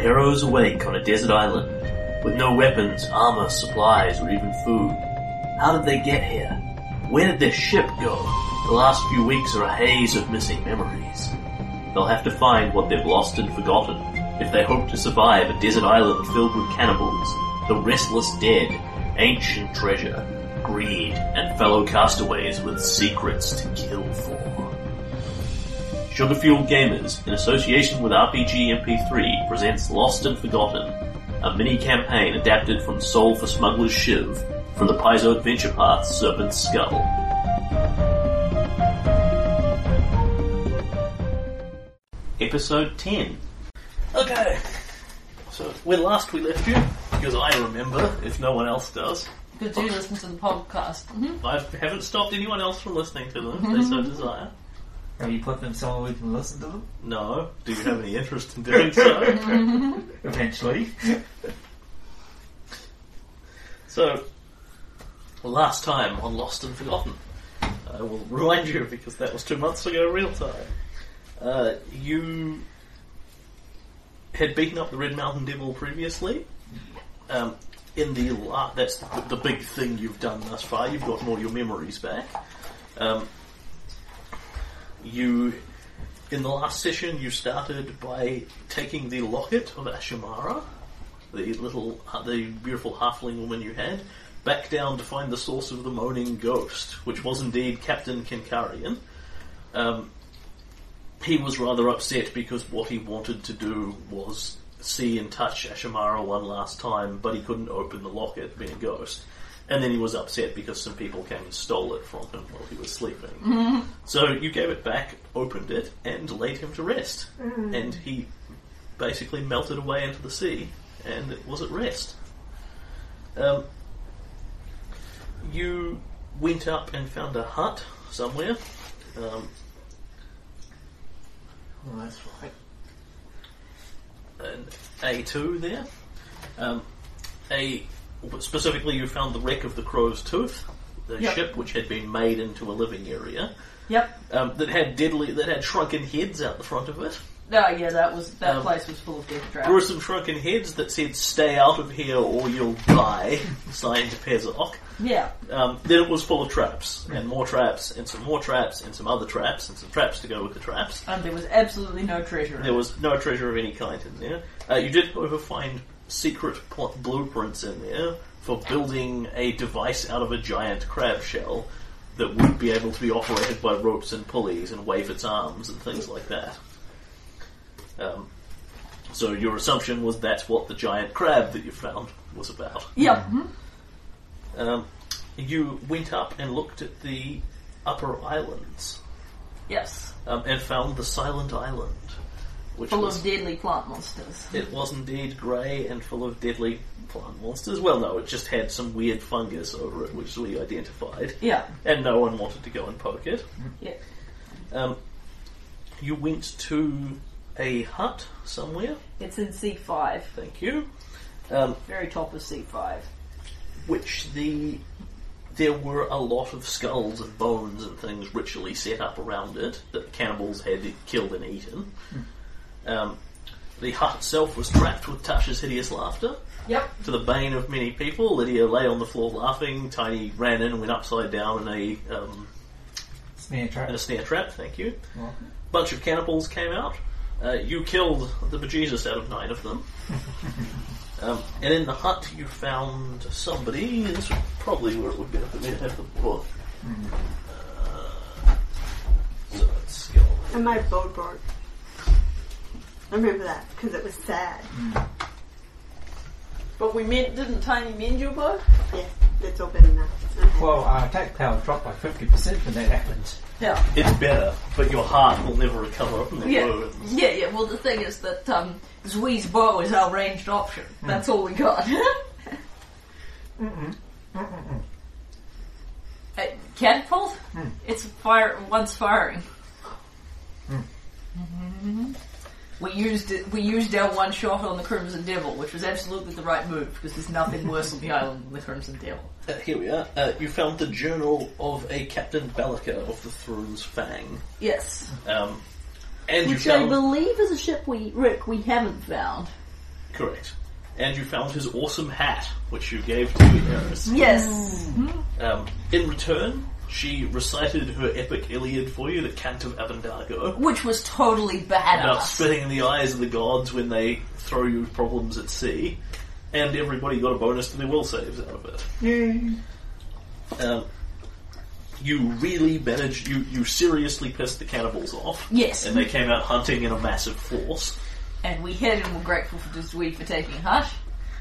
heroes awake on a desert island, with no weapons, armor, supplies, or even food. How did they get here? Where did their ship go? The last few weeks are a haze of missing memories. They'll have to find what they've lost and forgotten if they hope to survive a desert island filled with cannibals, the restless dead, ancient treasure, greed, and fellow castaways with secrets to kill for. Sugar Fuel Gamers, in association with RPG MP3, presents Lost and Forgotten, a mini campaign adapted from Soul for Smuggler's Shiv from the Paizo Adventure Path Serpent's Skull. Episode 10. Okay. So, where last we left you, because I remember, if no one else does, Because you listen to the podcast. Oh. Mm-hmm. I haven't stopped anyone else from listening to them if they so desire. Have you put them somewhere we can listen to them? No. Do you have any interest in doing so? Eventually. so, last time on Lost and Forgotten, I will remind you because that was two months ago, real time. Uh, you had beaten up the Red Mountain Devil previously. Um, in the la- that's the, the big thing you've done thus far. You've gotten all your memories back. Um, you in the last session you started by taking the locket of Ashamara, the little, the beautiful halfling woman you had, back down to find the source of the moaning ghost, which was indeed Captain Kinkarian. Um, he was rather upset because what he wanted to do was see and touch Ashamara one last time, but he couldn't open the locket, being a ghost. And then he was upset because some people came and stole it from him while he was sleeping. So you gave it back, opened it, and laid him to rest. And he basically melted away into the sea, and it was at rest. Um, you went up and found a hut somewhere. Um, Oh, that's right. an A2 there. Um, a specifically, you found the wreck of the Crow's Tooth, the Yep. ship which had been made into a living area Yep. um, that had deadly that had shrunken heads out the front of it, No, yeah, that was that Um, place was full of death traps. gruesome shrunken heads that said "Stay out of here or you'll die," signed Pezok. Yeah. Um, then it was full of traps and more traps and some more traps and some other traps and some traps to go with the traps. And there was absolutely no treasure. in There it. was no treasure of any kind in there. Uh, you did, however, find secret plot blueprints in there for building a device out of a giant crab shell that would be able to be operated by ropes and pulleys and wave its arms and things like that. Um, so your assumption was that's what the giant crab that you found was about. Yep. mhm. Um, you went up and looked at the upper islands Yes. um, and found the Silent Island, which Full was of deadly plant monsters. It was indeed grey and full of deadly plant monsters. Well, no, it just had some weird fungus over it, which we identified, Yeah. and no one wanted to go and poke it. Yeah. Um, you went to a hut somewhere. It's in C five. Thank you. Um, Very top of C five. which the there were a lot of skulls and bones and things ritually set up around it that cannibals had killed and eaten. Um, the hut itself was trapped with Tasha's hideous laughter. Yep. to the bane of many people. Lydia lay on the floor laughing. Tiny ran in and went upside down in a, um, Snare trap. in a snare trap. Thank you. Well, Bunch of cannibals came out. Uh, you killed the bejesus out of nine of them. um, and in the hut, you found somebody. This is probably where it would be. We don't have the book. Uh, so let's go. And my boat board. I remember that because it was sad. But we meant didn't Tiny mend your boat? Yeah, that's all better now. Okay. well, our attack power dropped by 50% when that happened. Yeah. It's better, but your heart will never recover from the Yeah. wound. Yeah, yeah. Well the thing is that um Zwee's bow is our ranged option. That's all we got. Uh, catapult? It's fire once firing. Mhm. We used it, we used our one shot on the Crimson Devil, which was absolutely the right move because there's nothing worse on the island than the Crimson Devil. Uh, here we are. Uh, you found the journal of a Captain Balaka of the Throne's Fang. Yes, Um, and you which I found, believe is a ship we Rick we haven't found. correct. And you found his awesome hat, which you gave to Eris. Yes. Um, in return, she recited her epic Iliad for you, the Cant of Abendago, Which was totally about badass. spitting in the eyes of the gods when they throw you problems at sea, and everybody got a bonus to their will saves out of it. Yay. Um, you really managed, you, you seriously pissed the cannibals off. Yes. And they came out hunting in a massive force. And we hid and were grateful for just we for taking Hush.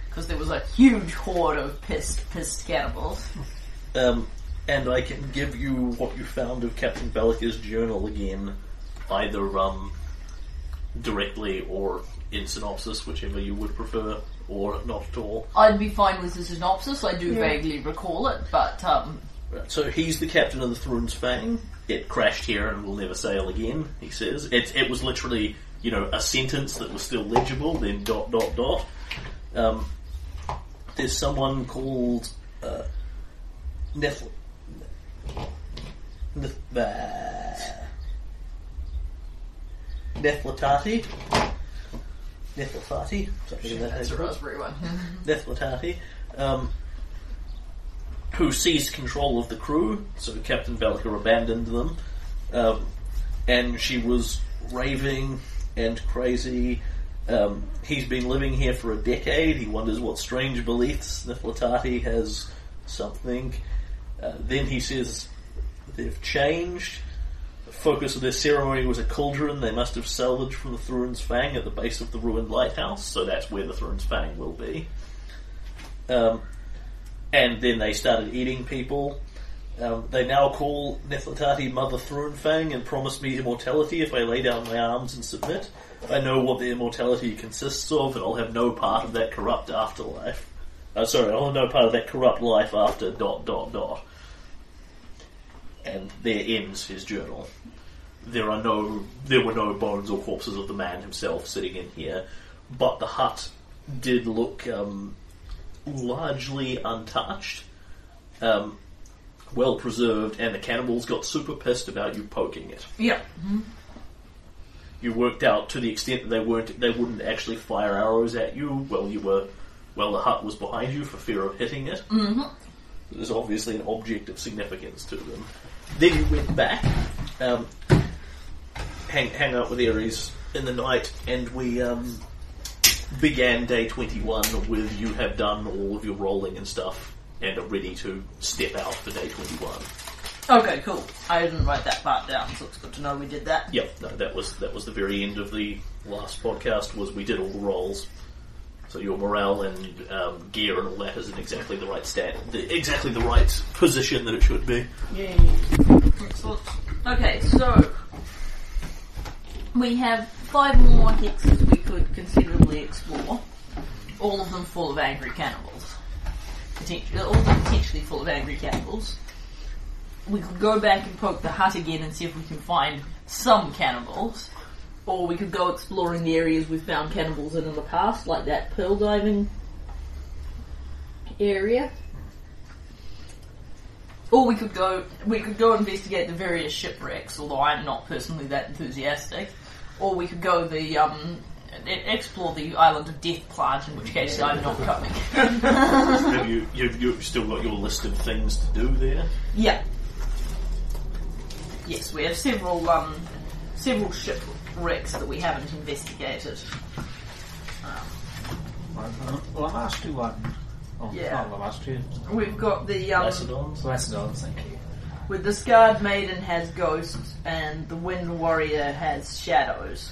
Because there was a huge horde of pissed, pissed cannibals. Um, and I can give you what you found of Captain Bellica's journal again, either um, directly or in synopsis, whichever you would prefer, or not at all. I'd be fine with the synopsis, I do vaguely recall it, but um, Right, so he's the captain of the Thrun's Fang. It crashed here and will never sail again, he says. It, it was literally, you know, a sentence that was still legible, then dot, dot, dot. Um, there's someone called uh, Neth... Neth... uh, Nefletati? Nefletati? Something of that that's a nature. raspberry one. Nefletati, um, who seized control of the crew, so Captain Velka abandoned them, um, and she was raving and crazy. Um, he's been living here for a decade. He wonders what strange beliefs Nefletati has something. Uh, then he says they've changed. The focus of their ceremony was a cauldron they must have salvaged from the Thruin's Fang at the base of the ruined lighthouse, so that's where the Thruin's Fang will be. Um, and then they started eating people. Um, they now call Nefertiti Mother Thruinfang and promise me immortality if I lay down my arms and submit. I know what the immortality consists of, and I'll have no part of that corrupt afterlife. Uh, sorry, I'll have no part of that corrupt life after dot dot dot. And there ends his journal. There are no, there were no bones or corpses of the man himself sitting in here, but the hut did look um, largely untouched, um, well preserved, and the cannibals got super pissed about you poking it. yeah. You worked out to the extent that they weren't, they wouldn't actually fire arrows at you while you were, while the hut was behind you for fear of hitting it. Mm-hmm. There's obviously an object of significance to them. Then you went back, um, hang hang out with Ares in the night, and we. Um, began day 21 with you have done all of your rolling and stuff and are ready to step out for day 21. Okay, cool. I didn't write that part down, so it's good to know we did that. Yep, no, that was that was the very end of the last podcast was we did all the rolls. So your morale and um, gear and all that is in exactly the right stand, the, exactly the right position that it should be. Yay. Excellent. Okay, so we have five more hexes we could considerably explore. All of them full of angry cannibals. Potentially, all of them potentially full of angry cannibals. We could go back and poke the hut again and see if we can find some cannibals. Or we could go exploring the areas we've found cannibals in in the past, like that pearl diving area. Or we could go we could go investigate the various shipwrecks, although I'm not personally that enthusiastic. Or we could go the um e- explore the island of Death Plant, in which case I'm not coming. have you you've, you've still got your list of things to do there? yeah. Yes, we have several um several shipwrecks that we haven't investigated. Right, the last two one. Oh, Yeah. not the last two. We've got the um Macedons. Lacedons, thank you. with the scarred maiden has ghosts and the wind warrior has shadows.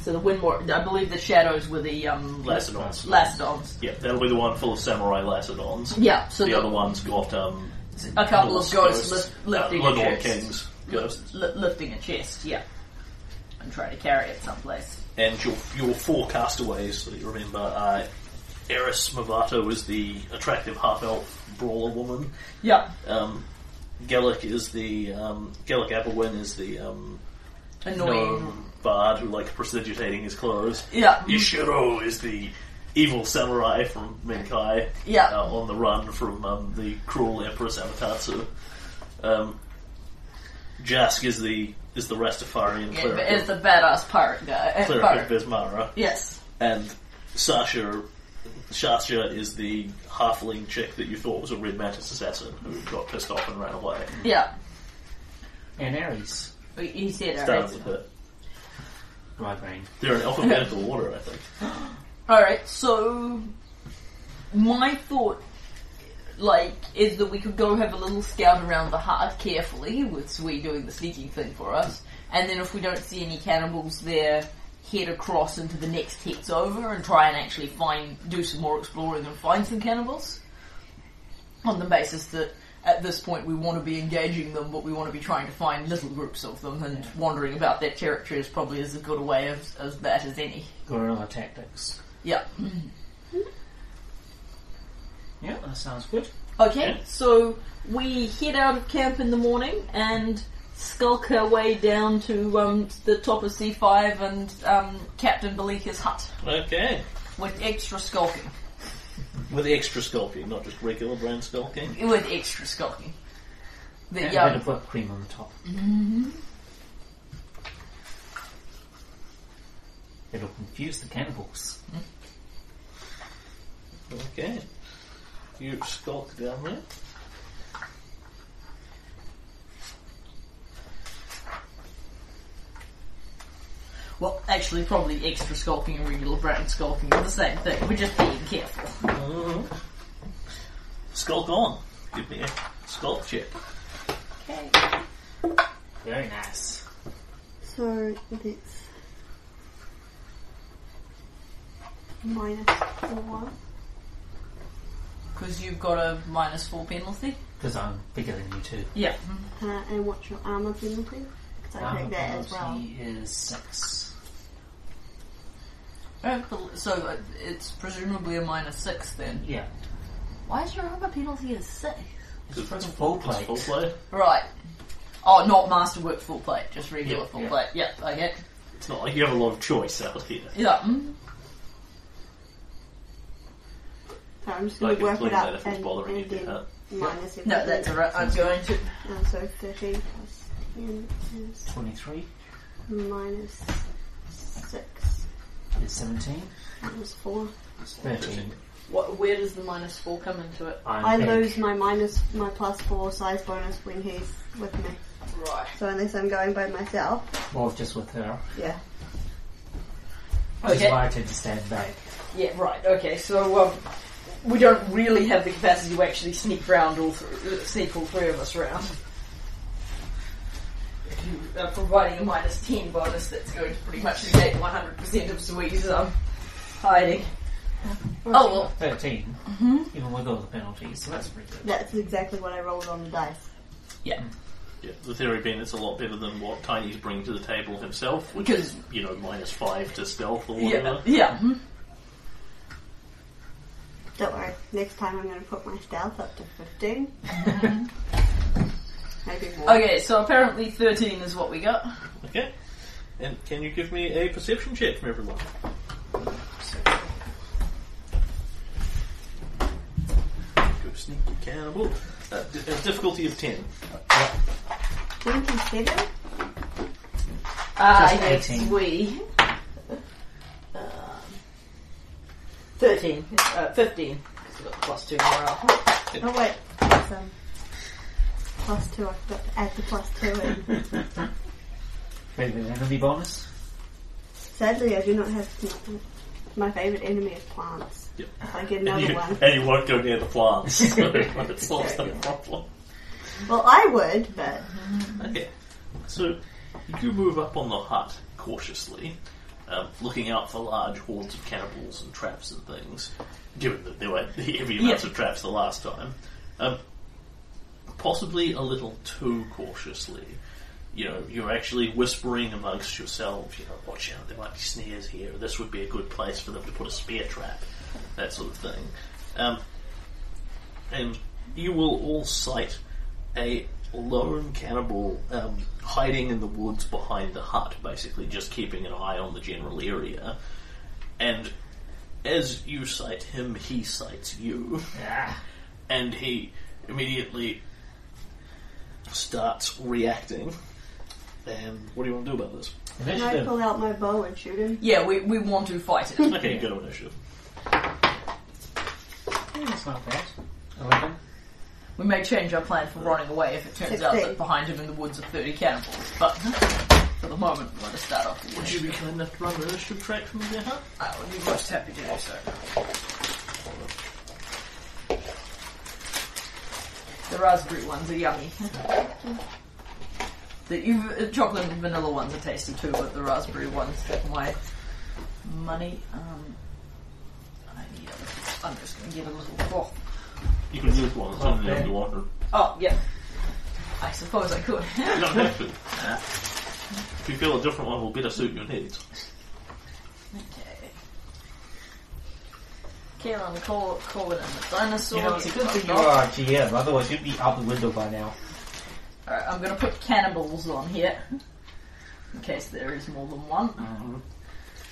So the wind war I believe the shadows were the um Lacedons. Lastons. Yeah, that'll be the one full of samurai Lacedons. Yeah, so The the- other one's got um, a couple of ghosts lift, uh, lifting a Lenore chest. King's ghosts. Li- lifting a chest, yeah. And trying to carry it someplace. And your, your four castaways that you remember are Eris Mavato is the attractive half elf brawler woman. Yeah. Um, Gellick is the um, Gellick Aberwin is the um, Annoying. gnome bard who likes prestidigitating his clothes. Yeah. Ishiro is the evil samurai from Menkai. Yeah. uh, on the run from um, the cruel Empress Amatatsu. Um, Jask is the is the Rastafarian Yeah, but cleric, It's of- the badass pirate guy. uh, cleric pirate. of Bismara. Yes. and Sasha. Sasha is the halfling chick that you thought was a red mantis assassin who got pissed off and ran away. Yeah. And Aries. You- You said Started alright. with her. My brain. They're in alphabetical order, I think. Alright, so my thought like is that we could go have a little scout around the heart carefully with Sui doing the sneaking thing for us. And then if we don't see any cannibals there, head across into the next hex over and try and actually find do some more exploring and find some cannibals. On the basis that at this point we want to be engaging them but we want to be trying to find little groups of them and wandering about their territory is probably as good a way of, as that as any. Guerrilla tactics. Yeah. Yeah, that sounds good. Okay, so we head out of camp in the morning and skulk our way down to um, the top of C5 and um, Captain Balika's hut Okay. with extra skulking. With extra skulking, not just regular brand skulking. With extra skulking. The um, And a bit young, of whipped cream on the top. Mm-hmm. It'll confuse the cannibals. Okay. You skulk down there. well, actually, probably extra skulking and regular brown skulking are the same thing. We're just being careful. Mm-hmm. Skulk on. Give me a skulk check. Okay. Very nice. So that's minus four. Because you've got a minus four penalty. Mm-hmm. Because I'm bigger than you two. Yeah. Uh, and what's your armor penalty? Because I Armor take that as well. penalty is six. So uh, it's presumably a minus six then. Yeah. Why is your armor penalty a six? It's full It's plate. full plate. Right. Oh, not masterwork full plate, just regular Yeah, full yeah. plate. Yep, I get. It's not like you have a lot of choice out here. Yeah. mm. So I'm just I can going to work clean it that up if it's and, bothering you, and then yeah. minus No, everything. that's alright. I'm going to. Um, so 13 plus 10 is 23 minus 6 is 17. minus 4. It's 13. What, where does the minus four come into it? I'm I big. lose my minus my plus 4 size bonus when he's with me. Right. So unless I'm going by myself, Well, just with her. yeah. Which Okay. is why I tend to stand back. Yeah. Right. Okay. So um, we don't really have the capacity to actually sneak round all three, sneak all three of us round. If you are providing a minus ten bonus, that's going to pretty much negate one hundred percent of Sweet's um, hiding. Oh well, 13. Mm-hmm. Even with all the penalties, so that's pretty good. That's exactly what I rolled on the dice. yeah, Yeah, the theory being it's a lot better than what Tiny's bringing to the table himself, which because is, you know, minus five to stealth or yeah, whatever. yeah. mhm. Don't worry, next time I'm going to put my stealth up to 15. Maybe more. Okay, so apparently 13 is what we got. Okay. And can you give me a perception check from everyone? Go sneaky cannibal. Uh, d- uh, difficulty of 10. 27? Ah, yes, Just 18. we. Um, 13. Uh, 15. 'cause we got the plus 2 morale. Oh wait, that's um, plus 2. I forgot to add the plus 2 in. Wait, wait, enemy bonus? Sadly, I do not have... My favourite enemy is plants. Yep. If I get And another you, one... and you won't go near the plants, so it solves that problem. Well, I would, but Okay, so you move up on the hut cautiously, um, looking out for large hordes of cannibals and traps and things, given that there were heavy amounts Yeah. of traps the last time. Um, possibly a little too cautiously. You know, you're actually whispering amongst yourselves, you know, watch out, there might be snares here, this would be a good place for them to put a spear trap, that sort of thing. Um, and Um, you will all sight a lone cannibal um, hiding in the woods behind the hut, basically just keeping an eye on the general area. And as you sight him, he sights you Yeah. and he immediately starts reacting. And Um, what do you want to do about this? Can I pull out my bow and shoot him? Yeah, we, we want to fight it. Okay, go initiative. Yeah, that's not bad. Eleven. We may change our plan for running away if it turns out that Sixteen. behind him in the woods are 30 cannibals, but for the moment we want to start off with Would you be kind enough to run an initiative track from here? Huh? I would be most happy to do so. The raspberry ones are yummy. The ev- uh, chocolate and vanilla ones are tasty too, but the raspberry ones get my money. Um, I need a little- I'm just going to get a little broth. You can use one, it's only the Okay. other one. Oh, yeah. I suppose I could. You don't have to. If you feel a different one will better suit your needs. Okay. Caelan Cor- Corwin and the dinosaur. You know, it's a good thing you Not- are a GM, otherwise you'd be out the window by now. Alright, I'm gonna put cannibals on here. In case there is more than one.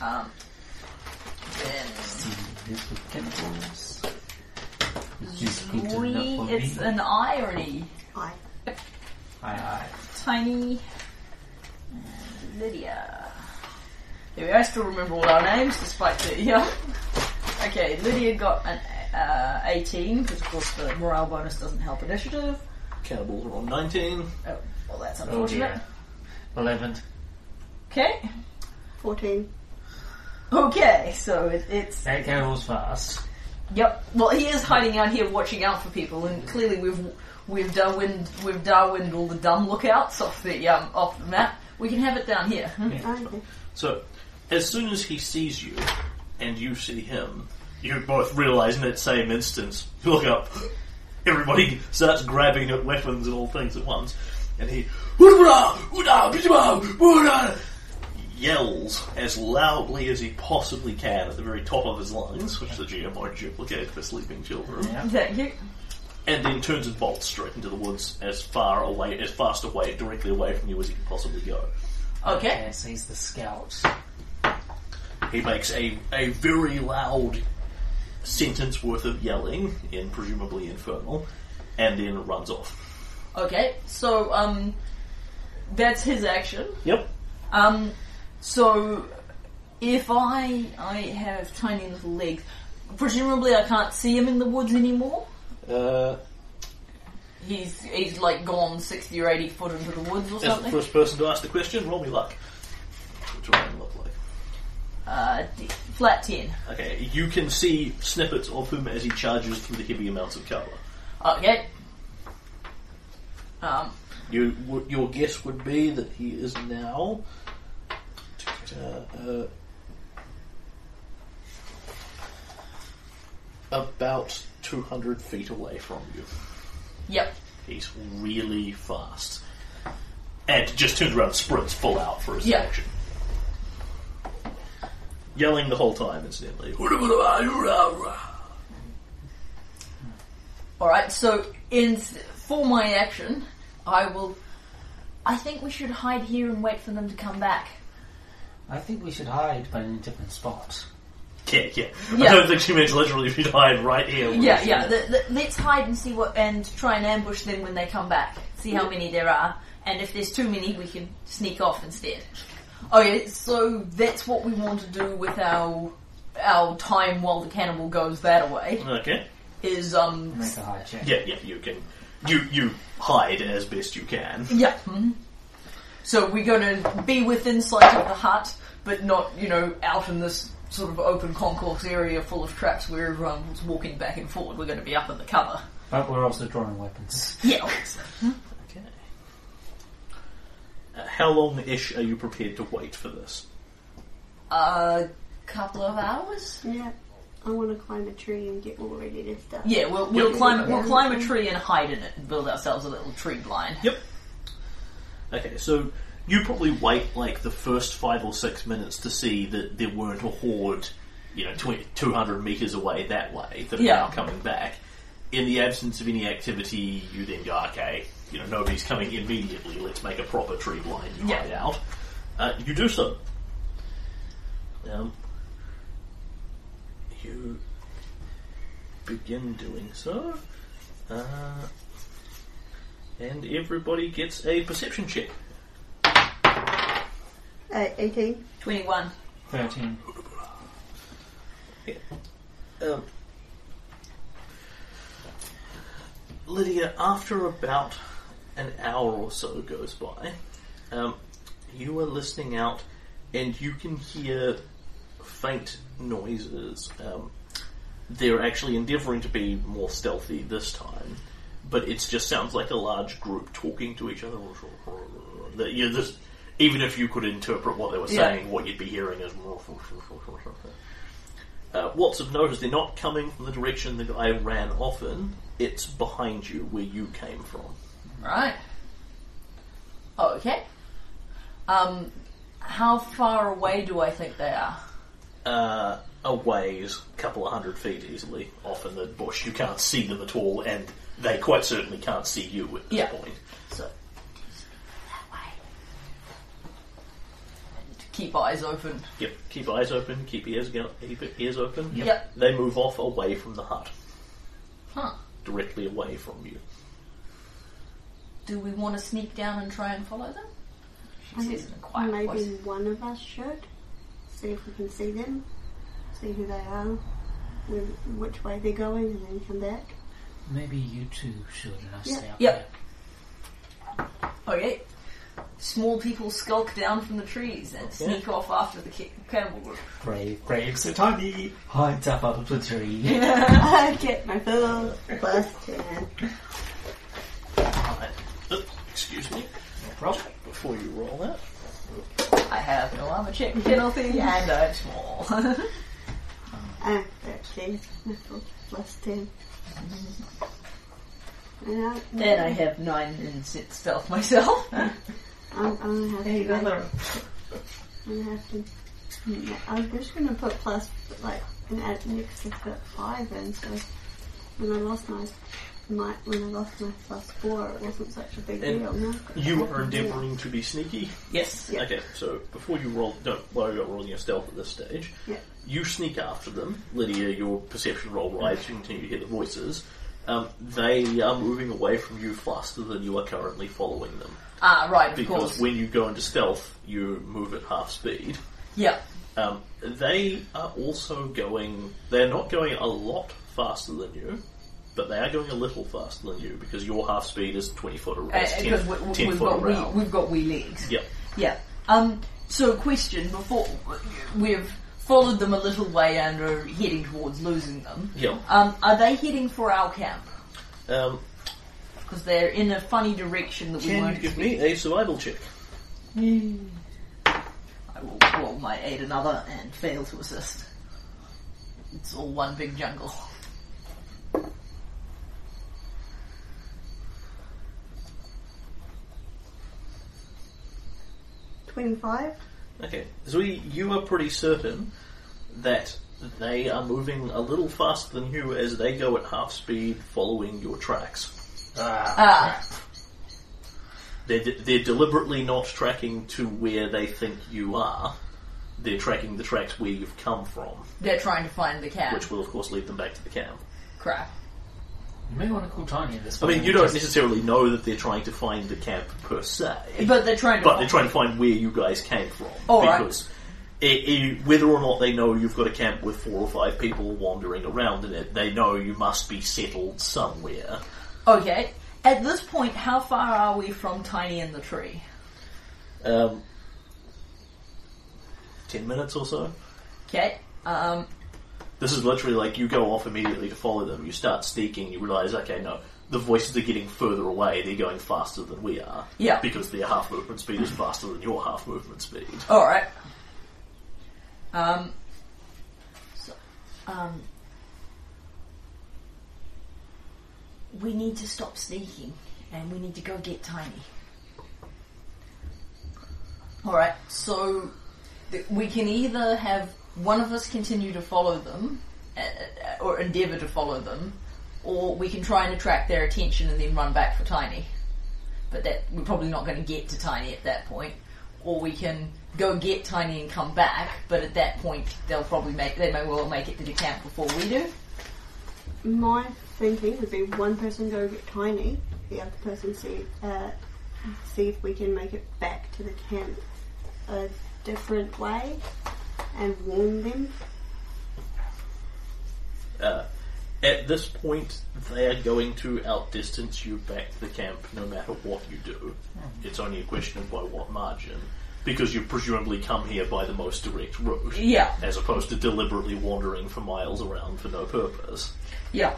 Oh, Um, then Chemicals. It's just good we, enough for it's me. an eye or an E. I. Aye, aye. Tiny and Lydia. There we are, I still remember all our names despite the, yeah. Okay, Lydia got an uh, 18, because of course the morale bonus doesn't help initiative. Cannibals are on 19. Oh, well that's Oh unfortunate. dear. Eleven. okay. 14. Okay, so it, it's That guy was fast. Yep. Well, he is hiding out here, watching out for people, and clearly we've we've Darwin we've Darwined all the dumb lookouts off the um, off the map. We can have it down here. I think. So, as soon as he sees you, and you see him, you both realise in that same instance, you look up, everybody starts grabbing at weapons and all things at once, and he "Hoorah, hoorah, hoorah, hoorah," yells as loudly as he possibly can at the very top of his lungs, which the GM might duplicate for sleeping children, Yeah. Thank you. and then turns and bolts straight into the woods as far away, as fast away, directly away from you as he can possibly go. Okay. Yes, he's the scout. He makes a, a very loud sentence worth of yelling, in presumably infernal, and then runs off. Okay. So um, that's his action. Yep. Um, so if I I have tiny little legs, presumably I can't see him in the woods anymore. Uh, He's he's like gone sixty or eighty foot into the woods or as the something. first person to ask the question, roll me luck. Which one I look like? Uh, d- flat ten. Okay, you can see snippets of him as he charges through the heavy amounts of cover. Okay. Um, You, w- your guess would be that he is now. Uh, uh, about 200 feet away from you. yep. He's really fast. And just turns around and sprints full out for his Yeah. action. Yelling the whole time, incidentally. Yep. Alright, so in for my action, I will. I think we should hide here and wait for them to come back. I think we should hide, but in a different spot. Yeah, yeah. I Yeah. don't think she meant literally if you'd hide right here. with Yeah, us. yeah. th th let's hide and see what, and try and ambush them when they come back. See how many there are, and if there's too many, we can sneak off instead. Okay, so that's what we want to do with our our time while the cannibal goes that way. Okay. Is um, Make a hide check. Yeah, yeah, you can. You, you hide as best you can. Yeah. So we're going to be within sight of the hut, but not, you know, out in this sort of open concourse area full of traps where everyone's walking back and forward. We're going to be up in the cover. But we're also drawing weapons. Yeah. Okay. Uh, how long ish are you prepared to wait for this? A Uh, couple of hours. Yeah. I want to climb a tree and get all ready to stuff. Yeah, we'll, we'll Yeah. climb we'll climb a tree and hide in it and build ourselves a little tree blind. Yep. Okay, so you probably wait like the first five or six minutes to see that there weren't a horde, you know, 20, 200 metres away that way that are Yeah. now coming back. In the absence of any activity, you then go, okay, you know, nobody's coming immediately, let's make a proper tree blind and Yeah. hide out. Uh, you do so. Um, you begin doing so. Uh, and everybody gets a perception check. Uh, 18. 21. 13. Um, Lydia, after about an hour or so goes by, um, you are listening out and you can hear faint noises. Um, they're actually endeavouring to be more stealthy this time, but it just sounds like a large group talking to each other. That you just, even if you could interpret what they were Yeah. saying, what you'd be hearing is. Uh, Watts have noticed they're not coming from the direction the guy ran off in. It's behind you, where you came from. Right. Okay. Um, how far away do I think they are? Uh, a ways, couple of hundred feet easily, off in the bush. You can't see them at all, and they quite certainly can't see you at this Yeah. point. So. That way. And keep eyes open. Yep. Keep eyes open. Keep ears go- keep ears open. Yep. Yep. They move off away from the hut, Huh. directly away from you. Do we want to sneak down and try and follow them? She says in a quiet Um, Maybe voice. one of us should. See if we can see them. See who they are. wh- Which way they're going and then come back. Maybe you two should, and I'll stay up Yep. Okay. Small people skulk down from the trees and sneak off after the ca- cannibal group. there. Brave, brave, so tiny, hides up up the tree. I get my full plus 10. Alright. Oop, Excuse me. No problem. Before you roll that, I have no armor check penalty and I'm small. Ah, 13. My full plus 10. And I, and I have nine in sit stealth myself. I'm, I'm gonna have to. make- I'm gonna have to. yeah, I'm just gonna put plus like an add an extra put five in. So when I lost my, my when I lost my plus four, it wasn't such a big And deal. No, you are endeavouring to be sneaky. Yes. Yeah. Okay, so before you roll, don't worry about rolling your stealth at this stage. Yeah. You sneak after them, Lydia. Your perception roll rides. You continue to hear the voices. Um, they are moving away from you faster than you are currently following them. Ah, right, of Because course. when you go into stealth, you move at half speed. yeah. Um, they are also going. They're not going a lot faster than you, but they are going a little faster than you because your half speed is twenty foot around. Uh, ten, because we, we, 10 we've, foot got around. wee, we've got wee legs. Yep. Yeah. Um, so, question before we've followed them a little way and are heading towards losing them. Yep. Um, are they heading for our camp? Um, Because they're in a funny direction that we can weren't. you give me a survival check? I will roll my aid another and fail to assist. It's all one big jungle. twenty-five. Okay, Zui, you are pretty certain that they are moving a little faster than you as they go at half speed following your tracks. Ah, They're, de- they're deliberately not tracking to where they think you are. They're tracking the tracks where you've come from, they're trying to find the camp. which will of course lead them back to the camp. Crap. You may want to call Tiny at this I point. mean, you don't Just- necessarily know that they're trying to find the camp per se, But they're trying to. but find they're trying to find where you guys came from. All right. because i- i- whether or not they know you've got a camp with four or five people wandering around in it, they know you must be settled somewhere. Okay. At this point, how far are we from Tiny and the tree? Um, ten minutes or so. Okay. Um, This is literally like you go off immediately to follow them. You start sneaking. You realize, okay, no, the voices are getting further away. They're going faster than we are. Yeah. because their half movement speed is faster than your half movement speed. all right. Um, so, um, we need to stop sneaking, and we need to go get Tiny. All right. So th- we can either have one of us continue to follow them, uh, uh, or endeavour to follow them, or we can try and attract their attention and then run back for Tiny. But that we're probably not going to get to Tiny at that point. Or we can go get Tiny and come back, but at that point they'll probably make they may well make it to the camp before we do. My thinking would be one person go get tiny, the other person see uh, see if we can make it back to the camp. Uh, different way and warn them. Uh, at this point, they are going to outdistance you back to the camp no matter what you do. It's only a question of by what margin. Because you presumably come here by the most direct route. Yeah. As opposed to deliberately wandering for miles around for no purpose. Yeah.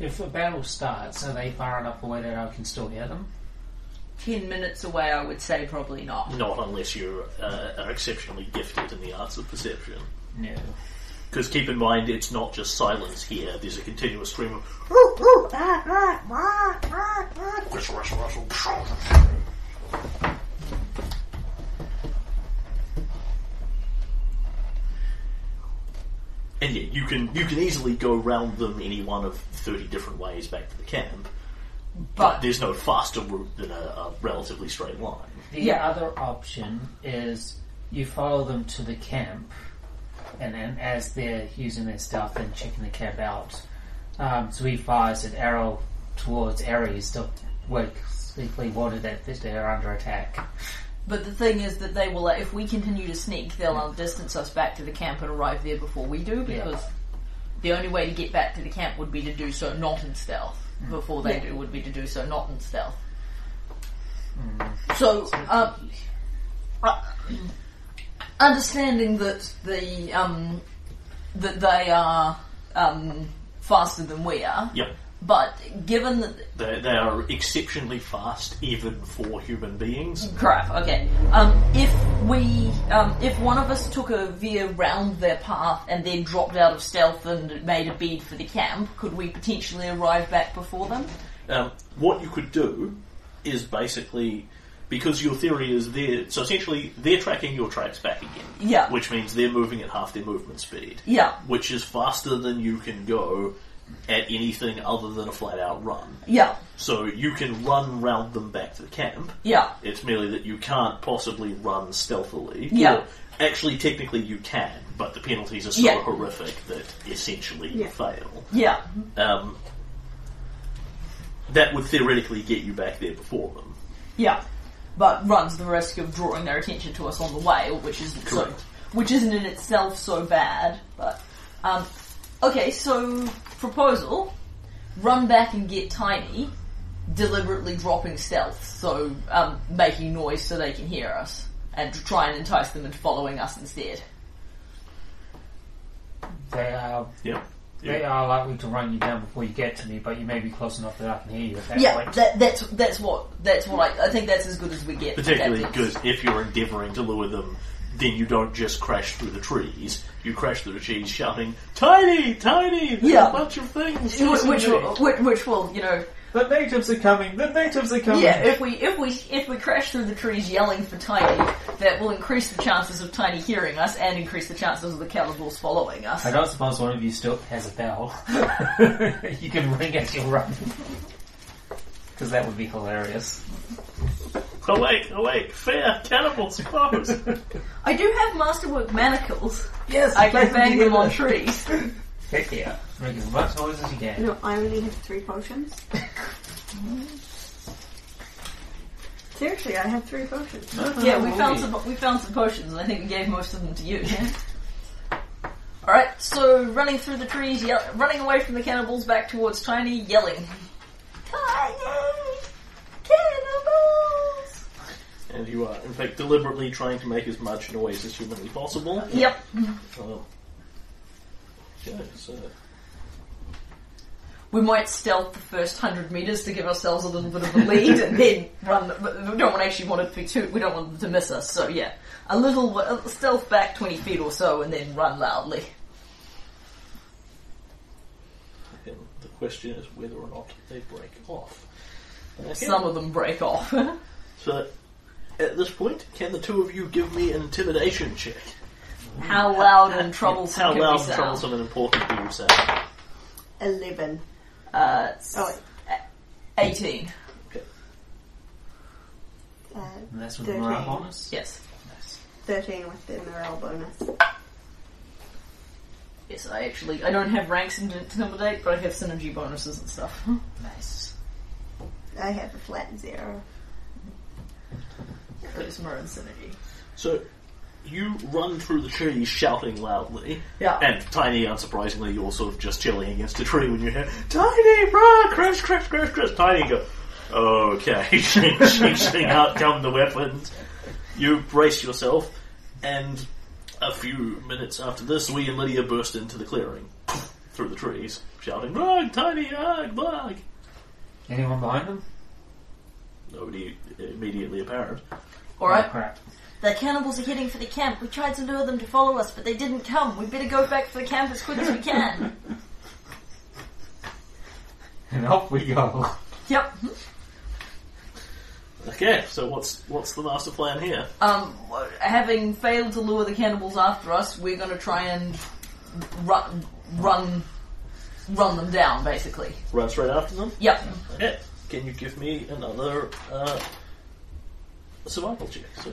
If a battle starts, are they far enough away that I can still hear them? Ten minutes away, I would say probably not. Not unless you uh, are exceptionally gifted in the arts of perception. No. Because keep in mind, it's not just silence here. There's a continuous stream of and yeah, you can you can easily go round them any one of thirty different ways back to the camp. But There's no faster route than a, a relatively straight line. The Yeah. other option is you follow them to the camp, and then as they're using their stuff and checking the camp out, um, so he fires an arrow towards areas that were deeply wanted that that they're under attack. but the thing is that they will. If we continue to sneak, they'll outdistance us back to the camp and arrive there before we do. Yeah. Because the only way to get back to the camp would be to do so not in stealth. Before they do, would be to do so not in stealth. So, um, Uh, understanding that the um, that they are um, faster than we are, Yep. but given that They, they are exceptionally fast, even for human beings. crap, okay, um, if we um, if one of us took a veer round their path and then dropped out of stealth and made a bead for the camp, could we potentially arrive back before them? Um, what you could do is basically because your theory is they're so essentially they're tracking your tracks back again. Yeah. Which means they're moving at half their movement speed. Yeah, Which is faster than you can go at anything other than a flat out run. yeah, So you can run round them back to the camp. yeah, It's merely that you can't possibly run stealthily. Yeah. Or, actually, technically you can, but the penalties are so Yeah. horrific that essentially you Yeah. fail. yeah, Um, that would theoretically get you back there before them. yeah. But runs the risk of drawing their attention to us on the way, which isn't Correct. so, which isn't in itself so bad. But um, okay, so proposal: run back and get tiny, deliberately dropping stealth, so um, making noise so they can hear us, and to try and entice them into following us instead. They are Yeah. they are likely to run you down before you get to me, but you may be close enough that I can hear you at that Yeah, point. that, that's that's what that's what I, I think that's as good as we get. for Particularly tactics. because if you're endeavouring to lure them, then you don't just crash through the trees. You crash through the trees shouting, Tiny! Tiny! There's Yeah. a bunch of things! Which, chasing which, me." will- which, which will you know the natives are coming. The natives are coming. Yeah, if we if we if we crash through the trees yelling for Tiny, that will increase the chances of Tiny hearing us and increase the chances of the Calibors following us. I don't suppose one of you still has a bell. you can ring as you run. Because that would be hilarious. Awake! Awake! Fear! Cannibals! Close! I do have masterwork manacles. Yes, I can bang them on trees. Heck yeah. Make as much noise as you can. No, I only have three potions. Seriously, I have three potions. yeah, we found Alrighty. some we found some potions and I think we gave most of them to you. All right, so running through the trees, yell- running away from the cannibals, back towards Tiny, yelling, "Tiny, cannibals!" and you are, in fact, deliberately trying to make as much noise as humanly possible. Yep. Oh. Okay, so. We might stealth the first hundred meters to give ourselves a little bit of a lead, and then run. But we don't want actually want it to be too. We don't want them to miss us. So yeah, a little wa- uh, stealth back twenty feet or so, and then run loudly. And the question is whether or not they break off. Okay. Some of them break off. So, at this point, can the two of you give me an intimidation check? How loud and troublesome How can loud we and sound? troublesome and important do you say? Eleven. Uh, Oh wait. Eighteen. Uh, And that's with the Thirteen. morale bonus. Yes. Nice. Thirteen with the morale bonus. Yes, I actually I don't have ranks in intimidate, but I have synergy bonuses and stuff. Nice. I have a flat zero. Charisma Insanity. So you run through the trees shouting loudly. Yeah. And Tiny, unsurprisingly, you're sort of just chilling against a tree when you hear Tiny, run, crash, crash, crash, crash. Tiny go, okay, chasing out come the weapons. You brace yourself, and a few minutes after this, we and Lydia burst into the clearing through the trees, shouting, "Run, Tiny, run, run!" Anyone behind them? Nobody immediately apparent. Oh, Alright. crap. The cannibals are heading for the camp. We tried to lure them to follow us, but they didn't come. We better go back for the camp as quick as we can. And off we go. yep. Okay, so what's what's the master plan here? Um, having failed to lure the cannibals after us, we're going to try and run, run, run them down, basically. Run straight after them. Yep. Okay. Can you give me another uh, survival check? So,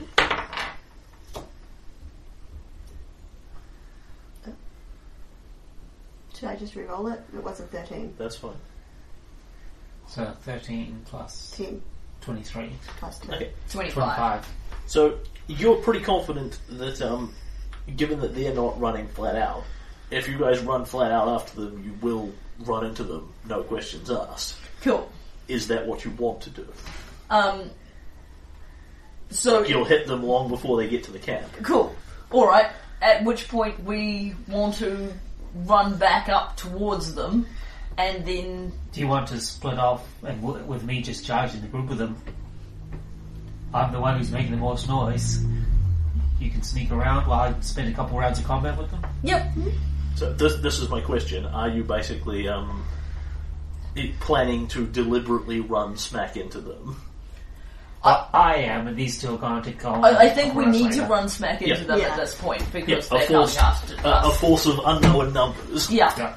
Should I just re-roll it? It was a 13. that's fine. So 13 plus 10 23. plus 2. Okay. 25. 25. So you're pretty confident that, um, given that they're not running flat out, if you guys run flat out after them, you will run into them, no questions asked. Cool. Is that what you want to do? Um, so, You'll hit them long before they get to the camp. cool. Alright. At which point we want to run back up towards them and then Do you want to split off and w- with me just charging the group of them? I'm the one who's making the most noise. You can sneak around while I spend a couple rounds of combat with them. Yep. So this this is my question: Are you basically um, i- planning to deliberately run smack into them? I, I am, and these two are going to go. on I, I a think couple we rounds need to later. run smack into Yeah. them Yeah. at this point because Yeah, they're a force, coming after a, a us. force of unknown numbers. yeah. Yeah.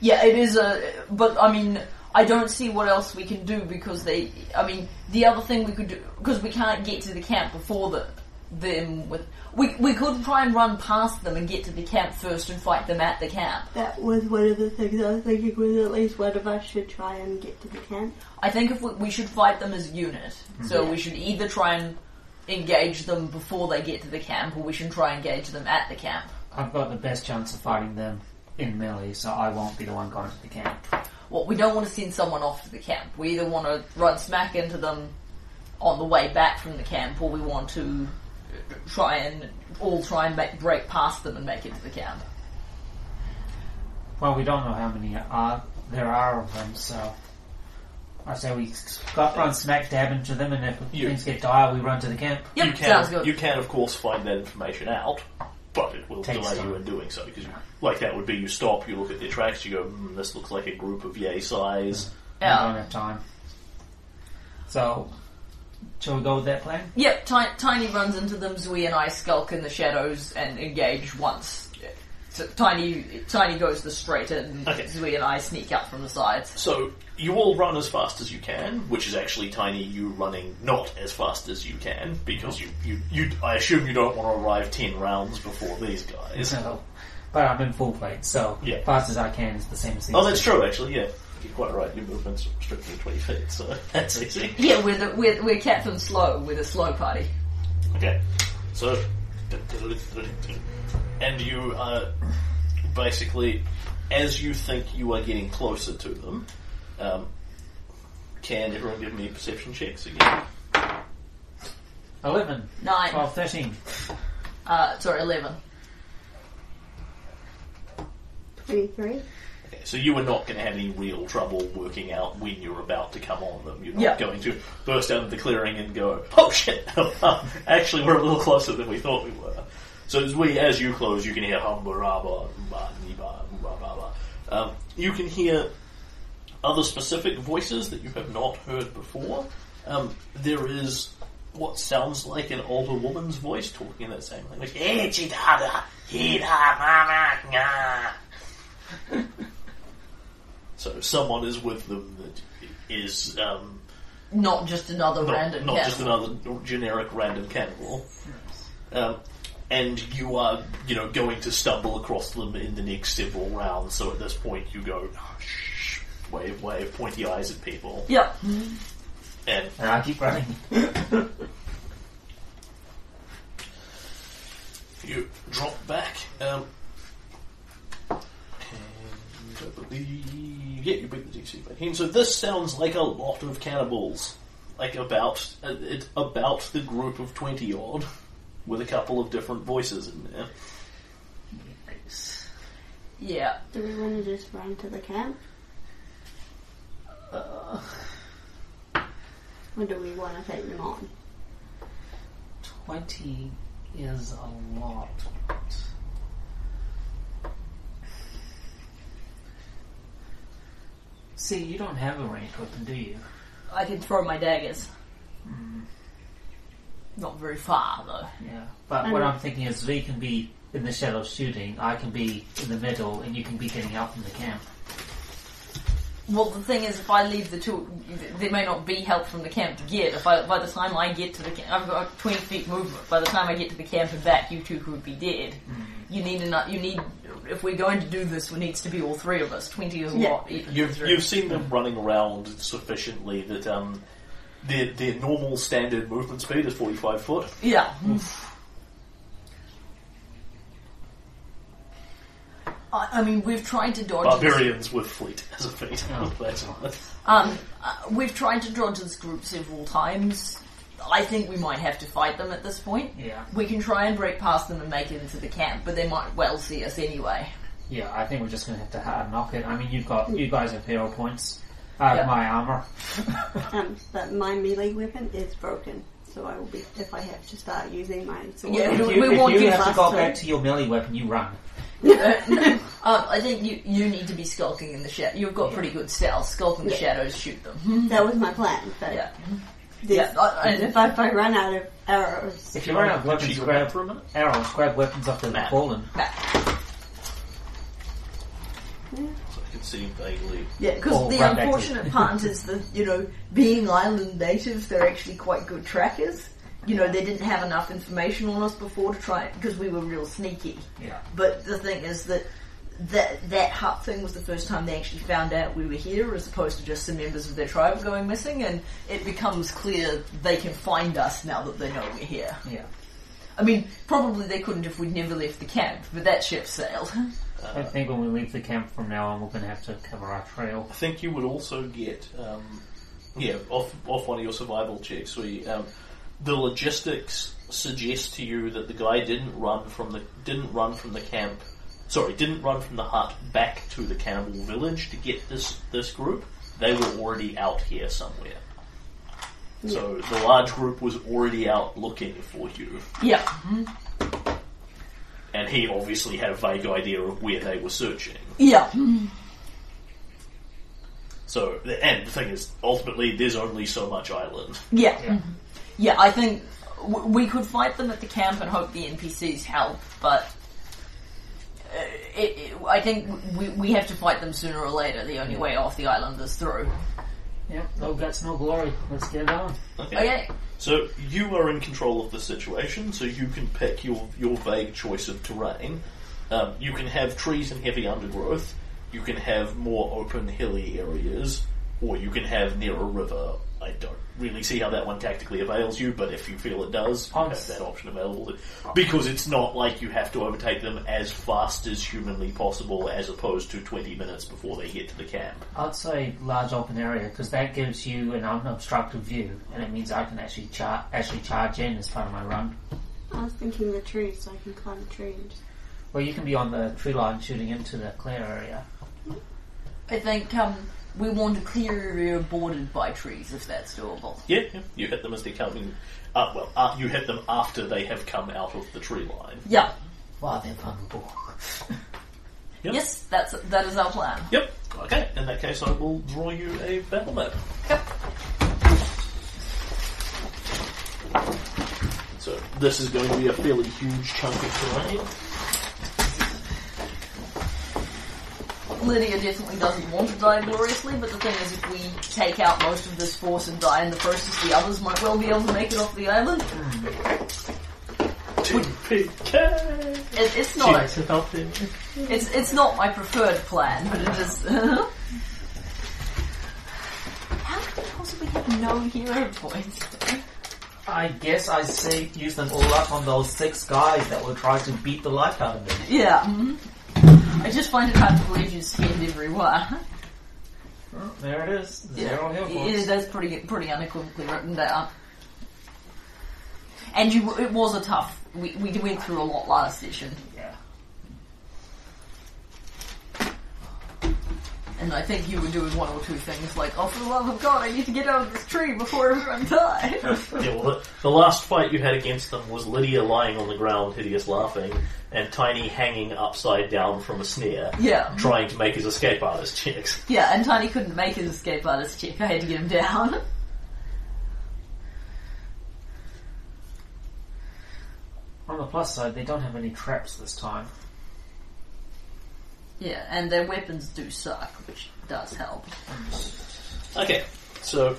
Yeah, it is a. But I mean, I don't see what else we can do because they. I mean, the other thing we could do because we can't get to the camp before the them with. We we could try and run past them and get to the camp first and fight them at the camp. That was one of the things I was thinking was at least one of us should try and get to the camp. I think if we, we should fight them as a unit, Mm-hmm. so we should either try and engage them before they get to the camp, or we should try and engage them at the camp. I've got the best chance of fighting them in melee, so I won't be the one going to the camp. Well, we don't want to send someone off to the camp. We either want to run smack into them on the way back from the camp, or we want to uh, try and all try and make, break past them and make it to the camp. Well, we don't know how many are there are of them, so I say we got run smack dab into them, and if You- things get dire, we run to the camp. Yep, You can, sounds good. you can, of course, find that information out, but it will Takes delay time. you in doing so because, like, that would be you stop, you look at their tracks, you go, mm, "This looks like a group of yay size." We don't yeah. have time. So, shall we go with that plan? Yep, ti- Tiny runs into them, Zui and I skulk in the shadows and engage once. So Tiny Tiny goes the straight and Okay. Zui and I sneak up from the sides. So you all run as fast as you can, which is actually tiny. You running not as fast as you can because you, you, you I assume you don't want to arrive ten rounds before these guys. So, but I'm in full plate, so Yeah. fast as I can is the same as the Oh, that's true, actually, yeah. You're quite right, your movement's strictly 20 feet, so that's easy. Yeah, we're the, we're, we're Captain Slow. We're the slow party. Okay, so. And you uh, basically, as you think you are getting closer to them, um, can everyone give me perception checks again? 11, Nine. Oh. 12, 13. Uh, sorry, eleven. 23? Okay, so you are not going to have any real trouble working out when you're about to come on them. You're not Yeah. going to burst out of the clearing and go, "Oh shit!" Actually, we're a little closer than we thought we were. So as we, as you close, you can hear humba rabba, mba, niba, mba, ba, ba. Um, You can hear other specific voices that you have not heard before. Um, there is what sounds like an older woman's voice talking in that same language. "Eh, chidada, hida, mama, nga." So someone is with them that is um, Not just another not, random not cat. just another generic random cannibal. Um, and you are, you know, going to stumble across them in the next several rounds. So at this point, you go "Ah, shh, wave, wave pointy eyes at people, Yep. and And I keep running. drop back. Um, and I believe, yeah, you bring the DC back in. So this sounds like a lot of cannibals, like about uh, it, about the group of twenty odd, with a couple of different voices in there. Yeah. Do we want to just run to the camp? Uh, Or do we want to take them on? 20 is a lot. See, you don't have a ranged weapon, do you? I can throw my daggers. Not very far though. Yeah. But I what know. I'm thinking is we can be in the shadow shooting, I can be in the middle, and you can be getting out from the camp. Well, the thing is, if I leave the two, there may not be help from the camp to get. If I, by the time I get to the camp, I've got 20 feet movement. By the time I get to the camp and back, you two could be Mm. dead. You need enough. You need. If we're going to do this, it needs to be all three of us. 20 is a Yeah. lot. Even You've, for three. you've seen them running around sufficiently that um, their, their normal standard movement speed is 45 foot. Yeah. I, I mean, we've tried to dodge. this- Barbarians with fleet as a feat. Oh. That's right. Um, uh, we've tried to dodge this group several times. I think we might have to fight them at this point. Yeah. We can try and break past them and make it into the camp, but they might well see us anyway. Yeah, I think we're just gonna have to hard knock it. I mean, you've got, you guys have hero points. I have Yeah. my armor. Um, but my melee weapon is broken, so I will be if I have to start using my sword. Yeah, if we- you, we if won't you give have to last go time. back to your melee weapon, you run. um, I think you you need to be skulking in the shadow. You've got pretty good stealth. Skulk in the Yeah. shadows, shoot them. That was my plan. But Yeah. this- Yeah, I- I- and if I, if I run out of arrows, If you run out of Would weapons, she go back grab for a minute? arrows, grab weapons off the Map. fallen. Back. So I can see vaguely. Yeah, because Or the run back to- unfortunate part is that, you know, being island natives, they're actually quite good trackers. You know, they didn't have enough information on us before to try because we were real sneaky. Yeah. But the thing is that that that hut thing was the first time they actually found out we were here, as opposed to just some members of their tribe going missing. And it becomes clear they can find us now that they know we're here. Yeah. I mean, probably they couldn't if we'd never left the camp, but that ship sailed. I think when we leave the camp from now on, we're going to have to cover our trail. I think you would also get, um, yeah, off off one of your survival checks. We um, the logistics suggests to you that the guy didn't run from the didn't run from the camp. Sorry, didn't run from the hut back to the cannibal village to get this this group. They were already out here somewhere. So the large group was already out looking for you, yeah. and he obviously had a vague idea of where they were searching. Yeah. So, and the thing is, ultimately, there's only so much island. Yeah. Yeah. Mm-hmm. Yeah, I think w- we could fight them at the camp and hope the NPCs help, but uh, it, it, I think we, we have to fight them sooner or later. The only way off the island is through. Yep, no guts, Oh, no glory. Let's get it on. Okay. So you are in control of the situation, so you can pick your your vague choice of terrain. Um, you can have trees and heavy undergrowth. You can have more open hilly areas, or you can have near a river. I don't really see how that one tactically avails you, but if you feel it does, you I'm have s- that option available. to- Because it's not like you have to overtake them as fast as humanly possible, as opposed to twenty minutes before they get to the camp. I'd say large open area because that gives you an unobstructed view, and it means I can actually char- actually charge in as part of my run. I was thinking the tree, so I can climb a tree and just Well, you can be on the tree line shooting into the clear area. I think um, we want a clear area bordered by trees, if that's doable. Yeah, yeah. you hit them as they're coming. Uh, well, uh, you hit them after they have come out of the tree line. Yeah. Wow, they're vulnerable. Yep. Yes, that's that is our plan. Yep. Okay. In that case, I will draw you a battle map. Yep. So this is going to be a fairly huge chunk of terrain. Lydia definitely doesn't want to die gloriously, but the thing is, if we take out most of this force and die in the process, the others might well be able to make it off the island. TPK. It, it's not. Jesus, help him. It's it's not my preferred plan, but it is. How can we possibly have no hero points? I guess I see, use them all up on those six guys that were trying to beat the life out of me. Yeah. mm-hmm. I just find it hard to believe you skinned everywhere. Oh, there it is. Zero Yeah, hit yeah, points. that's pretty pretty unequivocally written down. And you, it was a tough. We, we went through a lot last session, Yeah. and I think you were doing one or two things like, "Oh, for the love of God, I need to get out of this tree before everyone dies." Yeah, well, the, the last fight you had against them was Lydia lying on the ground, hideous laughing, and Tiny hanging upside down from a snare, yeah, trying to make his escape artist checks. yeah. And Tiny couldn't make his escape artist check. I had to get him down. On the plus side, they don't have any traps this time. Yeah, and their weapons do suck, which does help. Okay, so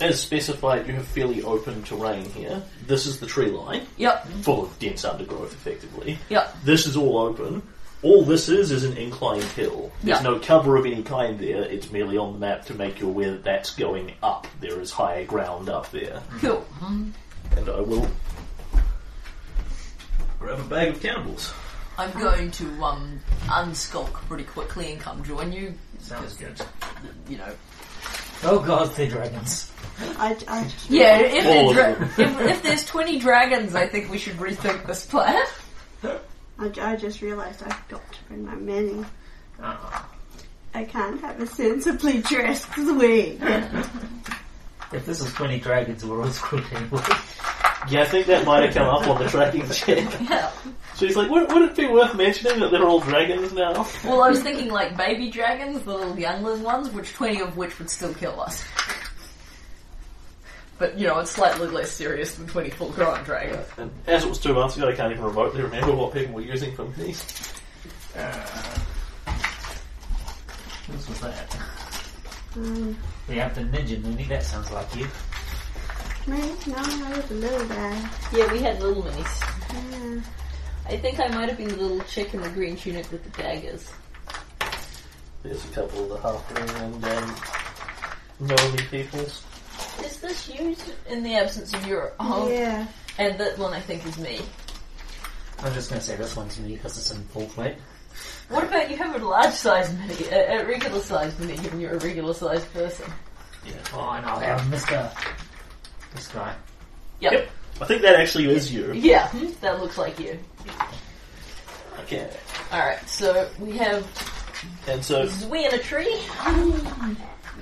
as specified, you have fairly open terrain here. This is the tree line, Yep, full of dense undergrowth, effectively. yep, This is all open. All this is is an inclined hill. There's Yeah. no cover of any kind there. It's merely on the map to make you aware that that's going up. There is higher ground up there. cool. And I will grab a bag of cannibals. I'm going to um unskulk pretty quickly and come join you. Sounds good. You know, Oh god, they're dragons. I, I just Yeah, if, All there of dra- if, if there's 20 dragons, I think we should rethink this plan. I, I just realised I've got to bring my many. Uh, I can't have a sensibly dressed wig. if this is 20 dragons, we're all screwed anyway. Yeah, I think that might have come up on the tracking check. Yeah. So he's like, would, would it be worth mentioning that they're all dragons now? Well, I was thinking like baby dragons, the little youngling ones, which 20 of which would still kill us. But, you know, it's slightly less serious than 20 full grown dragons. And as it was two months ago, I can't even remotely remember what people were using from these. This was that. Um, We have the ninja Mooney, that sounds like you. no, no, I was a little guy. Yeah, we had little minis. Yeah. I think I might have been the little chick in the green tunic with the daggers. There's a couple of the halfling and um, gnomey peoples. Is this used in the absence of your Oh, Yeah. And that one I think is me. I'm just gonna say this one's me because it's in full plate. What about you have a large size mini, a, a regular size mini, given you're a regular sized person? Yeah. Oh, and I'll have Mr. This guy. Yep. Yep. I think that actually is you. Yeah, hmm, that looks like you. Okay. Alright, so we have And so Zui in a tree,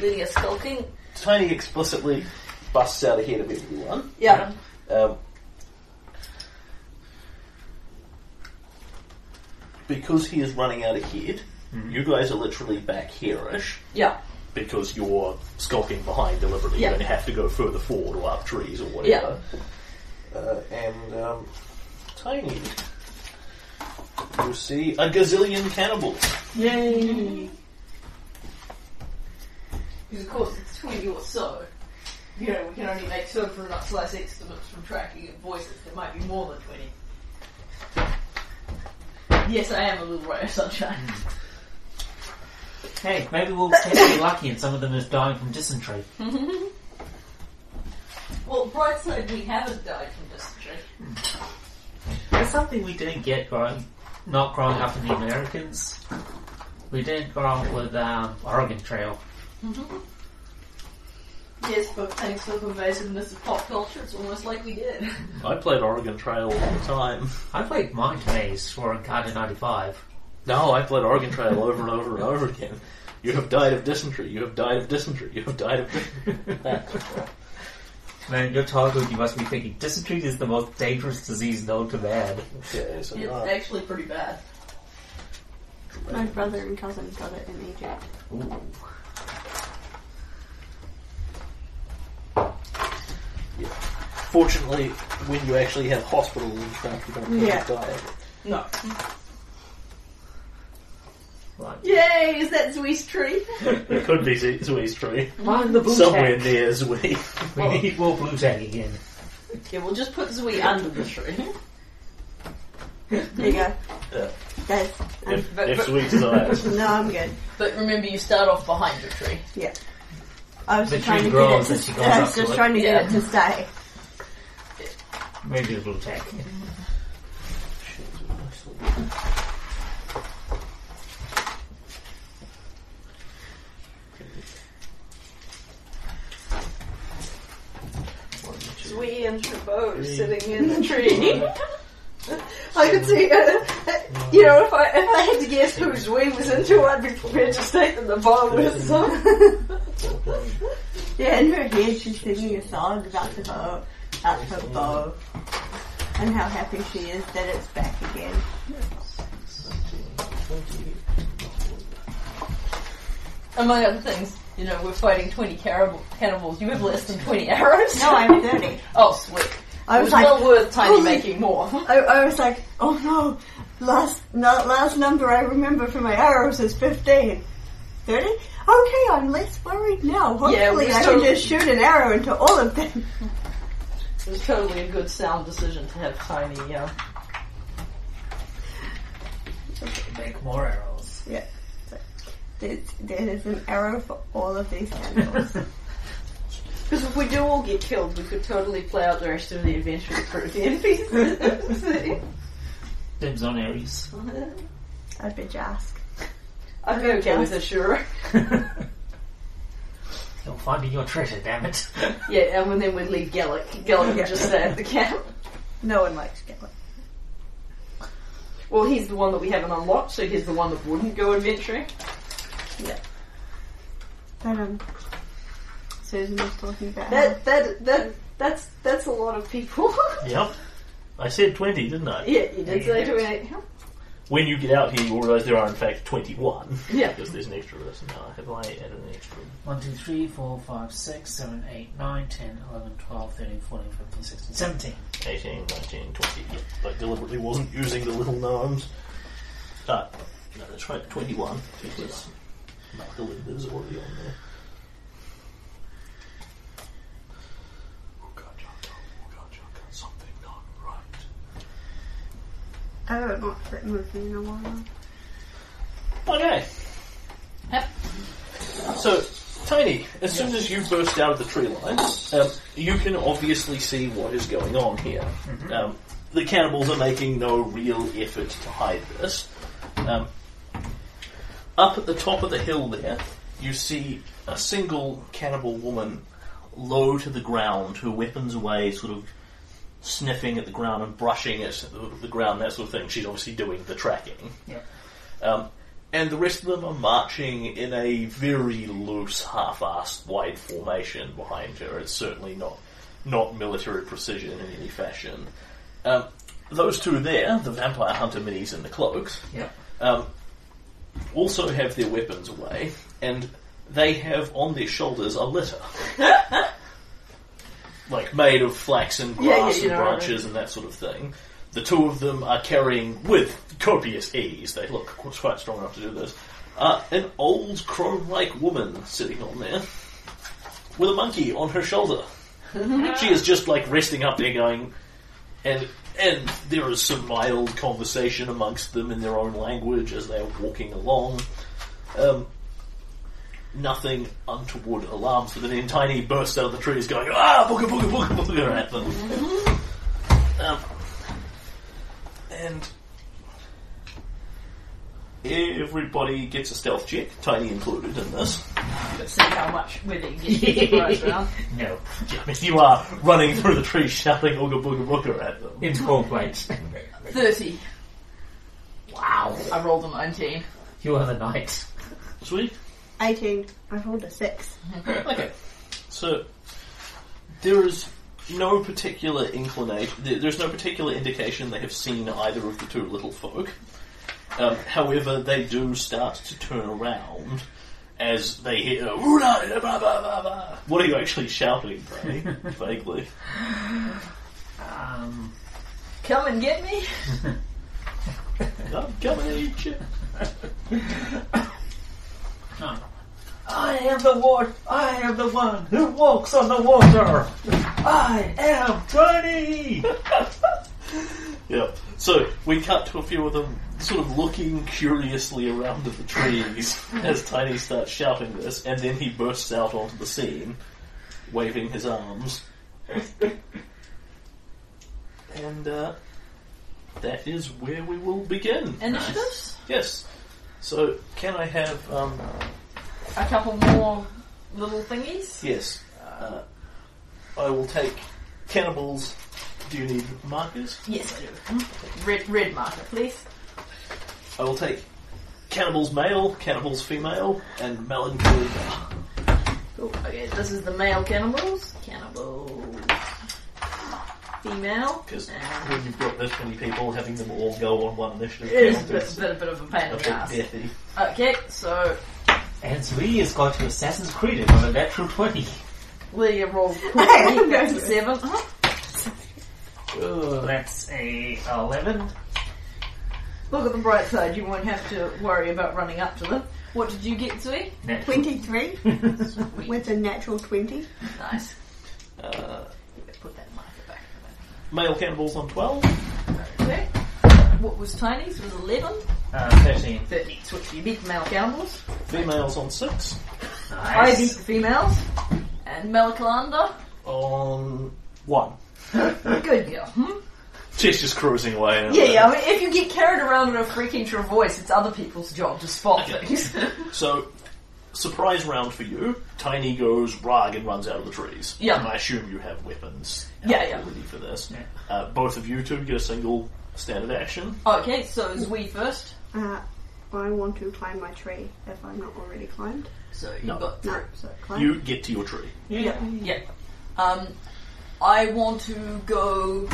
Lydia skulking. Tiny explicitly busts out ahead of everyone. Yeah. Um, because he is running out ahead, you guys are literally back here-ish Yeah. because you're skulking behind deliberately. Yeah. You don't have to go further forward or up trees or whatever. Uh, and um, tiny, you see a gazillion cannibals. Yay! Because of course it's 20 or so. You know, we can only make certain for not slice estimates from tracking of voices. There might be more than 20. Yes, I am a little ray of sunshine. Hey, maybe we'll be lucky and some of them is dying from dysentery. Mm-hmm. Well, bright side, we haven't died from dysentery. That's something we didn't get growing, not growing up in the Americans. We didn't grow up with um, Oregon Trail. Mm-hmm. Yes, but thanks for the pervasiveness of pop culture, it's almost like we did. I played Oregon Trail all the time. I played Mind Maze for Encarta 95. No, I played Oregon Trail over and over and over again. You have died of dysentery. You have died of dysentery. You have died of dysentery. Man, your childhood, you must be thinking dysentery is the most dangerous disease known to man. okay, so It's now- actually pretty bad. My brother and cousin got it in Egypt. Ooh. Fortunately, when you actually have hospitals and stuff, you don't Yeah. have to die. No. Right. Yay, is that Zui's tree? It could be Z- Zui's tree. Mind the blue Somewhere tag. near Zui. We need more blue tag again. Yeah, we'll just put Zui under the tree. There you go. Yeah. That's, um, If, But- if but- Zui desires. no, I'm good. But remember, you start off behind your tree. Yeah. I was The just trying tree to grows get it and she to. goes I up was to just it. trying to get it Yeah. to stay. Maybe it will attack. We and Trevor sitting in the tree. I could see. Uh, You know, if I if I had to guess whose we was into, I'd be prepared to state that the bomb was some. yeah, in her head, she's singing a song about the bow, about her bow, and how happy she is that it's back again. Among other things, you know, we're fighting 20 cannibal- cannibals. You have less than 20 arrows. No, I'm thirty. Oh, sweet. I It was was like, well worth Tiny "Holy making more. I, I was like, oh no, last no, last number I remember for my arrows is 15. 30? Okay, I'm less worried now. Yeah, Hopefully we're I so- can just shoot an arrow into all of them. It was totally a good sound decision to have tiny. Uh, Make more arrows. There's, there's an arrow for all of these animals. Because if we do all get killed, we could totally play out the rest of the adventure through the NPCs. Dibs on Aries. I'd be jask. I'd be okay with it, sure. You're finding your treasure, damn it. Yeah, and then we'd leave Gallic. Gallic would just stay at the camp. No one likes Gillick. Well, he's the one that we haven't unlocked, so he's the one that wouldn't go adventuring. But um, Susan was talking about how That that that that's that's a lot of people. Yep. I said 20, didn't I? yeah, you did say to me. When you get out here, you'll realise there are, in fact, 21. Yeah. Because there's an extra person now. Have I added an extra? 1, 2, 3, 4, 5, 6, 7, 8, 9, 10, 11, 12, 13, 14, 15, 16, 17. 18, 19, 20. Yep. I deliberately wasn't using the little gnomes. Uh, no, that's right, 21. Because Mark the Linda's already on there. Oh god, John, oh god, John, got something not right. I haven't watched that movie in a while. Okay. Yep. So, Tiny, as soon as you burst out of the tree line, um, you can obviously see what is going on here. Um, the cannibals are making no real effort to hide this. Um, up at the top of the hill there, you see a single cannibal woman low to the ground, her weapons away, sort of sniffing at the ground and brushing at the- the ground, that sort of thing. She's obviously doing the tracking. Yep. Um, and the rest of them are marching in a very loose, half-assed, wide formation behind her. It's certainly not not military precision in any fashion. Um, those two there, the vampire hunter minis and the cloaks, Yep. um, also have their weapons away, and they have on their shoulders a litter. like made of flax and Yeah, yeah, grass you and know what I branches and that sort of thing. The two of them are carrying, with copious ease, they look qu- quite strong enough to do this, uh, an old crone like woman sitting on there with a monkey on her shoulder. she is just like resting up there going, and and there is some mild conversation amongst them in their own language as they are walking along. Um, nothing untoward alarms them, and then Tiny bursts out of the trees, going ah booga booga booga booga at them. Um, and everybody gets a stealth check, Tiny included in this. Let's see how much, whether you get the surprise round. No. I mean, you are running through the trees shouting ooga booga booga at them. In full plate. 30. wow. I rolled a 19. You are the knight. Sweet. 18. I rolled a 6. Okay. So there is no particular inclination. There, there's no particular indication they have seen either of the two little folk. Um, however, they do start to turn around as they hear "Oona, blah, blah, blah, blah." What are you actually shouting, Bray? Vaguely. Um, Come and get me. I'm coming to eat you. no. I am the one. I am the one who walks on the water. I am Tiny. Yeah. So we cut to a few of them sort of looking curiously around at the trees as Tiny starts shouting this, and then he bursts out onto the scene, waving his arms. and uh, that is where we will begin. Initiatives? Yes. So can I have um, A couple more little thingies? yes? Uh, I will take cannibals. Do you need markers? Yes, I do. Red, red marker, please. I will take cannibals male, cannibals female, and melancholy. male. Cool. Okay, this is the male cannibals. Cannibals. Female. Because And when you've got this many people, having them all go on one initiative it is a count bit, is bit, bit of a pain a in bit the ass. deathy. Okay, so And Zui has got to Assassin's Creed it on a natural 20. Lydia rolls I quickly. don't That's know. a seven. Uh-huh. Ooh, that's a 11. Look at the bright side. You won't have to worry about running up to them. What did you get, Zoe? Natural. 23 with a natural 20. Nice. Uh, Put that marker back. male cannibals on 12, Okay. What was Tiny's was 11. uh, 13. 13. So you beat the male cannibals. females on 6, I beat the females. And Melkalanda. on 1. Good girl. Hmm? She's just cruising away. Yeah, yeah. I mean, if you get carried around in a freaking travois, it's other people's job to spot Okay. things. So, surprise round for you. Tiny goes rag and runs out of the trees. Yeah. And I assume you have weapons Yeah, yeah. ready for this. Yeah. Uh, both of you two get a single standard action. okay, so Zoe first. Uh, I want to climb my tree if I'm not already climbed. So you No. got No, so climb. You get to your tree. Yeah, yeah. Um, I want to go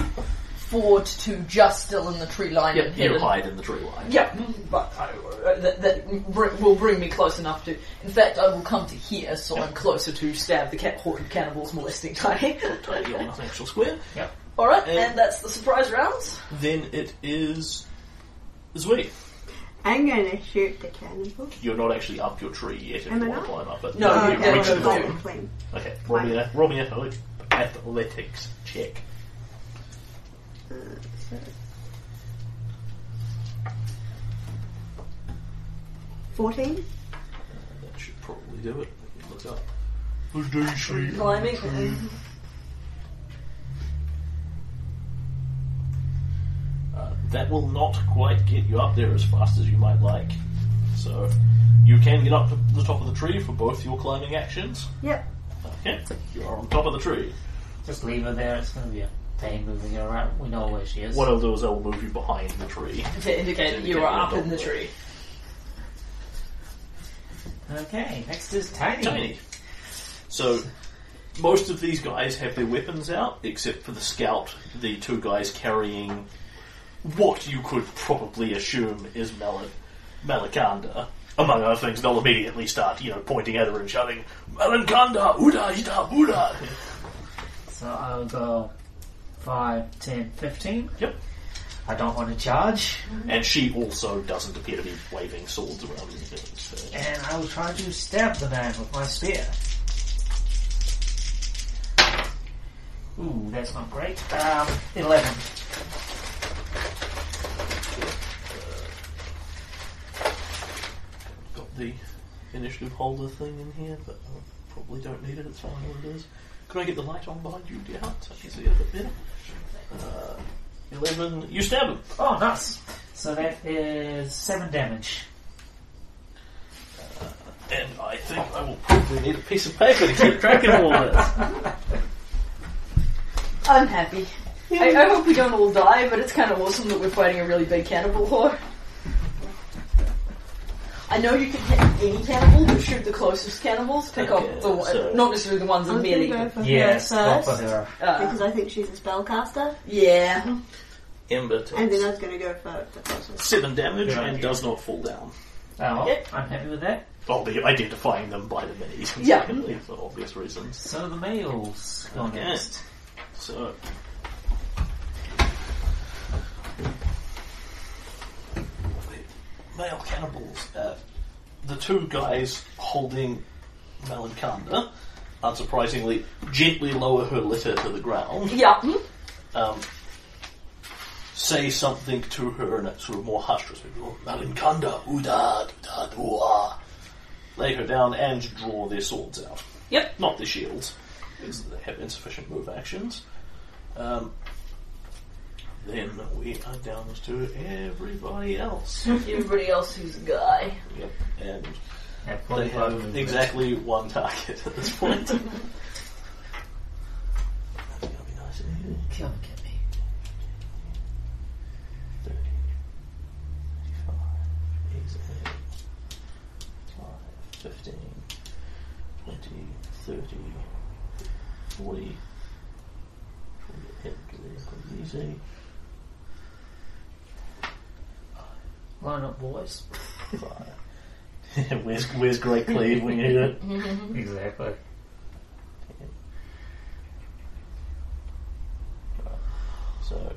forward to just still in the tree line and hit You him. hide in the tree line. Yeah, mm, but I, uh, that, that br- will bring me close enough to. In fact, I will come to here, so I'm closer to stab the cat horde of cannibals molesting Tiny. Tiny on an actual square. Yep. All right, And- and, that's the surprise rounds. Then it is Zui. I'm gonna shoot the cannibal. You're not actually up your tree yet if Am you I want to not? climb up it. No, you you yeah, I'm reach no, the no. top. gonna climb. Okay, roll me, a, roll me an athle- athletics check. Uh, so. Fourteen. That should probably do it. Let me Look up. Who's doing tree? Climbing. Uh, that will not quite get you up there as fast as you might like. So you can get up to the top of the tree for both your climbing actions. Yep. Okay, you are on top of the tree. Just leave her there, it's going to be a pain moving her around. We know where she is. What I'll do is I'll move you behind the tree. To indicate that you indicate are you're up in the not- tree. Okay, next is Tiny. Tiny. So most of these guys have their weapons out, except for the scout, the two guys carrying what you could probably assume is Mal- Malakanda. Among other things, they'll immediately start, you know, pointing at her and shouting, Malakanda, Uda, Ida, Uda. So I'll go 5, 10, 15. Yep. I don't want to charge. And she also doesn't appear to be waving swords around or anything. So. And I will try to stab the man with my spear. Ooh, that's not great. Um, 11. Got the initiative holder thing in here, but I probably don't need it. It's fine what it is. Could I get the light on behind you, dear heart, so I can see it a bit better? Uh, 11. You stab him! Oh, nice. So that is 7 damage. And I think I will probably need a piece of paper to keep track of all this. I'm happy. I, I oh, hope we don't all die, but it's kind of awesome that we're fighting a really big cannibal whore. I know you can hit any cannibal, but shoot the closest cannibals. Pick Okay, up the one, so- not necessarily the ones in I'm gonna melee. go for Yes, her go first for her. Uh, because I think Mm-hmm. she's a spellcaster, yeah, Ember and then I takes was gonna go for the closest. 7 damage Good and idea. does not fall down. Oh, Yep. I'm happy with that. I'll be identifying them by the minis, Yeah. secondly, for obvious reasons. So the males go Okay. next. So, male cannibals. Uh, the two guys holding uh, Malankanda, unsurprisingly, gently lower her litter to the ground. yeah. mm, Um, say something to her in a sort of more hushed whisper. "Oh, Malinkanda, Uda, Uda, Dua. Lay her down and draw their swords out. Yep. Not their shields, because they have insufficient move actions. Um, then we are down to everybody else. Everybody else who's a guy. Yep. And Yeah, they probably have movement. exactly one target at this point. That's gonna be nice and easy. Come get me. 30, 35, 38, 5, 15, 20, 30, 40. Try to get him to the equal easy. Line up, boys. Five. where's, where's Great Cleave when you need it? Exactly. So,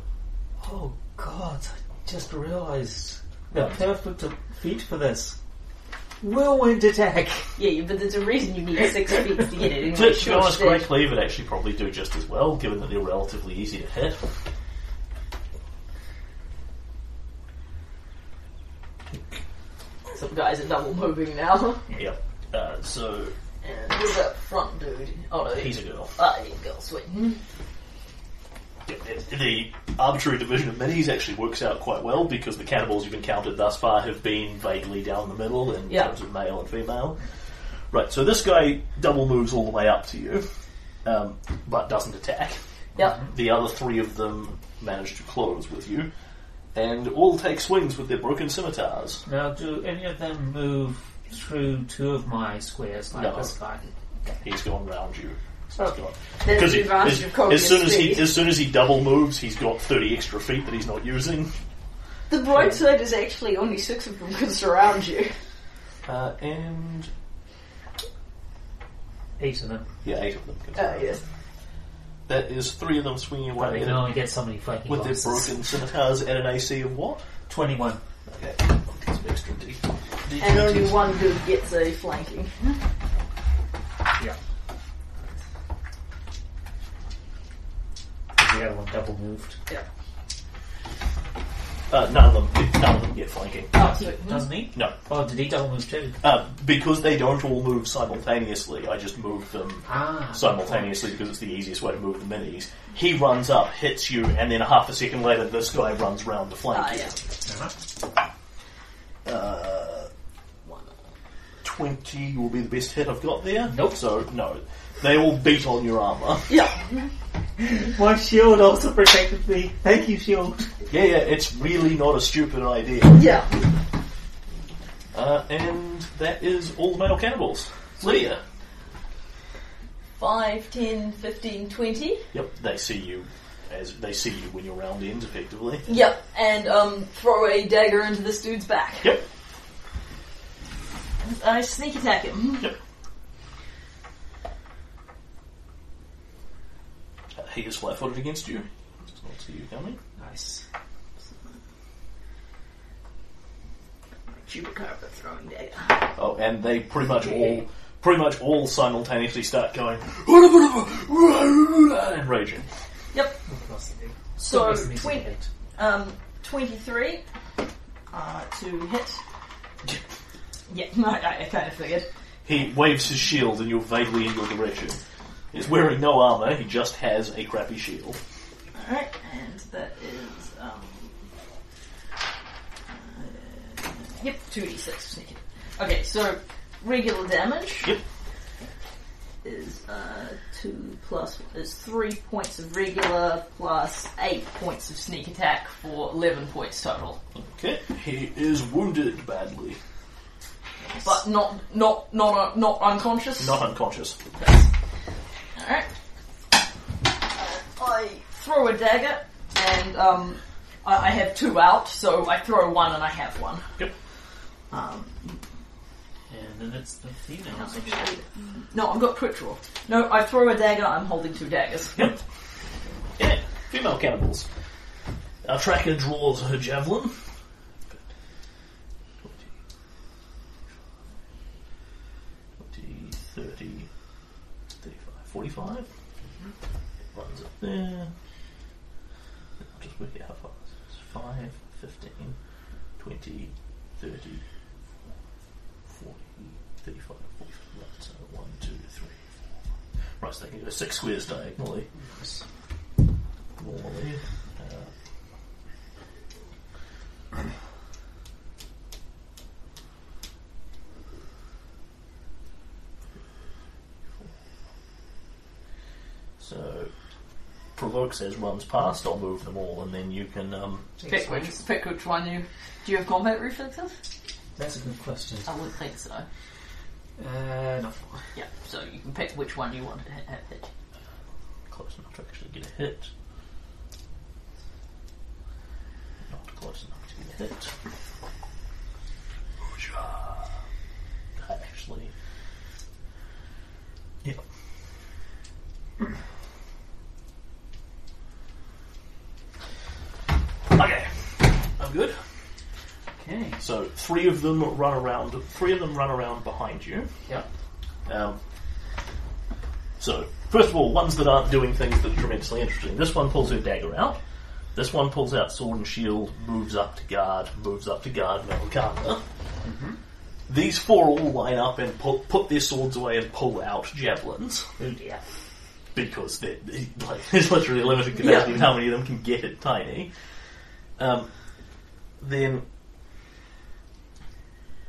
Oh God! I just realised the perfect feet for this. Whirlwind attack. Yeah, you- but there's a reason you need six feet to get it. in to, your to be short honest, Great stash. Cleave would actually probably do just as well, given that they're relatively easy to hit. Some guys are double moving now. Yep. Uh, so, And who's that front dude? Oh no, he's a girl. Ah, you girl, sweet. the- the arbitrary division of minis actually works out quite well because the cannibals you've encountered thus far have been vaguely down the middle in Yeah. terms of male and female. Right, so this guy double moves all the way up to you, um, but doesn't attack. Yep. The other three of them manage to close with you, and all take swings with their broken scimitars. Now, do any of them move through two of my squares like No. this guy? He's gone round you. There's Because the he- advantage as, of Cognate as soon as he speed. as soon as he double moves, he's got thirty extra feet that he's not using. The bright side is actually only six of them can surround you. Uh, and Eight of them. Yeah, eight of them. Can Uh, yes. That is three of them swinging But they away can only get so many flanking with their boxes. broken scimitars at an AC of what? Twenty-one. Okay, some extra D. D- And only one dude gets a flanking. Yeah. The other one double moved. Uh, none of them. None of them get flanking. Oh, doesn't he? No, Oh, did he double move too? uh, because they don't all move simultaneously. I just move them Ah. simultaneously because it's the easiest way to move the minis. He runs up, hits you, and then half a second later, this guy runs round to flank Ah, you. yeah. Uh-huh. Uh, 20 will be the best hit I've got there. Nope. So, no. They all beat on your armour. Yeah. My shield also protected me. Thank you, shield. Yeah, yeah, it's really not a stupid idea. Yeah. Uh, and that is all the male cannibals. Lydia. 5, 10, 15, 20. Yep, they see you as they see you when your round ends, effectively. Yep, and um, throw a dagger into this dude's back. Uh, Yep, I sneak attack him. yep. Uh, he is flat-footed against you. Does not see you coming. Nice. Chupacabra throwing dagger. Oh, and they pretty much all, pretty much all simultaneously start going and raging. Yep. Of course they do. So, Makes me twen- hate. um, 23 uh, to hit. Yeah, no, I, I kind of figured. He waves his shield, and you're vaguely in your direction. He's wearing no armor; he just has a crappy shield. Alright, and that is. Um, uh, yep, 2d6 sneak it. Okay, so regular damage Yep. is uh, 2 plus. is 3 points of regular plus 8 points of sneak attack for 11 points total. Okay. He is wounded badly, But not not not not unconscious. not unconscious. Alright. I throw a dagger, and um, I, I have two out, so I throw one and I have one. Yep. Um, And then it's the females. no, I've got quick draw. No, I throw a dagger, I'm holding two daggers. Yep. Yeah. Female cannibals. Our tracker draws her javelin. Twenty, thirty, thirty-five, forty-five. It runs up there. I'll just work out how far this is. 5, 15, 20, 30, 40, 35, 40. Right, so 1, 2, 3, 4. Right, so they can go 6 squares diagonally. Normally. Uh, So provokes as runs past. I'll move them all, and then you can. Um, Pick which, pick which one you. Do you have combat reflexes? That's a good question. I would think so. Uh, no. Yeah, so you can pick which one you want to hit. hit. close enough to actually get a hit. Not close enough to get a hit. Hoo-cha. That actually. Yep. okay. I'm good. Okay. So three of them run around. Three of them run around behind you. Yep. Um, so, first of all, ones that aren't doing things that are tremendously interesting. This one pulls her dagger out. This one pulls out sword and shield, moves up to guard, moves up to guard, Malakana. These four all line up and pull, put their swords away and pull out javelins Oh dear. because they're, like, there's literally a limited capacity of how many of them can get it tiny. Um, then,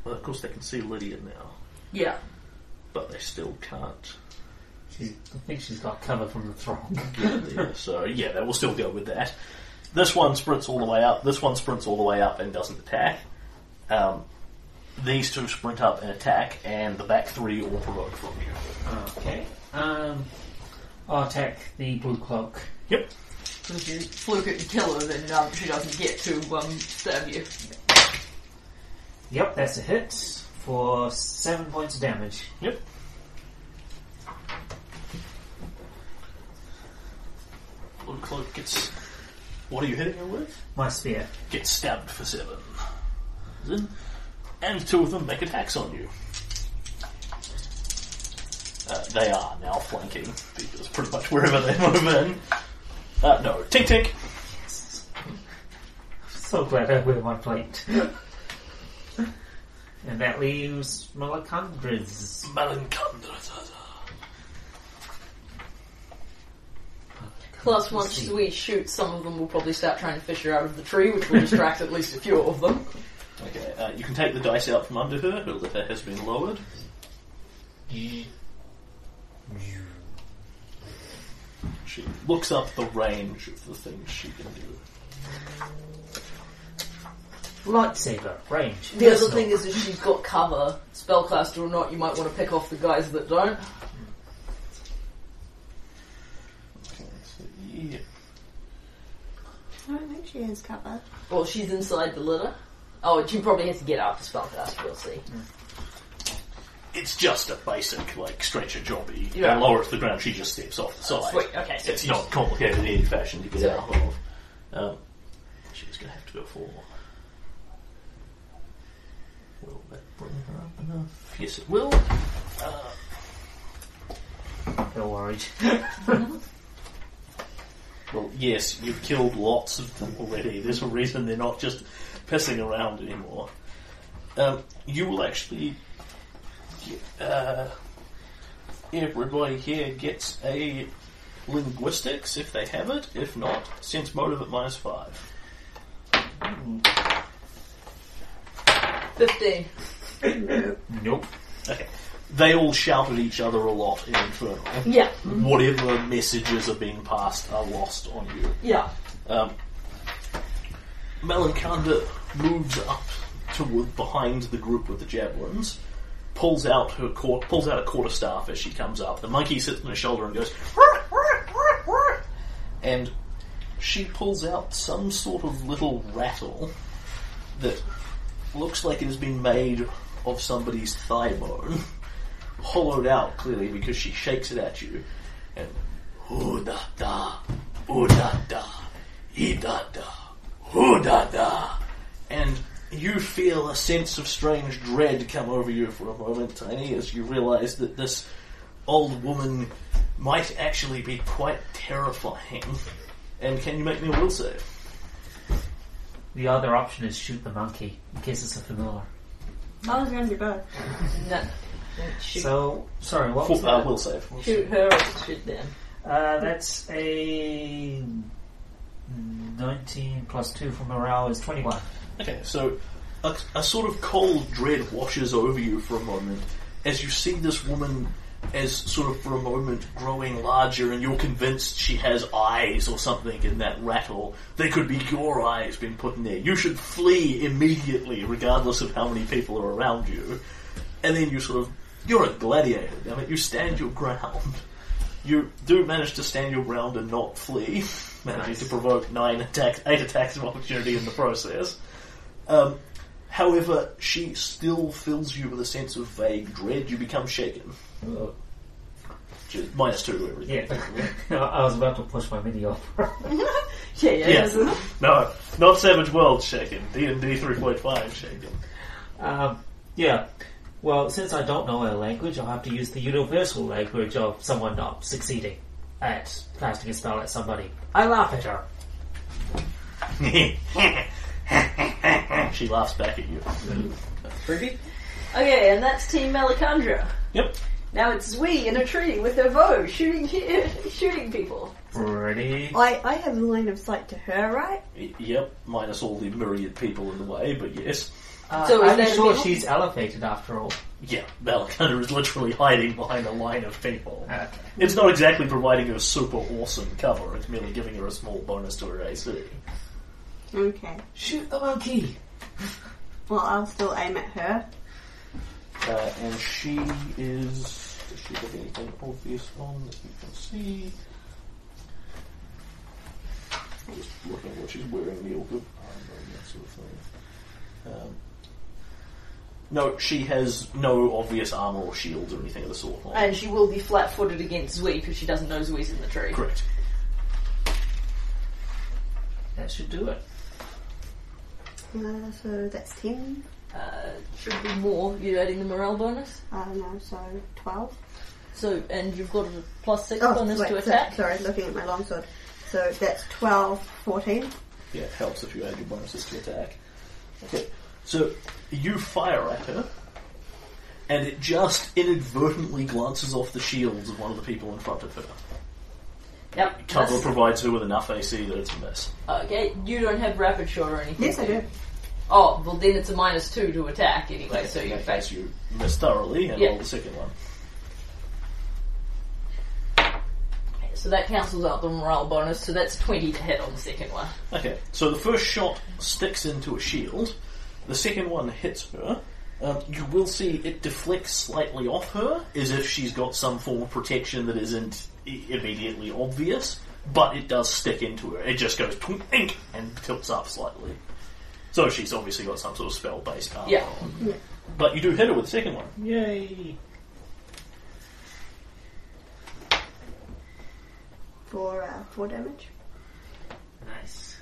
well, of course, they can see Lydia now, Yeah. but they still can't She's, I think she's got cover from the throng. there, so yeah, they will still go with that. This one sprints all the way up. This one sprints all the way up and doesn't attack. Um, these two sprint up and attack, and the back three all provoke from you. okay. Um, I'll attack the blue cloak. Yep. So if you fluke it and kill her, then um, she doesn't get to um, stab you. Yep, that's a hit for seven points of damage. Yep. Blue cloak gets. What are you hitting her with? My spear. Gets stabbed for seven. Zin. And two of them make attacks on you. Uh, they are now flanking because pretty much wherever they move in. Uh, no, tick tick. So glad I wear my plate. and that leaves Malakandrids. Malankandra. Plus, once see. we shoot, some of them will probably start trying to fish her out of the tree, which will distract at least a few of them. Okay, uh, you can take the dice out from under her. Her litter has been lowered. She looks up the range of the things she can do. Lightsaber range. The other thing is, if she's got cover, spellcaster or not, you might want to pick off the guys that don't. Okay, so yeah. I don't think she has cover. Well, she's inside the litter. Oh, she probably has to get out to spellcast, we'll see. It's just a basic, like, stretcher jobby. Yeah. They lower it to the ground, she just steps off the side. Sweet, okay, so It's not complicated in any fashion to get Sorry. out of. Um, she's going to have to go for. Will that bring her up enough? Yes, it will. No worried. Well, yes, you've killed lots of them already. There's a reason they're not just pissing around anymore. Um, you will actually. Get, uh, everybody here gets a linguistics if they have it. If not, sense motive at minus five. 15. Nope. Okay. They all shout at each other a lot in Infernal. Yeah, Whatever messages are being passed are lost on you. yeah. Um, Melankanda moves up toward behind the group with the javelins, pulls out her quar- pulls out a quarter staff as she comes up. The monkey sits on her shoulder and goes, "Whir, whir, whir, whir," and she pulls out some sort of little rattle that looks like it has been made of somebody's thigh bone, hollowed out clearly because she shakes it at you, and ooh da da, ooh da da, ee da da, ooh da da, and you feel a sense of strange dread come over you for a moment, Tiny, as you realise that this old woman might actually be quite terrifying. And can you make me a will save? The other option is shoot the monkey in case it's a familiar. I was going to do both. No. Don't shoot, So, sorry, what was Full, uh, that? will save. Will save. shoot her or shoot them. Uh, that's a 19 plus 2 for morale is 21. Okay, so a, a sort of cold dread washes over you for a moment as you see this woman as sort of for a moment growing larger and you're convinced she has eyes or something in that rattle. They could be your eyes being put in there. You should flee immediately regardless of how many people are around you. And then you sort of, you're a gladiator, damn it, you stand your ground. You do manage to stand your ground and not flee, managing to provoke nine attacks, eight attacks of opportunity in the process. Um, however, she still fills you with a sense of vague dread. You become shaken. Uh, ju- minus two to everything. Yeah, I was about to push my mini off. Yeah, yeah. Yeah. yeah. No, not Savage World shaken. D and D three point five shaken. um, yeah, well, since I don't know a language, I'll have to use the universal language of someone not succeeding at casting a spell at somebody. I laugh at her. she laughs back at you. Ruby? Okay, and that's Team Melicandra. Yep. Now it's we in a tree with a bow shooting shooting people. Pretty. I, I have line of sight to her, right? Y- Yep. Minus all the myriad people in the way, but yes. Uh, So is I'm that sure the- she's elevated after all. Yeah, Malakanda is literally hiding behind a line of people. Okay. It's not exactly providing her super awesome cover, it's merely giving her a small bonus to her AC. Okay. Shoot oh, the monkey! Well, I'll still aim at her. Uh, and she is. Does she have anything obvious on that you can see? Just looking at what she's wearing, the organ armor and that sort of thing. Um, no, she has no obvious armor or shields or anything of the sort. on. And she will be flat footed against Zui because she doesn't know Zui's in the tree. Correct. That should do it. Uh, so that's 10. Uh, should be more. You're adding the morale bonus. I don't know, so 12. So, and you've got a plus six bonus Oh, wait, to so- attack. sorry, looking at my longsword. So that's 12, 14. Yeah, it helps if you add your bonuses to attack. Okay, so you fire at her, and it just inadvertently glances off the shields of one of the people in front of her. Yep. Cover that's- provides her with enough AC that it's a miss. Okay, you don't have rapid shot or anything. Yes, I do. Oh, well then it's a minus two to attack anyway, so in you that face. case, you miss thoroughly, and Yeah. roll the second one. So that cancels out the morale bonus, so that's 20 to hit on the second one. Okay, so the first shot sticks into a shield. The second one hits her. Um, you will see it deflects slightly off her, as if she's got some form of protection that isn't i- immediately obvious, but it does stick into her. It just goes twink ink and tilts up slightly. So she's obviously got some sort of spell based armor Yeah. on. But you do hit her with the second one. Yay! For uh, 4 damage. Nice.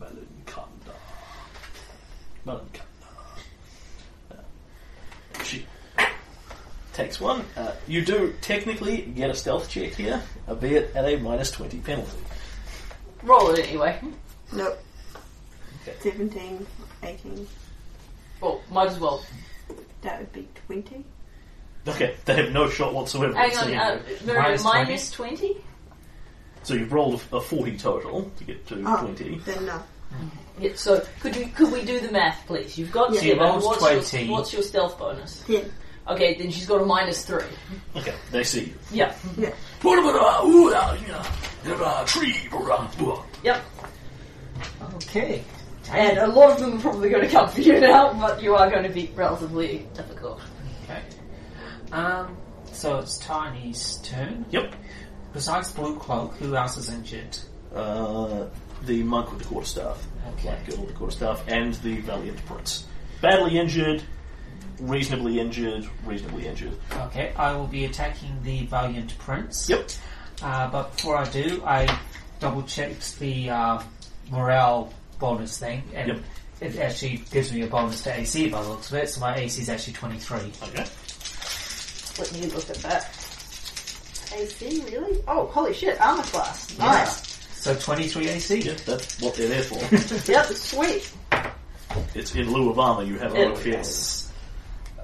Melankanda. Melankanda. Uh, She takes one. Uh, you do technically get a stealth check here, albeit at a minus 20 penalty. Roll it anyway. Nope. Okay. 17, 18. Well, might as well. That would be 20. Okay, they have no shot whatsoever. at Hang on, seeing uh, you. Miriam, Minus minus 20? So you've rolled a 40 total to get to Oh, 20. then no. Yeah, so could you could we do the math, please? You've got Yeah. seven. She rolls what's, 20. Your, what's your stealth bonus? 10. Okay, then she's got a minus three. Okay, they see you. Yeah. Yeah. What about a- ooh, ah, yeah, ah, tree, ah, ah. Yep. Okay. And a lot of them are probably going to come for you now, but you are going to be relatively difficult. Okay. Um, so it's Tiny's turn. Yep. Besides Blue Cloak, who else is injured? Uh, the monk with the quarterstaff. Okay. Black girl with the quarterstaff, and the valiant prince. Badly injured, reasonably injured, reasonably injured. Okay, I will be attacking the Valiant Prince. Yep. Uh, but before I do, I double checked the uh, morale bonus thing, and Yep. it actually gives me a bonus to AC by the looks of it, so my AC is actually 23. Okay. Let me look at that. AC, really? Oh, holy shit, armor class. So 23 AC? Yeah, that's what they're there for. yep, sweet. It's in lieu of armor. You have armor piercing. Yes.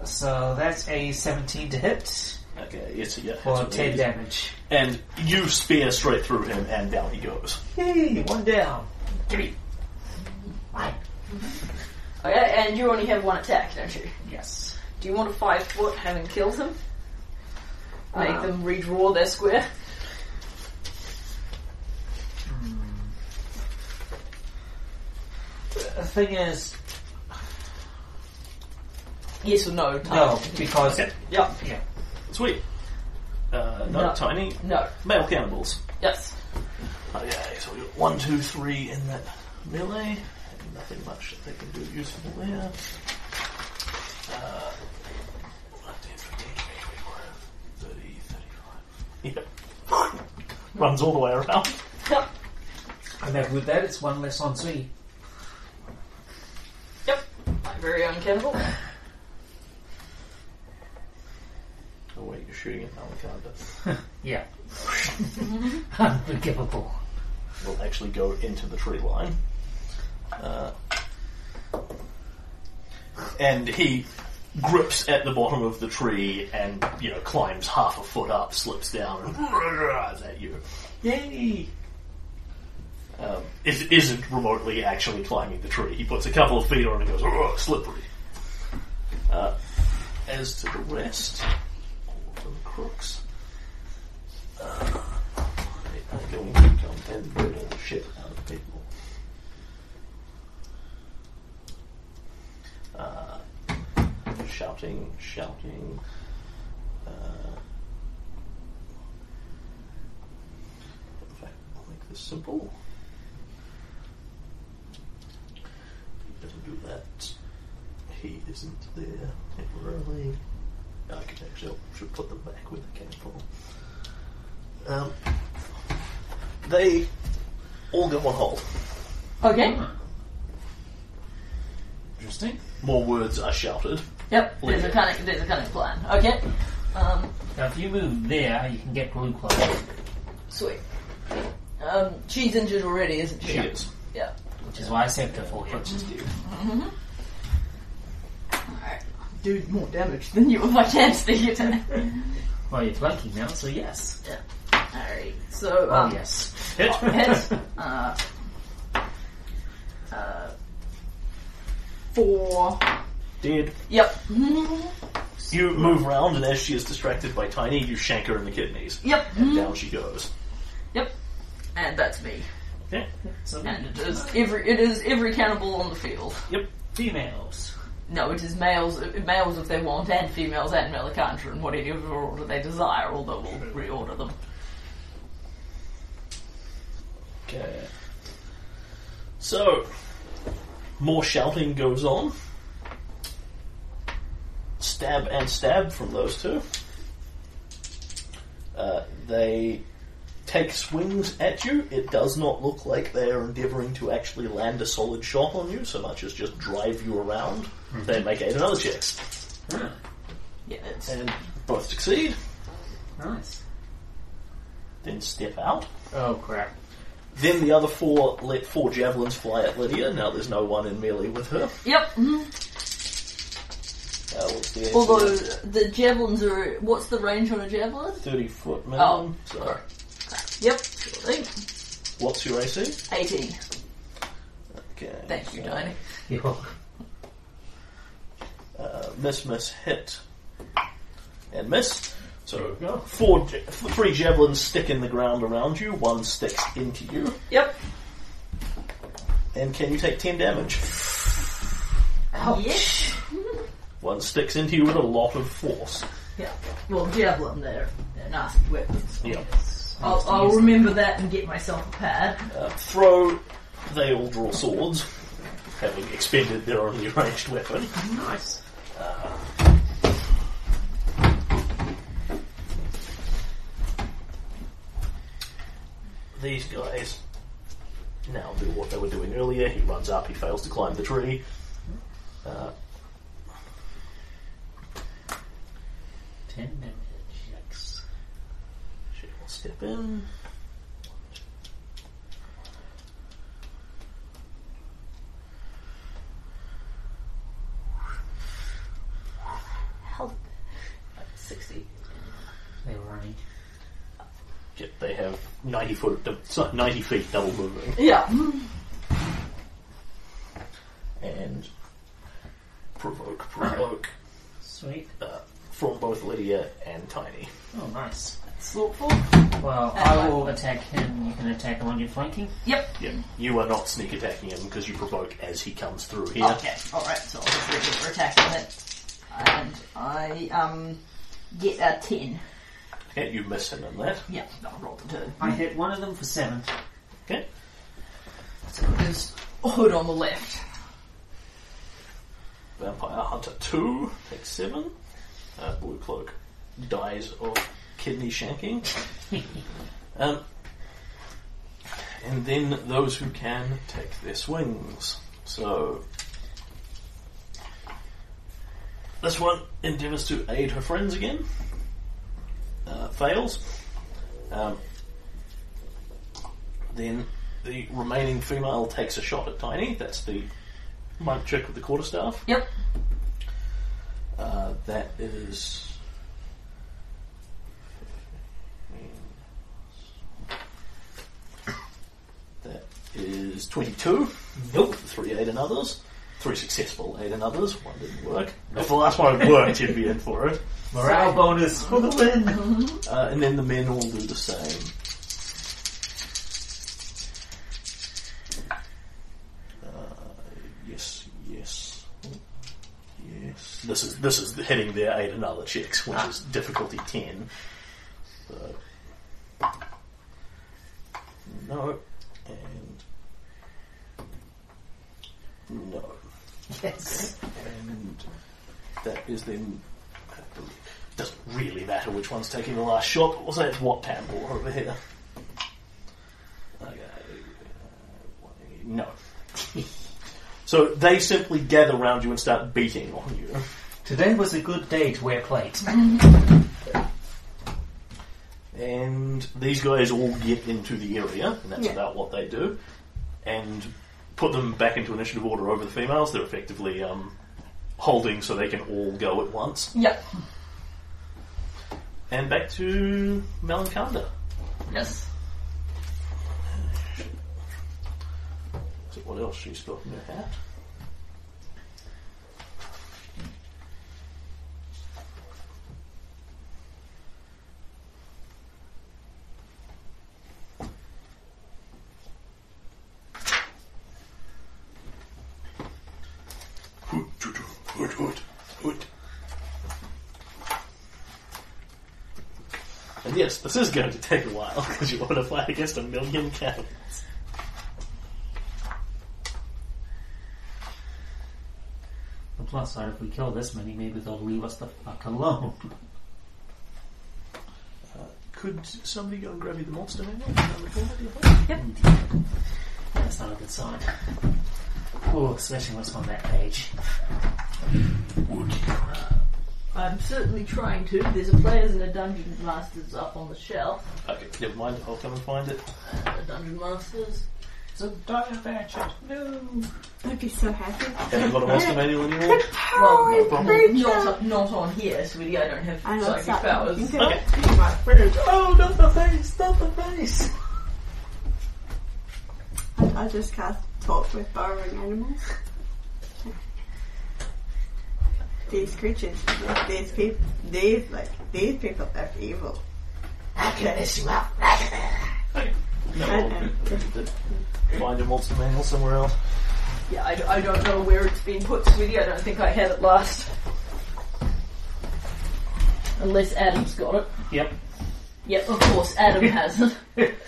So that's a 17 to hit Okay, it's yeah. for it's 10 amazing. damage. And you spear straight through him, and down he goes. Yay, one down. Give me. Mine. Okay, and you only have one attack, don't you? Yes. Do you want to five foot, having killed him? Make Um, them redraw their square? The thing is, Yes or no? no, because Okay. Yep. Sweet. Uh, not No. tiny. No. Male cannibals. Yes. Okay, Oh, so we got one, two, three in that melee. Nothing much that they can do useful there. Uh, 15, 15, 30, 35. Yep. Runs all the way around. Yep. and that with that, it's one less on Z. Yep. My very own cannibal. Oh wait, you're shooting at Malakanda. Yeah. Unforgivable. will actually go into the tree line. Uh, and he grips at the bottom of the tree and, you know, climbs half a foot up, slips down, and is at you. Yay! Um, it isn't remotely actually climbing the tree. He puts a couple of feet on and goes, "Ugh, slippery. Uh, as to the rest, all of them crooks. I'm going to come and burn all the shit out of people. Uh, shouting, shouting. Uh, in fact, I'll make this simple. He doesn't do that. He isn't there temporarily. I can actually I should put them back where they came from. Um, they all get one hold. Okay. Interesting. More words are shouted. Yep. There's a cunning. There's a cunning plan. Okay. Um. Now, if you move there, you can get blue cloak, Sweet. Um. She's injured already, isn't she? She is. Yeah. which is why I saved her for you. Alright. Do more damage than you with my chance to hit her. Well, you're lucky now, so yes. Alright. So. Oh, Um, yes. Hit. hit. Uh, uh, four. Dead. Yep. Mm-hmm. You move round, and as she is distracted by Tiny, you shank her in the kidneys. Yep. Mm-hmm. And down she goes. Yep. And that's me. Yeah. So, And it is every it is every cannibal on the field. Yep. females. No, it is males males if they want, and females and Melicandra in whatever order they desire. Although we'll reorder them. Okay. So, more shouting goes on. Stab and stab from those two. Uh, they take swings at you. It does not look like they are endeavouring to actually land a solid shot on you so much as just drive you around. They make eight another checks. Yeah, it's And both succeed, Nice. then step out. Oh, crap. Then the other four let four javelins fly at Lydia. Now there's no one in melee with her. yep. mhm. Uh, what's the Although the javelins are what's the range on a javelin? 30 foot Oh, minimum. so, Yep, sure thing. what's your AC? eighteen. Okay. Thank you, so, Tony. You're welcome. Uh, miss, miss, hit, and miss. So four, ja- three javelins stick in the ground around you. One sticks into you. Yep. And can you take ten damage? Yes. One sticks into you with a lot of force. Yeah. Well, javelin, they're, they're nasty weapons. Yeah. I'll, I'll remember that and get myself a pad. Uh, throw. They all draw swords, having expended their only ranged weapon. Nice. these guys now do what they were doing earlier. He runs up, he fails to climb the tree. Uh, 10 damage. Yikes. she will step in. Yeah, they have 90 foot, dou- so- 90 feet double moving. Yeah. And provoke, provoke Sweet. uh, from both Lydia and Tiny. Oh, nice. Thoughtful. Well, That's I will fine. attack him. You can attack him on your flanking. Yep. Yeah, you are not sneak attacking him because you provoke as he comes through here. Okay. All right. So I'll just regular attack on it, and I um get a ten. Okay, you miss him in that. Yep. I'll roll the two. I hit one of them for seven. Okay. So there's hood on the left. Vampire Hunter 2 takes 7. Uh, Blue Cloak dies of kidney shanking. um, and then those who can take their swings. So. This one endeavours to aid her friends again. Uh, fails. Um, then the remaining female takes a shot at Tiny. That's the monk chick with the quarterstaff. Yep. Uh, that is. That is 22. Nope. Three eight and others. Three successful eight and others. One didn't work. If the last one had worked, you'd be in for it. Morale bonus for the win. Uh, and then the men all do the same. Uh, yes, yes, yes. This is this is hitting their eight and other checks, which is difficulty ten. So. No, and no, Yes. and that is then. Doesn't really matter which one's taking the last shot. but We'll say it's Wat Tamble over here. Okay. uh, one, No. so they simply gather round you and start beating on you. Today was a good day to wear plate. And these guys all get into the area, and that's Yeah. about what they do. And put them back into initiative order over the females. They're effectively um, holding so they can all go at once. Yep. And back to Melancanda. Yes. So what else she's got in her hat? And yes, this is going to take a while because you want to fight against a million cats. The plus side, if we kill this many, maybe they'll leave us the fuck alone. Could somebody go and grab me the monster manual? That's not a good sign. Oh, especially what's on that page. I'm certainly trying to. There's a players and a dungeon masters up on the shelf. Okay, never mind. I'll come and find it. Uh, dungeon masters. It's a dire venture. No. I'd be so happy. Haven't got a monster manual anymore. Uh, Well, no, problem. not, not on here, sweetie. I don't have I know it's psychic not. powers. Okay. Okay. Oh, not the face! Not the face! I, I just cast talk with borrowing animals. These creatures, these people, these like these people are evil. I can this you up. No, I'll find a monster manual somewhere else. Yeah, I, I don't know where it's been put, sweetie. I don't think I had it last. Unless Adam's got it. Yep. Yep, of course, Adam has it.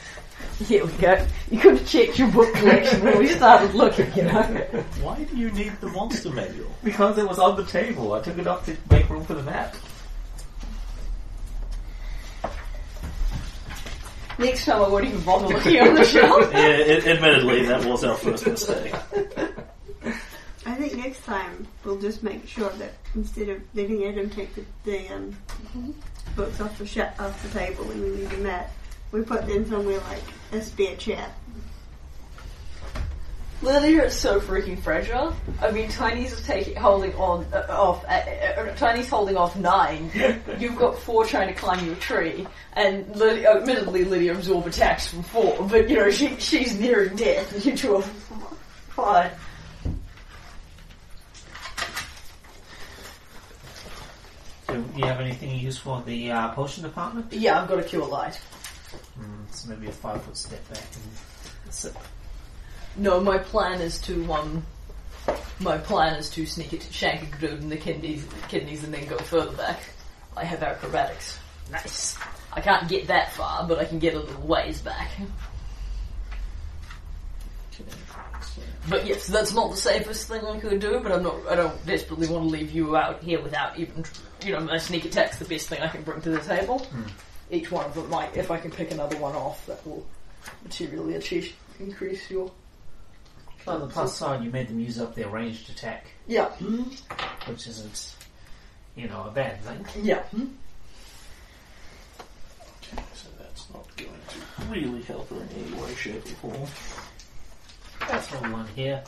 Here we go. You could have checked your book collection when we started looking, you know. Why do you need the monster manual? Because it was on the table. I took it off to make room for the map. Next time I won't even bother looking on the shelf. yeah, it, admittedly, that was our first mistake. I think next time we'll just make sure that instead of letting Adam take the, the um, books off the sh- off the table when we leave the mat, we put them somewhere like a spare chair. Lydia is so freaking fragile. I mean, Tiny's is taking holding on uh, off. Uh, uh, Tiny's holding off nine. You've got four trying to climb your tree, and Lydia, admittedly, Lydia absorbs attacks from four. But you know, she she's nearing death, and you two are fine. Do you have anything you use for the uh, potion department? Yeah, I've got to cure light. Mm, so maybe a five foot step back and sip. No, my plan is to um, my plan is to sneak it, shank a dude in the kidneys, kidneys, and then go further back. I have acrobatics. Nice. I can't get that far, but I can get a little ways back. But yes, that's not the safest thing I could do. But I'm not. I don't desperately want to leave you out here without even. You know, my sneak attack's the best thing I can bring to the table. Each one of them might, if I can pick another one off, that will materially achieve, increase your On the plus side, you made them use up their ranged attack, Yeah, which isn't, you know, a bad thing. yeah. So that's not going to really help her in any way, shape, or form. That's all one here.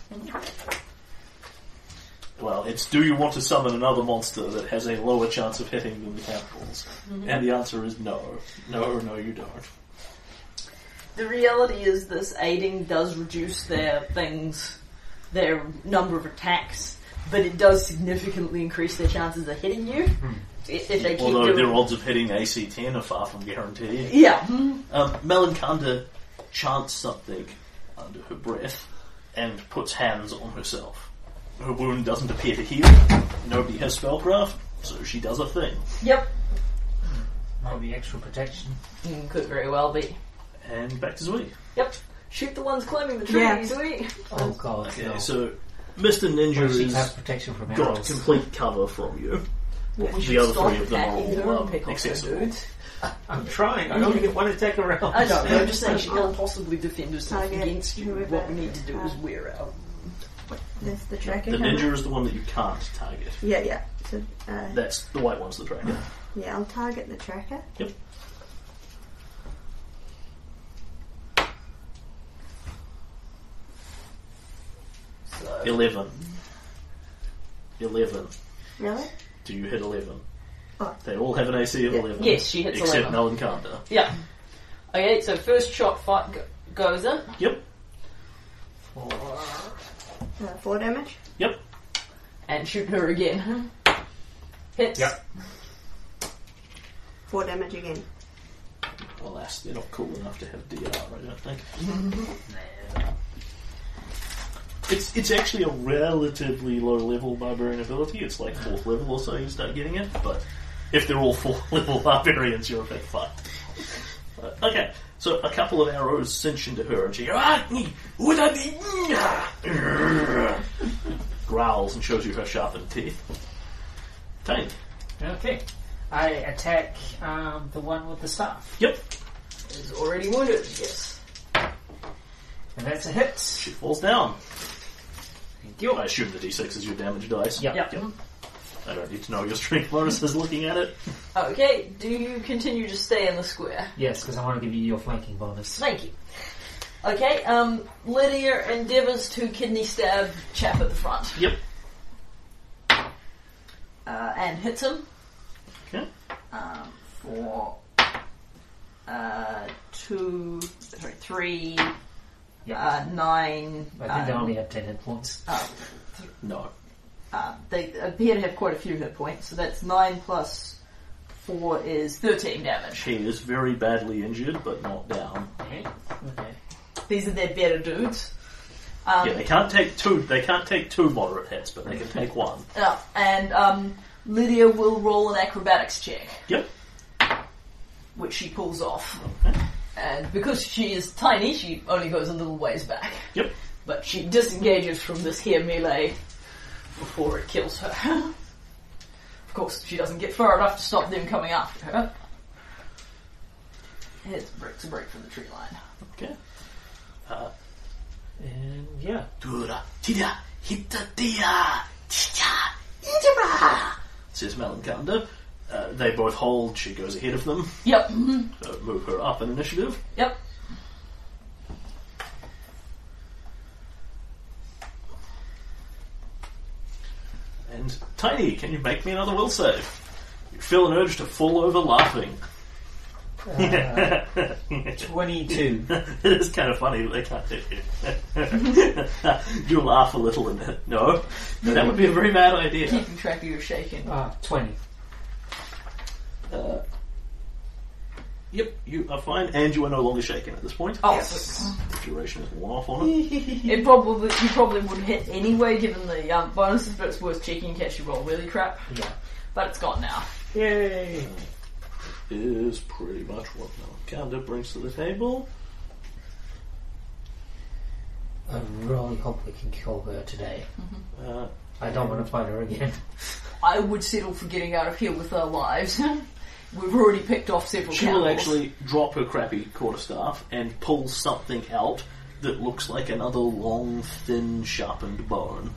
Well, it's do you want to summon another monster that has a lower chance of hitting than the cannibals? Mm-hmm. And the answer is no. No, no, you don't. The reality is this aiding does reduce their things, their number of attacks, but it does significantly increase their chances of hitting you if if they keep Although doing their odds of hitting AC 10 are far from guaranteed. Yeah, Um, Melankanda chants something under her breath and puts hands on herself. Her wound doesn't appear to heal. Nobody has spellcraft, so she does a thing. yep. Might be extra protection. Mm, could very well be. And back to Zoe. Yep. Shoot the ones climbing the tree, Yeah. sweet. Oh god, Okay, no. so Mr. Ninja she has has protection from got arrows. complete cover from you. We The should other stop three of them are attacking all, her and um, pick off the accessible. dudes. I'm trying. I only get one attack around. I don't know, I'm just saying she can't possibly defend herself Target against you. whoever What we need to do is has- wear out. There's the The dragon. ninja is the one that you can't target. Yeah, yeah. So, uh, That's the white one's the dragon. yeah, I'll target the tracker. Yep. So, Eleven. Eleven. Really? Do you hit eleven? Oh. They all have an AC of eleven. Yes, she hits except 11. Melankanda. yeah. Okay, so first shot fight go- goes in. Yep. Uh, four damage. Yep. and shoot her again. Hits. Yep. Four damage again. Well, that's they're not cool enough to have DR. I don't think. It's it's actually a relatively low level barbarian ability. It's like fourth level or so you start getting it, but if they're all fourth level barbarians, you're a bit fucked. Uh, okay, so a couple of arrows cinch into her, and she ah, me, would I be? growls and shows you her sharpened teeth. Tiny. Okay. I attack um, the one with the staff. Yep, Is already wounded. Yes. And that's a hit. she falls down. Thank you. I assume the d6 is your damage dice. Yep. Yep. I don't need to know your strength bonuses looking at it. Okay. Do you continue to stay in the square? Yes, because I want to give you your flanking bonus. Thank you. Okay. Um, Lydia endeavors to kidney stab chap at the front Yep. uh, and hits him um, Okay. for uh, two, sorry, three, Yeah. uh, nine. I think they um, only have 10 hit points. No. Uh, they appear to have quite a few hit points, so that's 9 plus 4 is 13 damage. She is very badly injured, but not down. Okay. Okay. These are their better dudes. Um, Yeah, they can't take two. They can't take two moderate hits, but they can take one. yeah, and um, Lydia will roll an acrobatics check, Yep. which she pulls off. Okay. And because she is tiny, she only goes a little ways back. Yep. But she disengages from this here melee before it kills her. of course, she doesn't get far enough to stop them coming after her. It breaks a break from the tree line. Okay. And yeah. Dura, tira, hita, dia, tita, itira, says Melankanda. Uh, they both hold. She goes ahead of them. Yep. mhm. So move her up in initiative. Yep. Tiny, can you make me another will save? You feel an urge to fall over laughing. Uh, 22. it is kind of funny that they can't hit you. you laugh a little and then, no, that would be a very bad idea. Keeping track of your shaking. oh, Uh, 20. Uh, yep, you are fine, and you are no longer shaken at this point. Oh, The duration is one off on it. It- It probably you probably would hit anyway given the um, bonuses, but it's worth checking in case you roll really crap. Yeah. But it's gone now. Yay! Is pretty much what Malkanda brings to the table. I really hope we can kill her today. Uh, I don't want to find her again. I would settle for getting out of here with our lives. We've already picked off several. She will cannibals. actually drop her crappy quarterstaff and pull something out that looks like another long, thin, sharpened bone.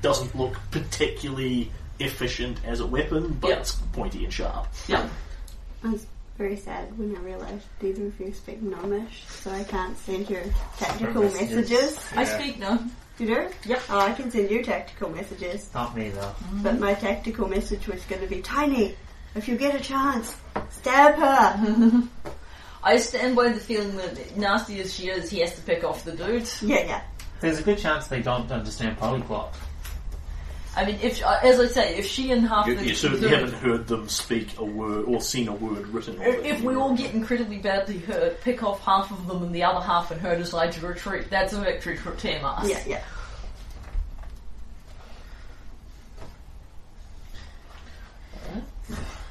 Doesn't look particularly efficient as a weapon, but Yeah. it's pointy and sharp. Yeah. I was very sad when I realised neither of you speak Gnomish, so I can't send your tactical Messages. messages. I speak none. You do? Yep. Oh, I can send you tactical messages. Not me though. But my tactical message was going to be tiny. If you get a chance, stab her. I stand by the feeling that nasty as she is, he has to pick off the dudes. yeah, yeah. There's a good chance they don't understand polyglot. I mean, if uh, as I say, if she and half You, the you certainly haven't heard them speak a word or seen a word written. on it. If we all get incredibly badly hurt, pick off half of them and the other half and her decide to retreat, that's a victory for Team Us. Yeah, yeah.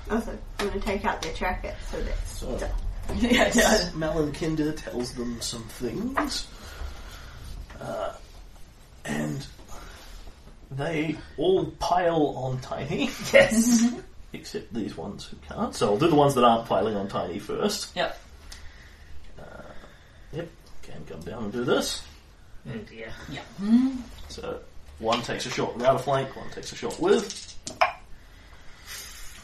Also, I'm going to take out their tracker, so that's So, yeah, yeah. Malinkinder tells them some things, uh, and they all pile on Tiny. Yes! except these ones who can't. So I'll do the ones that aren't piling on tiny first. Yep. Yep, can come down and do this. oh dear. Yeah. Mm-hmm. So one takes a shot without a flank, one takes a shot with.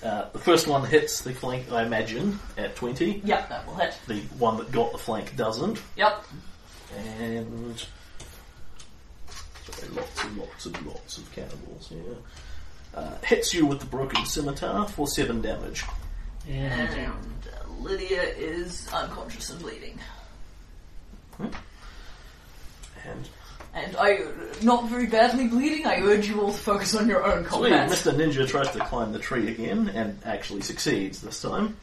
Uh, the first one hits the flank, I imagine, at 20. Yep, that will hit. The one that got the flank doesn't. Yep. And. Sorry, lots and lots and lots of cannibals here. Uh, hits you with the broken scimitar for 7 damage. Yeah, And uh, Lydia is unconscious and bleeding. And And I, not very badly bleeding, I urge you all to focus on your own Sweet. combat. Mr. Ninja tries to climb the tree again and actually succeeds this time.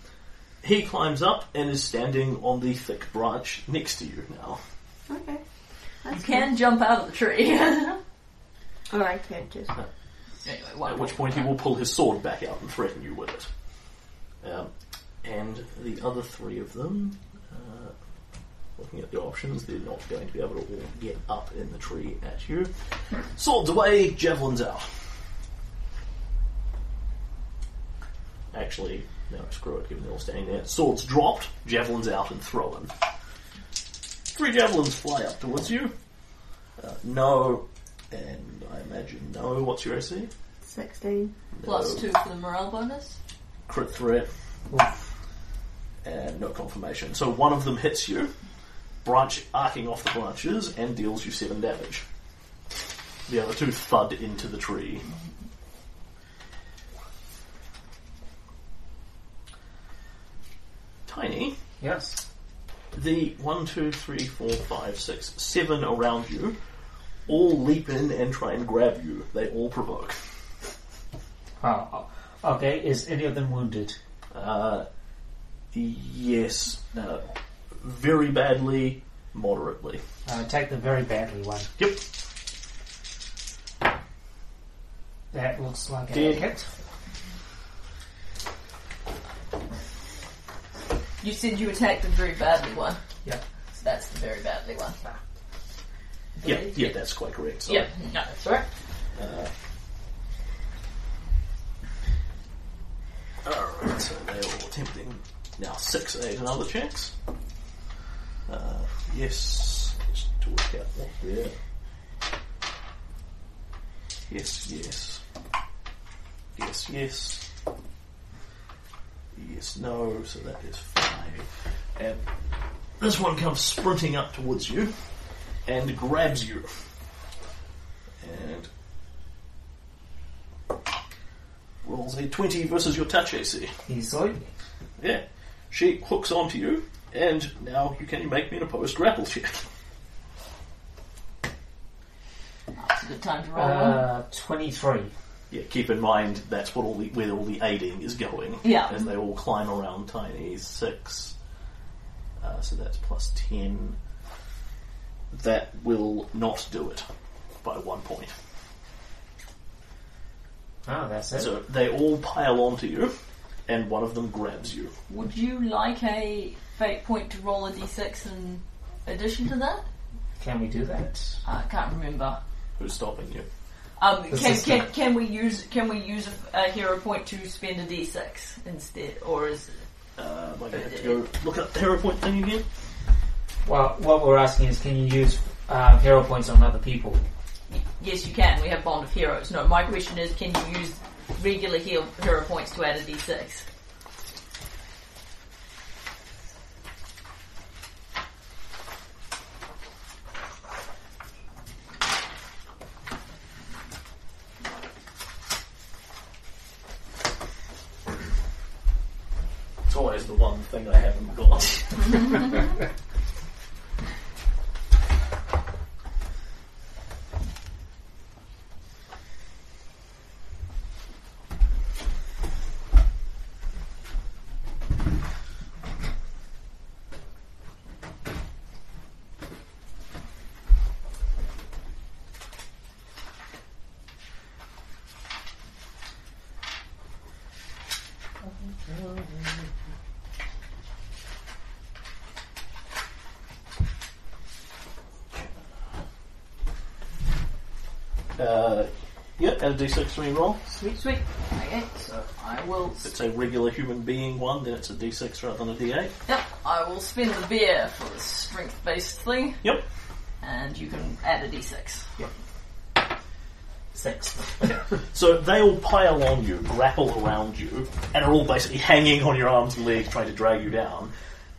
He climbs up and is standing on the thick branch next to you now. okay. You That's good. can jump out of the tree. anyway, Or I could just. one At which point he will pull his sword back out and threaten you with it. Um, and the other three of them, uh, looking at the options, they're not going to be able to all get up in the tree at you. Swords away, javelins out. Actually, no, screw it, given they're all standing there. Swords dropped, javelins out and thrown. Three javelins fly up towards you. Uh, no, and I imagine no. What's your AC? 16. Plus No. two for the morale bonus. crit threat, and no confirmation. So one of them hits you, branch arcing off the branches, and deals you seven damage. The other two thud into the tree. Tiny, Yes. the one, two, three, four, five, six, seven around you all leap in and try and grab you. They all provoke. Oh, oh, okay, is any of them wounded? Uh, yes, no. Very badly, moderately. Uh, take the very badly one. Yep. That looks like a Dead. hit. You said you attacked the very badly one. Yep. So that's the very badly one. Ah, Yeah, yeah, that's quite correct. So, Yep. hmm, No, that's right. Alright, so they're all attempting now 6, 8 and other checks. Uh, yes, just to work out what they're. Yes, yes. Yes, yes. Yes, no, so that is 5. And this one comes sprinting up towards you and grabs you. And rolls a 20 versus your touch AC. He's like, Yeah. She hooks onto you, and now you can make me an opposed grapple check. It's a good time to roll one. uh, 23. Yeah, keep in mind that's what all the, where all the aiding is going. Yeah. As they all climb around Tiny 6. Uh, so that's plus 10. That will not do it by one point. Oh, that's it. So they all pile onto you, and one of them grabs you. Would you like a fate point to roll a d6 in addition to that? Can we do that? I can't remember. Who's stopping you? Um, The can, system. can, can we use can we use a, a hero point to spend a d6 instead, or is Uh, am I going to have to go look up the hero point thing again? Well, what we're asking is can you use uh, hero points on other people? yes you can? We have bond of heroes. No, my question is, can you use regular heal, hero points to add a d6? It's always the one thing I haven't got. Uh, yeah, add a d6 to me roll. Sweet, sweet. Okay, so I will. If it's a regular human being one, then it's a d6 rather than a d8. Yep, I will spend the beer for the strength based thing, Yep. and you can add a d6. Six. So they all pile on you, grapple around you, and are all basically hanging on your arms and legs trying to drag you down.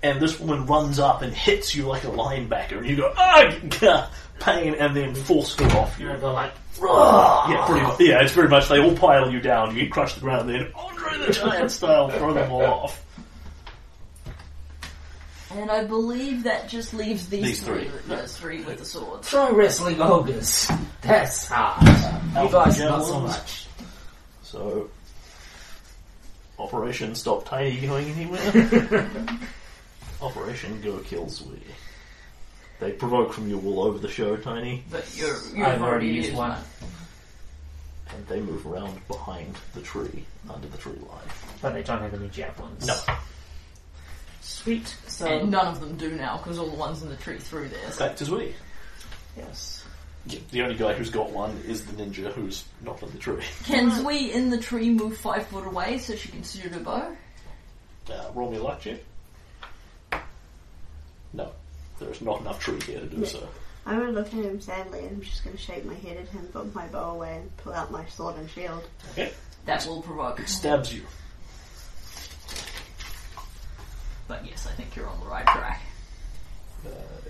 And this woman runs up and hits you like a linebacker, and you go, ah, pain, and then force her off you. You're go like, Yeah, pretty much, yeah, it's pretty much they all pile you down, you get crushed to the ground, and then Andre the Giant style throw them all off. And I believe that just leaves these, These three. Those three with the swords. pro wrestling ogres. That's hard. You guys, not so Javelins. much. So, Operation Stop Tiny going anywhere? Operation Go Kill Sweetie. They provoke from you all over the show, Tiny, But you're, you've I've already used one. and they move around behind the tree, under the tree line. But they don't have any javelins. No. Sweet. So, And none of them do now because all the ones in the tree threw theirs. Back to Sweetie. yes. Yeah, the only guy who's got one is the ninja who's not in the tree. Can Zui in the tree move five foot away so she can shoot her bow? Uh, roll me a luck check. No. There's not enough tree here to do Yeah. so. I'm going to look at him sadly and I'm just going to shake my head at him, put my bow away, and pull out my sword and shield. Okay. That will provoke. Stabs you. But yes, I think you're on the right track.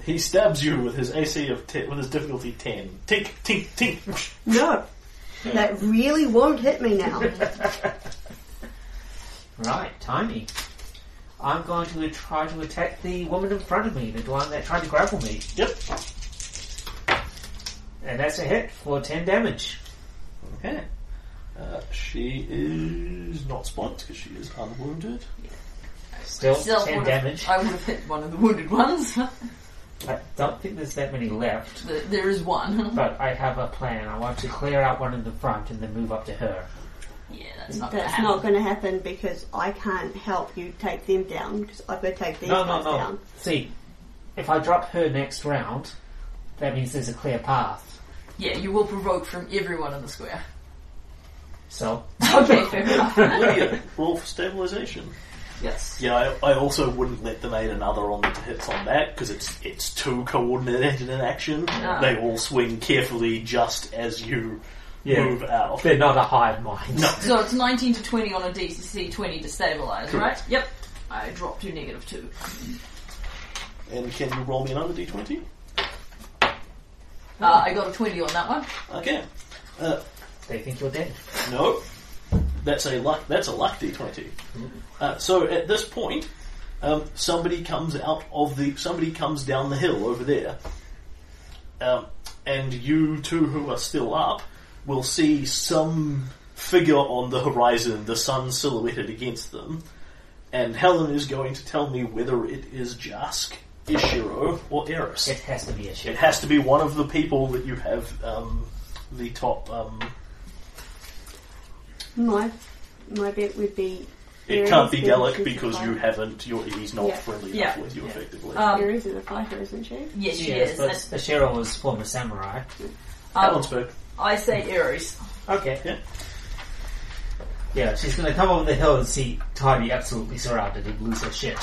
He stabs you with his AC of ten, with his difficulty ten. Tink, tink, tink. No! That really won't hit me now. Right, tiny. I'm going to try to attack the woman in front of me, the one that tried to grapple me. Yep. And that's a hit for 10 damage. Okay. Uh, she is not spiked because she is unwounded. Still, Still 10 would've- Oh, damage. I would have hit one of the wounded ones. I don't think there's that many left, There- there is one. but I have a plan. I want to clear out one in the front and then move up to her. yeah, that's not That's gonna not happen. going to happen because I can't help you take them down because I've got to take these No, no, guys no. down. See, if I drop her next round, that means there's a clear path. Yeah, you will provoke from everyone in the square. So, Okay, fair enough. Lydia, roll for stabilization. yes. Yeah, I, I also wouldn't let them aid another on the hits on that because it's it's too coordinated in action. Ah. They all swing carefully just as you Yeah. move out. they're not a hive mind. No. So it's 19 to 20 on a DCC 20 to stabilize, Correct. right? Yep. I dropped to negative 2. And can you roll me another d20? Uh, I got a 20 on that one. Okay. Uh, They think you're dead. no. That's a luck. That's a luck d20. Uh, so at this point, um, somebody comes out of the. Somebody comes down the hill over there, um, and you two who are still up will see some figure on the horizon, the sun silhouetted against them. And Helen is going to tell me whether it is Jask, Ishiro, or Eris. It has to be a It ship. has to be one of the people that you have um, the top. Um, My my bet would be. it Ares can't be being Gallic she's a because you fighter. haven't. You're, he's not Yeah. friendly enough Yeah. with you, Yeah. effectively. Um, Ares is a fighter, isn't she? yes, she Yes, is. but And, Ashiro was former samurai. um, Helensburgh. I say Ares. Okay. Yeah. Yeah, she's gonna come over the hill and see Tiny absolutely surrounded and lose her shit.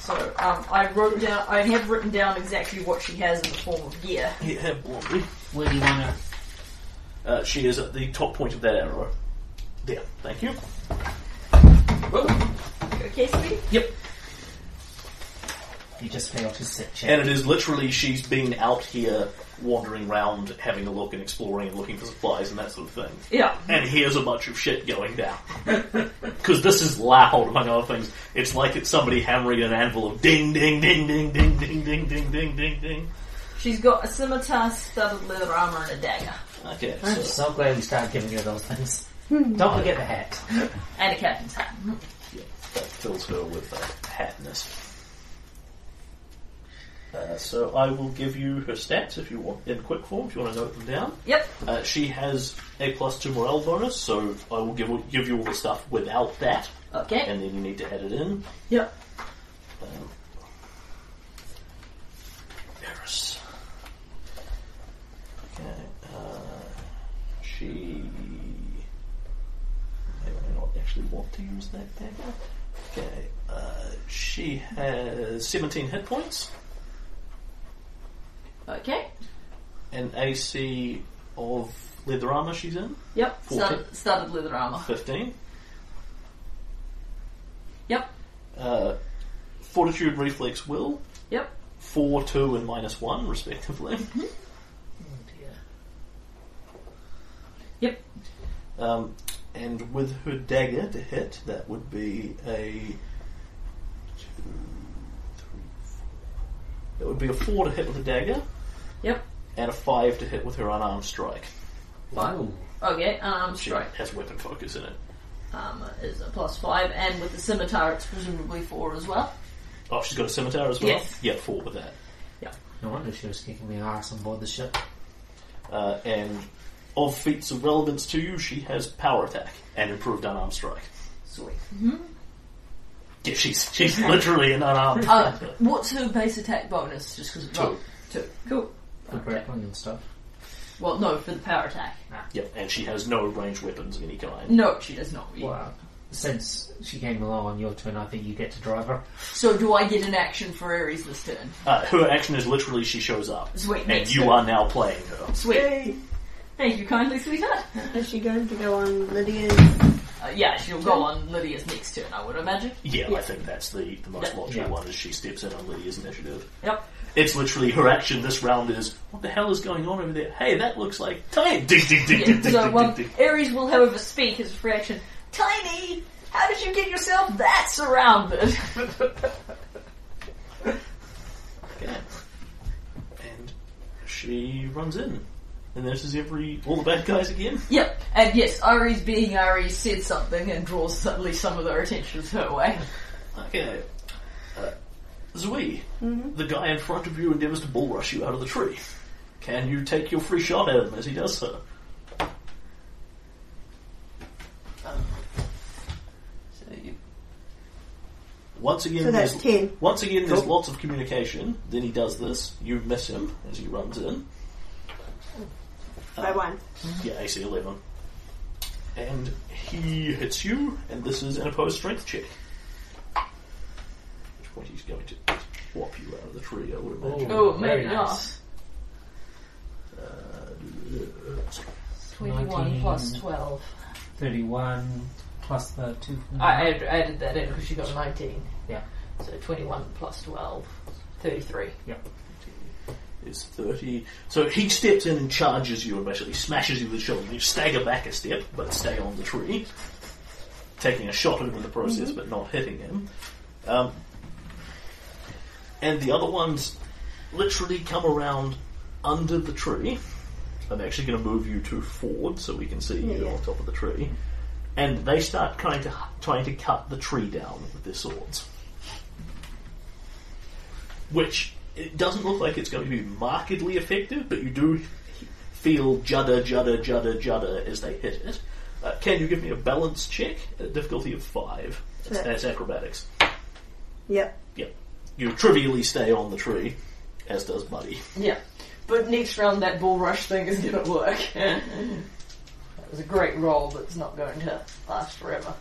So um, I wrote down. I have written down exactly what she has in the form of gear. Yeah, blimey. Where do you wanna Uh, she is at the top point of that arrow. There. Thank you. Okay, sweetie. Yep. you just fail to sit check. And it is literally she's been out here wandering around, having a look and exploring and looking for supplies and that sort of thing. Yeah. and here's a bunch of shit going down. Because this is loud, among other things. It's like it's somebody hammering an anvil of ding, ding, ding, ding, ding, ding, ding, ding, ding, ding, ding. She's got a scimitar, studded leather armor, and a dagger, Okay, I'm so so glad we started giving her those things. Don't forget the hat. and a captain's hat. yeah, that fills her with uh, hatness. Uh, so I will give you her stats if you want in quick form. If you want to note them down, Yep. uh, she has a plus two morale bonus. So I will give give you all the stuff without that, Okay. and then you need to add it in. yep. Um, Eris. Okay, uh, she. Maybe I don't actually want to use that dagger. Okay, uh, she has 17 hit points, Okay. an AC of leather armor she's in, Yep. Forty. Studded, studded leather armor. 15. Yep. Uh, fortitude, reflex, will, Yep. 4, 2, and minus 1, respectively. Yep. Um, and with her dagger to hit, that would be a. Two, three, four. That would be a 4 to hit with a dagger, Yep. and a 5 to hit with her unarmed strike. Ooh. Okay. Um, She strike. has weapon focus in it. Um, is a plus five, and with the scimitar, it's presumably four as well. Oh, she's got a scimitar as well? Yes. Yeah, 4 with that. No wonder she was kicking the ass on board the ship. Uh, and of feats of relevance to you, she has power attack and improved unarmed strike. Sweet. Mm-hmm. Yeah, she's, she's literally an unarmed Uh, fighter. what's her base attack bonus? Just because Two. two. Cool. The grappling and stuff. Well, no, for the power attack. Yep, and she has no ranged weapons of any kind. No, she does not. Well, since she came along on your turn, I think you get to drive her. So do I get an action for Ares this turn? Uh, her action is literally she shows up. Sweet. And next you turn. are now playing her. Sweet. Thank you kindly, sweetheart. Is she going to go on Lydia's? Uh, yeah, she'll go on Lydia's next turn, I would imagine. Yeah, I Yeah. think that's the, the most Yeah. logical Yeah. one is she steps in on Lydia's initiative. Yep. It's literally her action this round is what the hell is going on over there? Hey, that looks like time. Ding ding ding ding ding so ding ding um, ding. Ares will, however, speak as a free action. Tiny, how did you get yourself that surrounded? Okay. And she runs in. And this is every all the bad guys again. yep. And yes, Ares, being Ares, said something and draws suddenly some of their attentions her way. Okay. Uh, Zui, Mm-hmm. the guy in front of you endeavours to bull rush you out of the tree. Can you take your free shot at him as he does so? So you, Once again, So that's there's- ten. Once again, there's Cool. lots of communication. Then he does this. You miss him as he runs in. By one. Yeah, AC 11. And he hits you, and this is an opposed strength check. At which point he's going to whop you out of the tree, I would imagine. oh, very maybe nice. not. 21 19. plus 12. 31 plus the 2 from I added, added that in because she got 19. Yeah. So 21 plus 12, 33. Uh, is 30. So he steps in and charges you and basically smashes you with his shoulder. You stagger back a step, but stay on the tree, taking a shot at him in the process, Mm-hmm. but not hitting him. Um, and the other ones literally come around under the tree. I'm actually going to move you two forward so we can see you yeah. on top of the tree. And they start trying to trying to cut the tree down with their swords which it doesn't look like it's going to be markedly effective, but you do feel judder, judder, judder, judder as they hit it. Uh, can you give me a balance check at difficulty of five? That's, Sure. that's acrobatics. Yep. Yep. You trivially stay on the tree, as does Buddy. Yeah. But next round, that bull rush thing is gonna work. that was a great roll, but it's not going to last forever.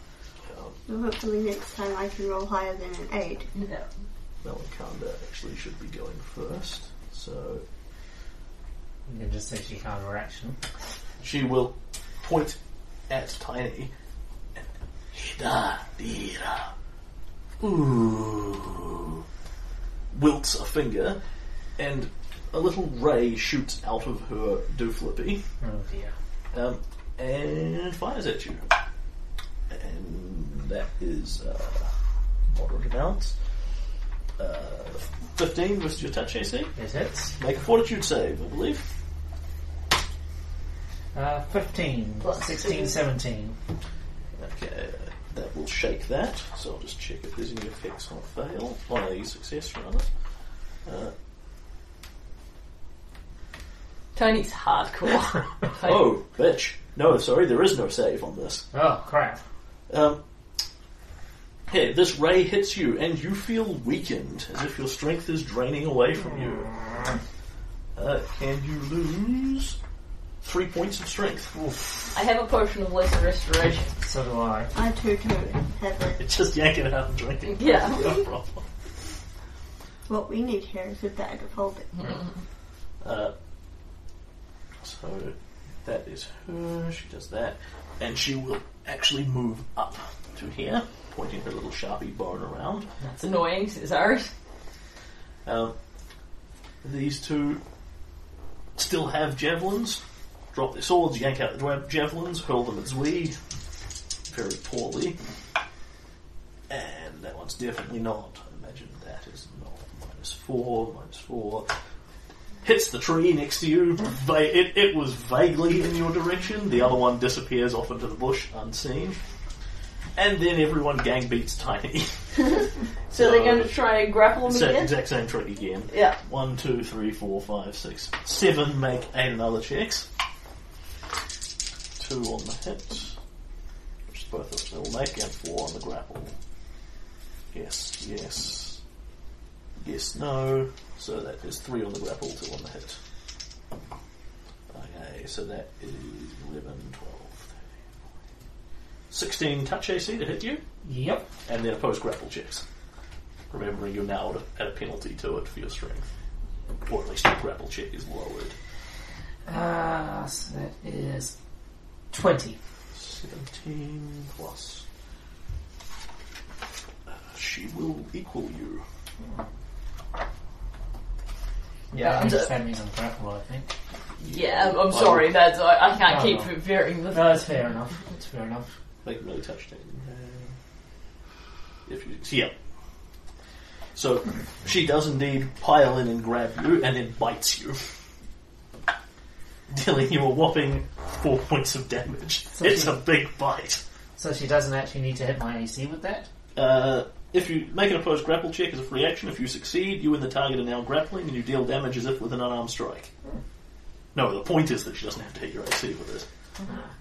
Um, Well, hopefully next time I can roll higher than an eight. Yeah. Melikanda actually should be going first, so You can just say she can't reaction. she will point at Tiny. Hida, dira. Ooh. Wilts a finger, and a little ray shoots out of her dooflippy Oh dear. um, and fires at you. And that is uh, moderate amount. Uh, 15 was your touch AC. It hits. Make a fortitude save, I believe. Uh, 15, Plus 16, 17. Okay, that will shake that. So I'll just check if there's any effects on a fail, on a success rather. Uh, Tony's hardcore. oh, bitch! No, sorry, there is no save on this. Oh crap. Um, hey, this ray hits you, and you feel weakened, as if your strength is draining away from you. Uh, and you lose three points of strength. I have a potion of lesser restoration. So do I. I too do have it. Just yank it out and drink it. Yeah. No problem. What we need here is a bag of holding. Uh, so that is her. She does that, and she will actually move up to here, pointing her little sharpie bone around. That's annoying, says Iris. Um, these two still have javelins. Drop their swords, yank out the dwa- javelins, hurl them at Zweed. Very poorly. And that one's definitely not. I imagine that is not. Minus four, minus four. Hits the tree next to you. Va- It, it was vaguely in your direction. The other one disappears off into the bush unseen. And then everyone gang beats Tiny. So they're going to try and grapple me Sa- again? exact same trick again. Yeah. One, two, three, four, five, six, seven. Make eight another checks. Two on the hit, which is both of them will make, and four on the grapple. Yes, yes, yes, no. So that is three on the grapple, two on the hit. Okay, so that is 11, 12, 13, 16 touch AC to hit you Yep. and then opposed grapple checks. Remembering you're now at a, at a penalty to it for your strength. Or at least your grapple check is lowered. Uh, so that is 20. 17 plus. Uh, she will equal you. Yeah, Yeah, I'm I'm d- just that means on grapple, I think. Yeah, I'm, I'm sorry, that's, I, I can't Oh, keep no. varying the No, that's fair enough. That's fair enough. Make no touchdown. If you, yeah. So she does indeed pile in and grab you and then bites you. Dealing you a whopping four points of damage. It's a big bite. So she doesn't actually need to hit my AC with that? Uh, if you make an opposed grapple check as a free action, if you succeed, you and the target are now grappling, and you deal damage as if with an unarmed strike. No, the point is that she doesn't have to hit your AC with it.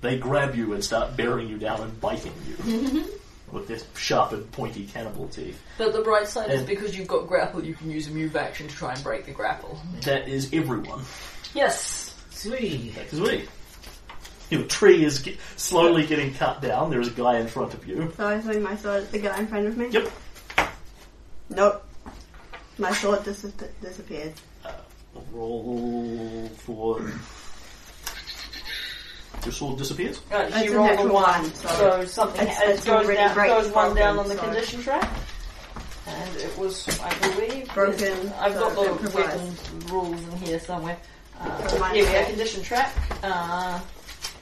They grab you and start bearing you down and biting you with their sharpened, pointy cannibal teeth. But the bright side is And- because you've got grapple, you can use a move action to try and break the grapple. That is everyone. Yes. Sweet. That is we. Your tree is ge- slowly getting cut down. There is a guy in front of you. So I swing my sword at the guy in front of me? Yep. Nope. My sword dis- disappeared. Roll for. Your sword disappears. Uh, That's she a rolled a natural one, one, so so something it's- it it's goes, already down, break goes one problem, down on the so- condition track. Uh, and it was, I believe, Broken, I've got so the improvised. weapon rules in here somewhere. Uh, Minus here we are, four. condition track. Uh,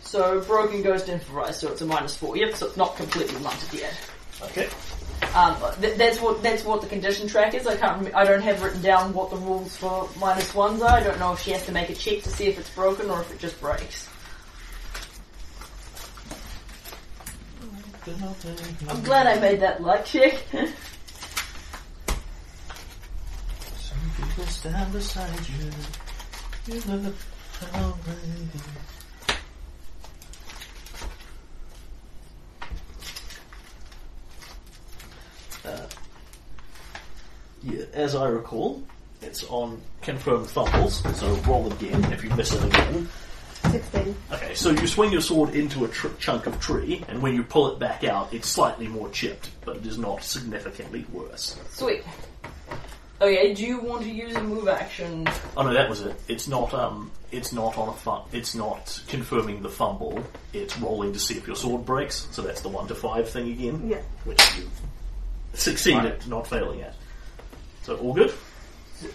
so broken goes to improvise, so it's a minus four. Yep, so it's not completely blunted yet. Okay. Um, th- that's what that's what the condition track is. I can't. Rem- I don't have written down what the rules for minus ones are. I don't know if she has to make a check to see if it's broken or if it just breaks. I'm glad I made that luck check. Some people stand beside you. You look already. Uh, yeah, as I recall, it's on confirmed fumbles, so roll again if you miss it again. 16. Okay, so you swing your sword into a tr- chunk of tree, and when you pull it back out, it's slightly more chipped, but it is not significantly worse. Sweet. Okay, do you want to use a move action? Oh no, that was it. It's not um, it's not on a fun. It's not confirming the fumble. It's rolling to see if your sword breaks. So that's the one to five thing again, Yeah. which you succeeded, not failing at. So all good.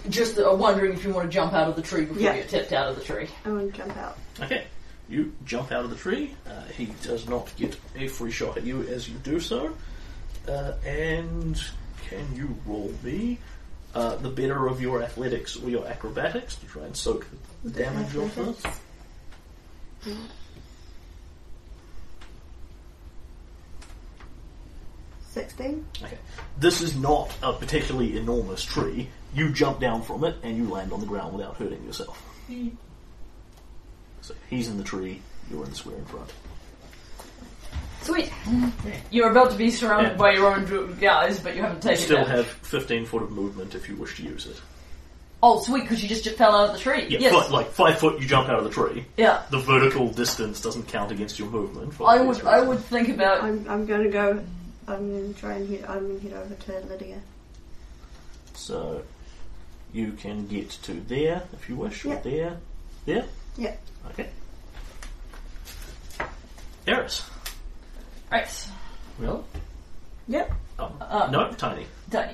Just uh, wondering if you want to jump out of the tree before Yeah. you get tipped out of the tree. I want to jump out. Okay, you jump out of the tree. Uh, he does not get a free shot at you as you do so. Uh, and can you roll me uh, the better of your athletics or your acrobatics to try and soak the damage off this? Sixteen. Okay. This is not a particularly enormous tree. You jump down from it and you land on the ground without hurting yourself. So he's in the tree, you're in the square in front. Sweet. You're about to be surrounded Yeah. by your own dru- guys, but you haven't You taken still damage. have 15 foot of movement if you wish to use it. Oh, sweet, because you just j- fell out of the tree. Yeah, yes. foot, like five foot, you jump out of the tree. yeah. The vertical distance doesn't count against your movement. for I obvious would, I reasons. would think about. I'm, I'm going to go. I'm going to try and hit. I'm going to head over to Lydia. So you can get to there if you wish, or Yeah. there, there. Yeah. Okay. Eris. Right. Really? Yep. Oh, Uh, no, tiny. Done.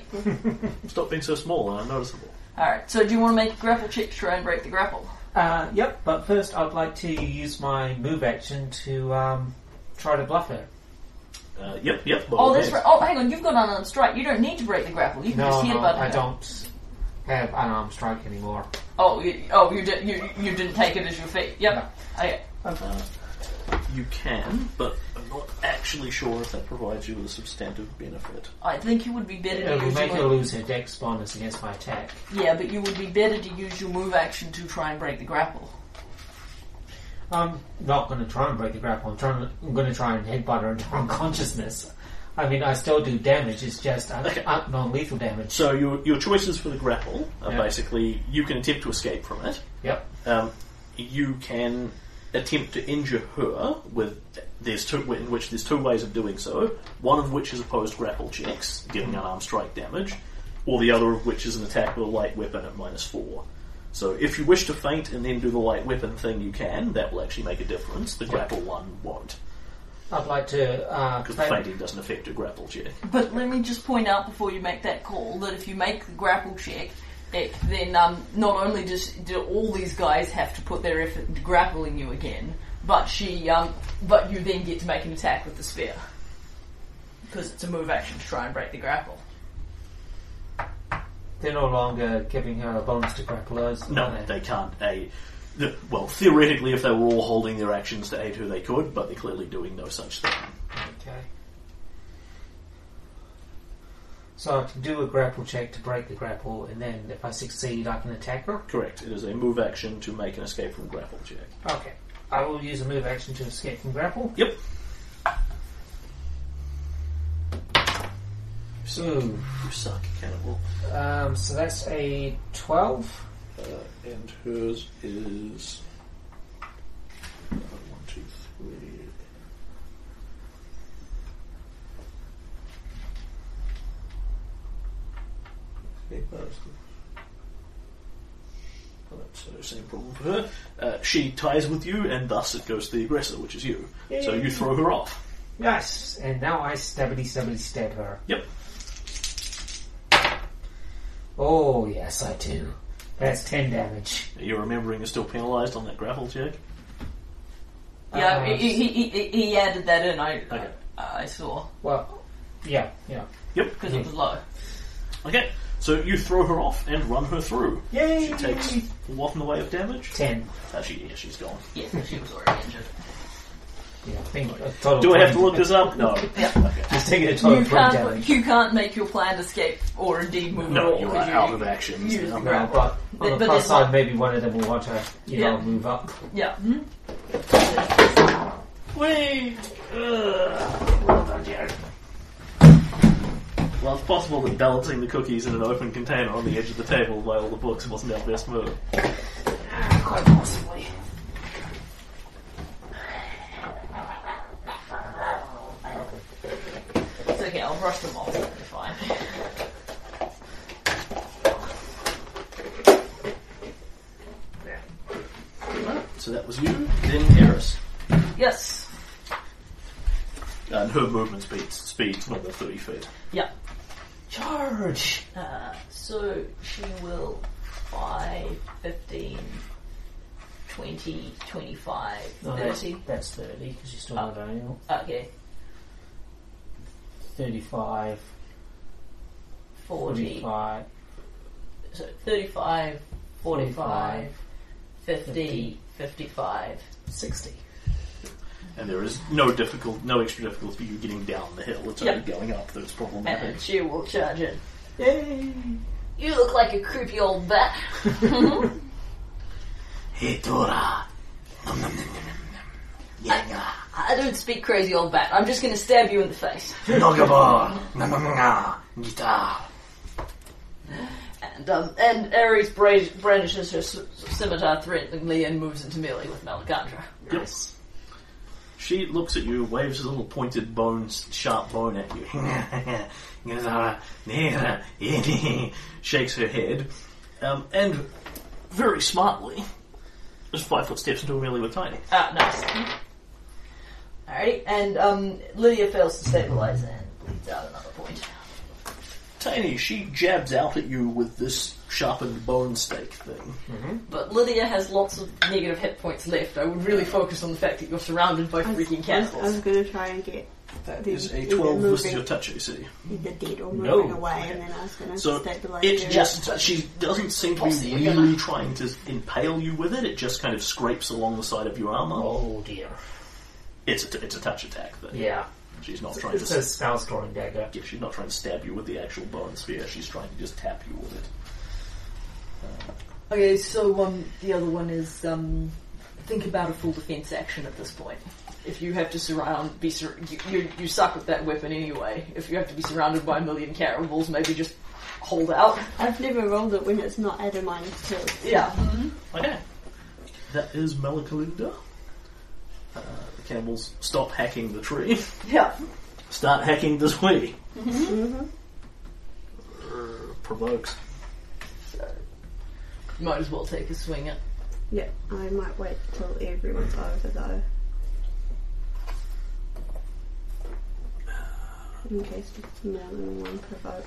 Stop being so small and unnoticeable. Alright, so do you want to make a grapple check to try and break the grapple? Uh, yep, but first I'd like to use my move action to um, try to bluff her. Uh, yep, yep. by Oh, all that's means. right. Oh, hang on, you've got unarmed strike. You don't need to break the grapple. You can No, just hit no, about I don't have unarmed strike anymore. Oh, you, oh, you did. You you didn't take it as your feet. Yep. Okay. You can, but I'm not actually sure if that provides you with a substantive benefit. I think you would be better It'll to use make her your, lose her dex bonus against my attack. yeah, but you would be better to use your move action to try and break the grapple. I'm not going to try and break the grapple. I'm trying. I'm going to try and headbutt her into unconsciousness. I mean, I still do damage. It's just uh, Okay. uh, non-lethal damage. So your your choices for the grapple are Yeah. basically you can attempt to escape from it. Yep. Um, you can attempt to injure her with there's two in which there's two ways of doing so. One of which is opposed grapple checks, dealing unarmed strike damage, or the other of which is an attack with a light weapon at minus four. So if you wish to feint and then do the light weapon thing, you can. That will actually make a difference. The grapple one won't. I'd like to. Uh, Because fa- fainting doesn't affect your grapple check. But let me just point out before you make that call that if you make the grapple check, it, then um, not only does do all these guys have to put their effort into grappling you again, but she, um, but you then get to make an attack with the spear because it's a move action to try and break the grapple. They're no longer giving her a bonus to grapplers. No, they can't. A, the, well, theoretically, if they were all holding their actions to aid her, they could, but they're clearly doing no such thing. Okay. So I can do a grapple check to break the grapple, and then if I succeed, I can attack her. Correct. It is a move action to make an escape from grapple check. Okay. I will use a move action to escape from grapple. Yep. So, You suck, cannibal. um, so that's a twelve. Uh, and hers is. uh, one, two, three. Okay, that's the- well, that's, uh, Same problem for her. Uh, she ties with you, and thus it goes to the aggressor, which is you. So you throw her off. Yes, and now I stabbity stabbity stab her. Yep. Oh, yes, I do. That's 10 damage. You're remembering you're still penalised on that grapple check. Yeah, Uh, he, he, he- he, he added that in. I Okay. I I saw Well, yeah, yeah. Yep. because it was low. Okay. So you throw her off and run her through. Yay! She takes what in the way of damage? 10. Uh, she, yeah, she's gone. Yes, but she was already injured. Yeah, I think a total Do I have to 20. look this up? No. Yeah. Just taking a total You of 20 damage. can't, you can't make your planned escape or indeed move at No, all. you are 'cause out of actions. you- now. No, but on But- the but plus it's not- side, maybe one of them will want to, you Yeah. know, move up. Yeah. Hmm? Wait! Ugh. Well done, Jared. Well, it's possible that balancing the cookies in an open container on the edge of the table by all the books wasn't our best move. Quite possibly. It's okay, I'll brush them off. It'll be fine. So that was you, then Eris. Yes. And her movement speed, speed's not the 30 feet. Yeah. Charge! Uh, so she will 5, 15, 20, 25, No, that's, 30. that's 30, because you're still Oh. not Daniel. Okay. 35, 40. 45, So 35, 45, 50, 50. 55. 60. And there is no difficult, no extra difficulty for you getting down the hill. It's only Yeah. going up that's problematic. And she will charge in. Yay! You look like a creepy old bat. Hey, Dora! Nom, nom, nom, nom, ah. nom, nom. I don't speak crazy old bat. I'm just going to stab you in the face. Nogabor! Nom, nom, nom, nom. Guitar! And um, and Ares bra- brandishes her s- scimitar threateningly and moves into melee with Malacandra. Yes. She looks at you, waves a little pointed bone, sharp bone at you. Shakes her head, um, and very smartly, just five foot steps into a melee with Tiny. Ah, nice. Alrighty, and um, Lydia fails to stabilize and bleeds out another point. Tiny, she jabs out at you with this sharpened bone stake thing. But Lydia has lots of negative hit points left. I would really focus on the fact that you're surrounded by I was, freaking I was- I was cannibals. going to try and get That The- is a the 12 moving- versus your touch AC. either dead or No. moving away, and then I was going to So stabilize it her. just she doesn't seem to Toss it, be we're really gonna- trying to impale you with it. It just kind of scrapes along the side of your armor. Oh dear. It's a, it's a touch attack thing. Yeah. She's not trying It's to. a spell storing dagger. yeah, she's not trying to stab you with the actual bone spear. She's trying to just tap you with it. Okay, so um, the other one is um, think about a full defense action at this point. If you have to surround, be sur- you, you, you suck with that weapon anyway. If you have to be surrounded by a million cannibals, maybe just hold out. I've never rolled it when it's not at a minus two. Yeah. Okay. That is Malakalinda. Uh, the camels stop hacking the tree. Yeah. Start hacking this way. Mm-hmm. Uh, provokes. So, might as well take a swing at. Yeah, I might wait till everyone's over though. In case more than one provoke.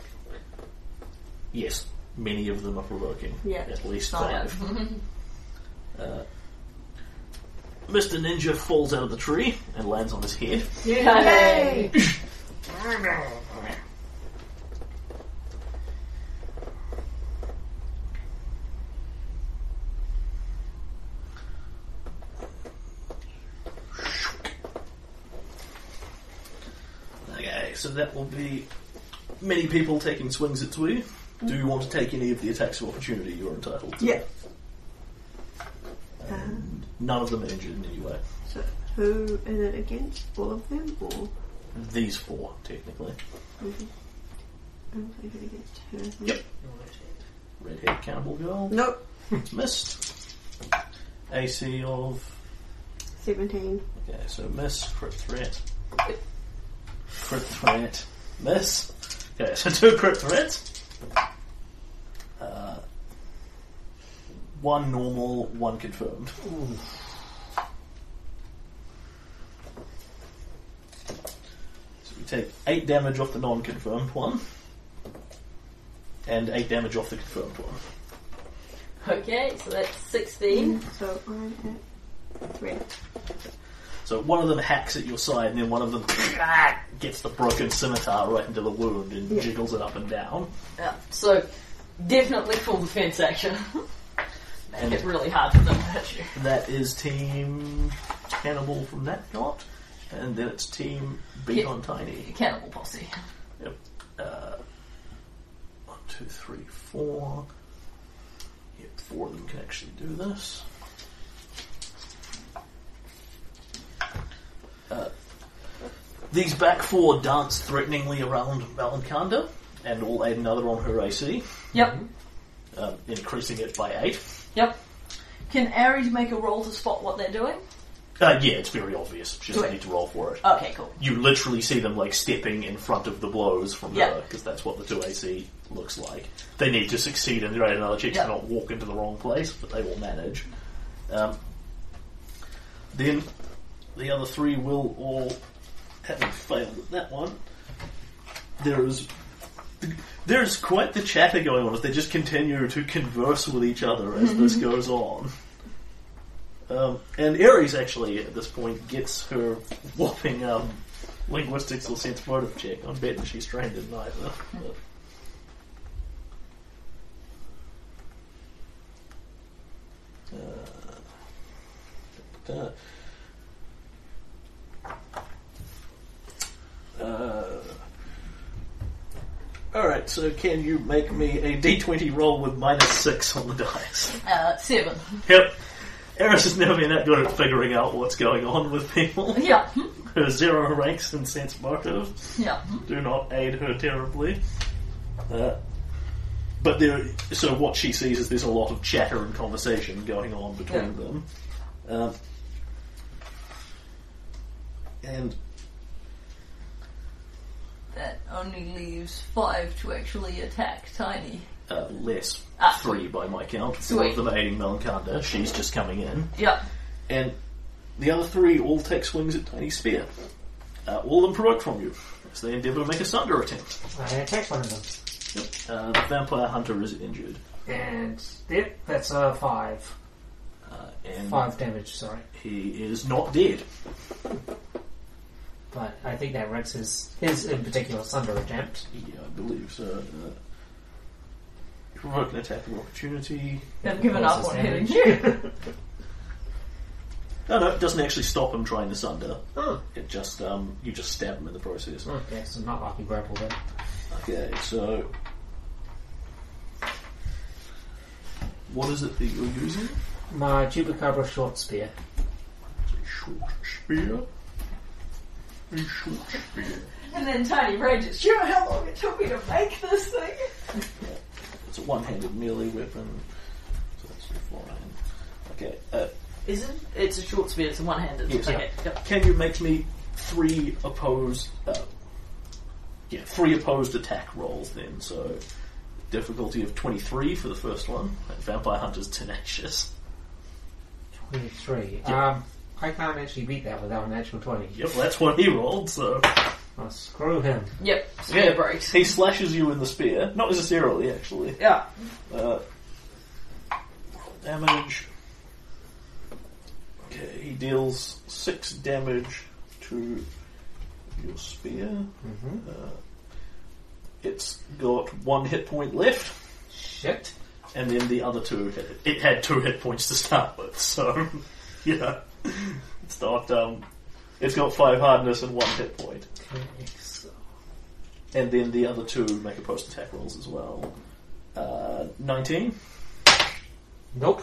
Yes, many of them are provoking. Yeah. At least Five. five. uh, Mr. Ninja falls out of the tree and lands on his head. Yay! Okay, so that will be many people taking swings at you. Do you want to take any of the attacks of opportunity you're entitled to? Yeah. None of them are injured in any way. Uh-huh. So who is it against? All of them or These four, technically. I'm going against her. Yep. Redhead Cannibal Girl. Nope. Missed. AC of. Seventeen. Okay, so miss, crit threat. Crit threat. Miss. Okay, so two crit threats. Uh, one normal, one confirmed. So we take eight damage off the non-confirmed one, and 8 damage off the confirmed one. Okay, so that's 16. So I'm at three. So one of them hacks at your side, and then one of them ah, gets the broken scimitar right into the wound and Yeah. jiggles it up and down. Yeah, so definitely full defense action. Make And- it really hard for them to hit you. That is Team Cannibal from that knot, and then it's Team Beat Yeah. on Tiny. Cannibal posse. Yep. Uh, one, two, three, four. Yep, four of them can actually do this. Uh, these back four dance threateningly around Malankanda, and all add another on her AC, Yep. um, increasing it by eight. Yep. Can Ares make a roll to spot what they're doing? Uh, yeah, it's very obvious. She doesn't Right. need to roll for it. Okay, cool. You literally see them like stepping in front of the blows from Yeah. her because that's what the two AC looks like. They need to succeed in their own another check Yeah. to not walk into the wrong place, but they will manage. Um, then the other three will all, having failed at that one, there is there is quite the chatter going on as they just continue to converse with each other as this goes on. Um, and Ares actually at this point gets her whopping um, linguistics or sense motive check. I'm betting she's trained in neither. but- Uh, uh, Alright, so can you make me a d20 roll with minus 6 on the dice? Uh, seven. Yep. Eris has never been that good at figuring out what's going on with people. Yeah, hmm, Her zero ranks in sense motive yeah. hmm. do not aid her terribly. Uh, but there, so what she sees is there's a lot of chatter and conversation going on between Yeah. them, Um and That only leaves five to actually attack Tiny. uh, less Ah. three by my count. Four of Sweet. them are aiding Melancanda. She's just coming in. Yep. And the other three all take swings at Tiny Spear. Uh, all of them provoke from you as they endeavour to make a Sunder attempt. I attack one of them. Yep. Uh, the Vampire Hunter is injured. And, yep, that's uh, five. Uh, and Five damage, sorry. he is not dead. But I think that wrecks his, his in particular, Sunder attempt. Yeah, I believe so. Uh, you provoke an attack of opportunity. They've given up Causes on hitting damage. you. No, no, it doesn't actually stop him trying to Sunder. Oh. It just, um, you just stab him in the process. Okay, so not lucky grapple then. Okay, so. What is it that you're using? My Chupacabra short spear. Short spear. A short spear. And then Tiny rages. Do you know how long it took me to make this thing? It's a one-handed melee weapon. So that's fine. Okay. Uh, Is it? It's a short spear. It's a one-handed. Yes. okay. Yep. can you make me three opposed? Uh, yeah, three opposed attack rolls then. So difficulty of twenty-three for the first one. That Vampire Hunter's tenacious. 23. Um, I can't actually beat that without an actual 20. Yep, that's what he rolled. So Oh, screw him. Yep. Spear Yeah. breaks. he slashes you in the spear. Not necessarily, actually. Yeah. Uh, damage. Okay, he deals six damage to your spear. Mm-hmm. Uh, it's got one hit point left, Shit. and then the other two. Hit it. it had two hit points to start with, so yeah, it's not. Um, it's got five hardness and one hit point, Okay, so- and then the other two make a post attack rolls as well. Uh, Nineteen. Nope.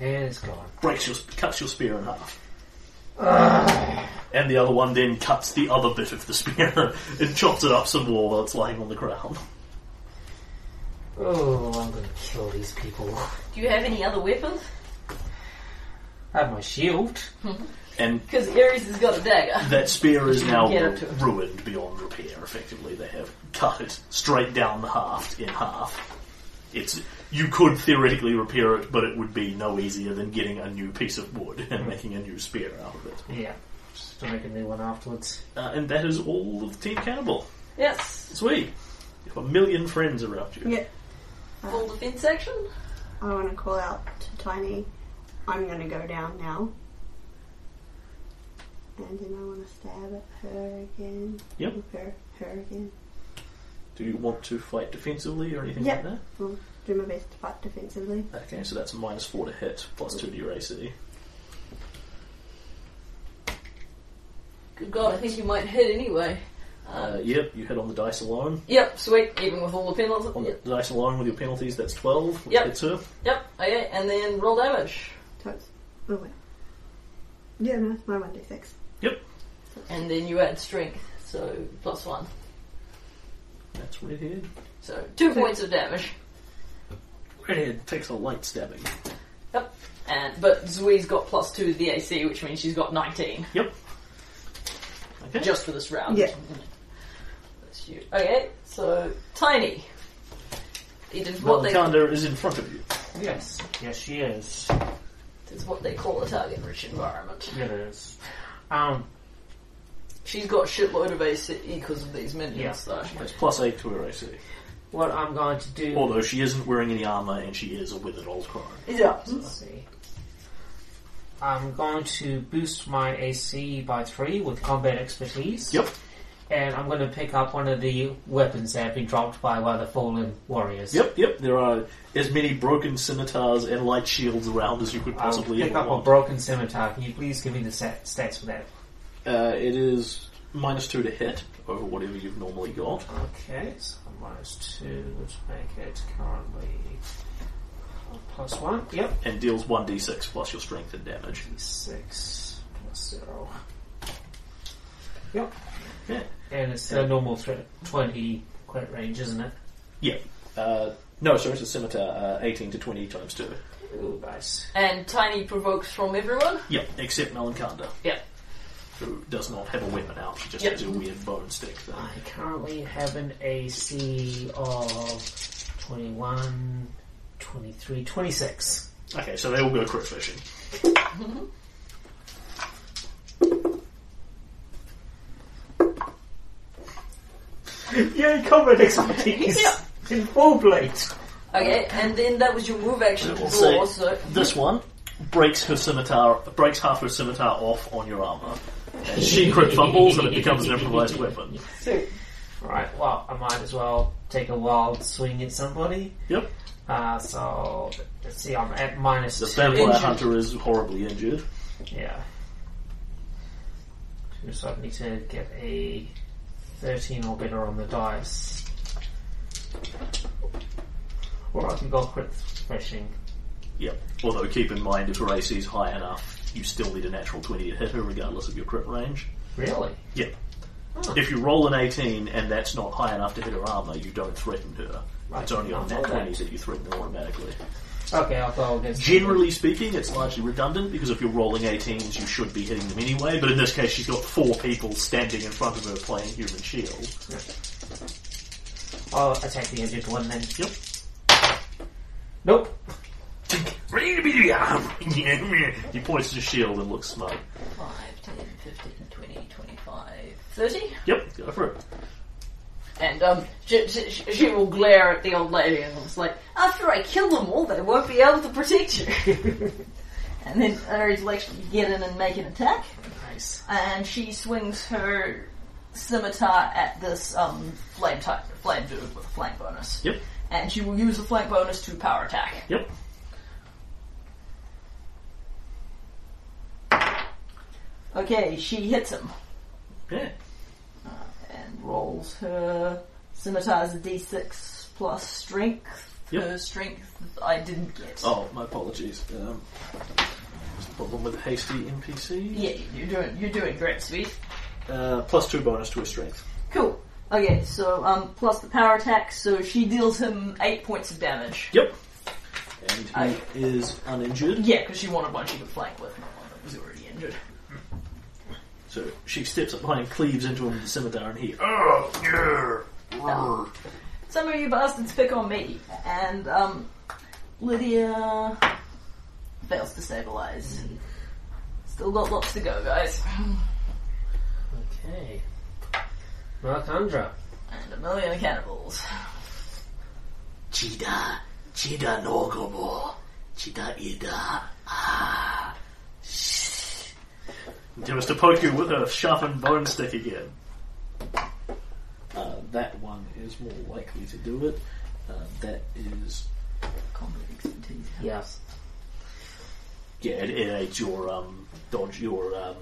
And it's gone. breaks your cuts your spear in half. And the other one then cuts the other bit of the spear and chops it up some more while it's lying on the ground. Oh, I'm gonna kill these people. Do you have any other weapons? I have my shield. And Because Ares has got a dagger. that spear is now Get up to it. ruined beyond repair, effectively. They have cut it straight down the half in half. It's you could theoretically repair it, but it would be no easier than getting a new piece of wood Hmm. and making a new spear out of it. Yeah. Just to make a new one afterwards. Uh, and that is all of Team Cannibal. Yes. Sweet. Got a million friends around you. Yeah. Full defense action? Uh, I want to call out to Tiny. I'm going to go down now. And then I want to stab at her again. Yep. Her, her again. Do you want to fight defensively or anything Yep. like I'll do my best to fight defensively. that? Okay, so that's a minus four to hit, plus two to your AC. Good god, I think you might hit anyway. Uh, yep, you hit on the dice alone. Yep, sweet, even with all the penalties. On the Yep, dice alone with your penalties, that's 12, which Yep. hits her. yep, okay, and then roll damage. So it's. Oh, wait. Yeah, no, it's my 1d6. And then you add strength, so plus one. That's redhead. So two points of damage. Redhead takes a light stabbing. Yep. And but Zui's got plus two to the AC, which means she's got nineteen Yep. Okay. just for this round. Yeah. That's you. Okay, so tiny. It is what they Malakanda is in front of you. Yes. Yes, she is. it is what they call a target rich environment. It is. Um, She's got shitload of AC because of these minions Yeah. though. That's plus 8 to her AC. what I'm going to do. Although she isn't wearing any armour and she is a withered old crow. Yeah. Let's see. I'm going to boost my AC by three with combat expertise. Yep. And I'm going to pick up one of the weapons that have been dropped by one of the fallen warriors. Yep, yep. There are as many broken scimitars and light shields around as you could I'll possibly pick ever up a want. broken scimitar. Can you please give me the stat- stats for that? Uh, it is minus two to hit over whatever you've normally got. Okay, so minus two, which make it currently plus one. Yep. and deals 1d6 plus your strength and damage. Six plus zero. Yep. Yeah. And it's the normal threat, 20 crit range, isn't it? Yeah. Uh, no, sorry, it's a scimitar, uh, 18 to 20 times 2. Ooh, nice. And tiny provokes from everyone. Yep, except Melankanda, Yep. who does not have a weapon out, she just Yep. has a weird bone stick thing. I currently have an AC of 21, 23, 26. Okay, so they all go crit fishing. Yay, combat expertise! In full blade! Okay, and then that was your move action I to will draw, say- so This one breaks her scimitar, breaks half her scimitar off on your armor. And she crit fumbles and it becomes an improvised weapon. Right, well, I might as well take a wild swing at somebody. Yep. Uh, so, let's see, I'm at minus The two. vampire Injured. hunter is horribly injured. Yeah. So I need to get a 13 or better on the dice. Or I can go quick threshing. Yep. Although keep in mind, if her AC is high enough, you still need a natural 20 to hit her, regardless of your crit range. Really? Yep. If you roll an 18 and that's not high enough to hit her armor, you don't threaten her. Right. It's only on I'll that roll 20 that you threaten her automatically. Okay, I'll go against. Generally speaking, it's largely redundant because if you're rolling 18s, you should be hitting them anyway, but in this case, she's got four people standing in front of her playing Human Shield. I'll attack the injured one then. Yep. Nope. he points to the shield and looks smug. 5, 10, 15, 20, 25, 30. Yep, go for it. and um, she, she, she will glare at the old lady and it's like, after I kill them all, they won't be able to protect you. And then Ares will actually get in and make an attack. Nice. And she swings her scimitar at this um, flame type, flame dude with a flank bonus. Yep, And she will use the flank bonus to power attack. yep. Okay, she hits him Yeah. and rolls her scimitar's d6 plus strength. Yep. Her strength I didn't get. Oh, my apologies. Um, there's a problem with the hasty NPC. Yeah, you're doing you're doing great, sweet. Uh, plus two bonus to her strength. Cool. Okay, so um, plus the power attack, so she deals him eight points of damage. Yep. And he I- is uninjured. Yeah, because she wanted one she could flank with. Not one that was already injured. So she steps up behind, cleaves into him with the scimitar, and he. Oh, yeah. roar. Some of you bastards pick on me, and um, Lydia fails to stabilize. Still got lots to go, guys. Okay. Marchandra. and a million cannibals. Chida, Chida no gobo, Chida ida. Ah. Attempts to poke you with a sharpened bone stick again. Uh, that one is more likely to do it. Uh, that is, Combat expertise. Yes. yeah, it, it aids your um, dodge, your um,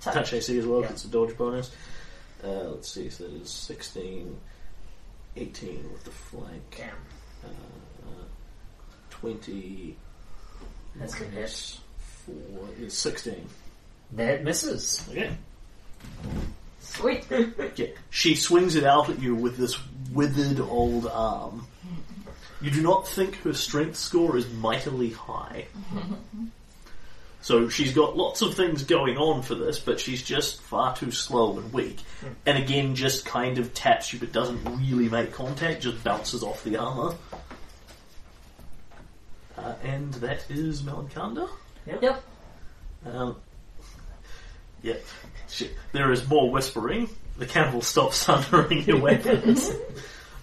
Touch. touch. AC as well. 'cause Yeah. It's a dodge bonus. Uh, let's see, so that is 16, 18 with the flank, Damn. uh, 20. That's good hit. minus Four is 16. That misses. Okay. Sweet. Yeah. She swings it out at you with this withered old arm. You do not think her strength score is mightily high. So she's got lots of things going on for this, but she's just far too slow and weak. And again, just kind of taps you, but doesn't really make contact, just bounces off the armour. Uh, and that is Melanchanda. Yep. Um, yeah. Shit. There is more whispering. The cannibal stops thundering your weapons.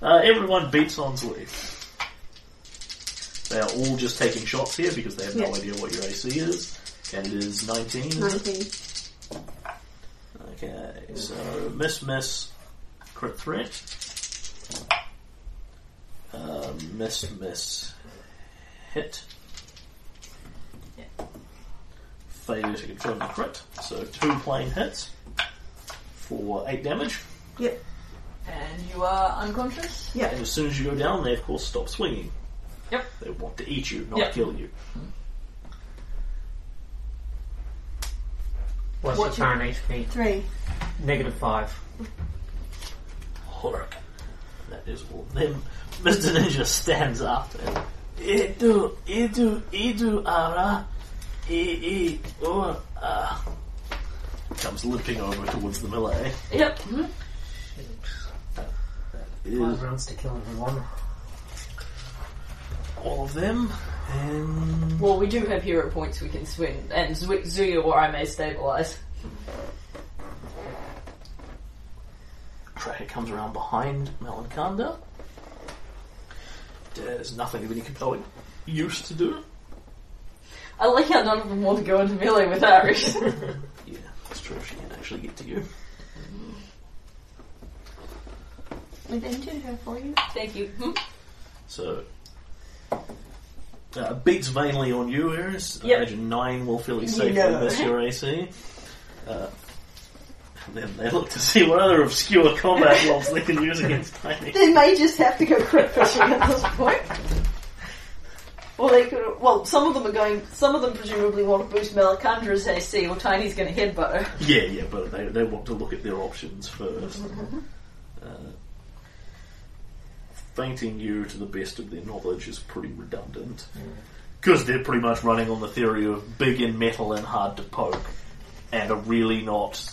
uh, everyone beats on's lead. They are all just taking shots here because they have no Yeah. idea what your AC is. And it is 19. is it? 19. Okay, so miss, miss, crit threat. Uh, miss, miss, hit. Yeah. Failure to confirm the crit. So two plain hits for eight damage. Yep. And you are unconscious? And as soon as you go down, they of course stop swinging. Yep. They want to eat you, not Yep. kill you. What's, What's your your- current HP? 3. Negative five. Hork. That is all. Then Mr. Ninja stands up and Idu, Idu, Idu, Ara, I, I, or, ah. Comes limping over towards the eh? melee. Yep. Mm-hmm. Is Five rounds to kill everyone. all of them, and Well, we do have hero points we can swing, and Zu- Zuya or I may stabilize. Tracker comes around behind Melanchanda. There's nothing of any compelling use to do. I like how none of them want to go into melee with Irish. Yeah, that's true. She can actually get to you. With engine here for you. Thank you. Hmm? So, uh, beats vainly on you, Iris. I Yep. imagine nine will fairly safely know. miss your AC. Uh, and then they look to see what other obscure combat lobs they can use against Tiny. They may just have to go crit fishing at this point. Or they could. Well, some of them are going. Some of them presumably want to boost Malakandra's AC, or Tiny's going to headbutt her. Yeah, yeah, but they, they want to look at their options first. Uh, fainting you to the best of their knowledge is pretty redundant. Because they're pretty much running on the theory of big in metal and hard to poke, and are really not.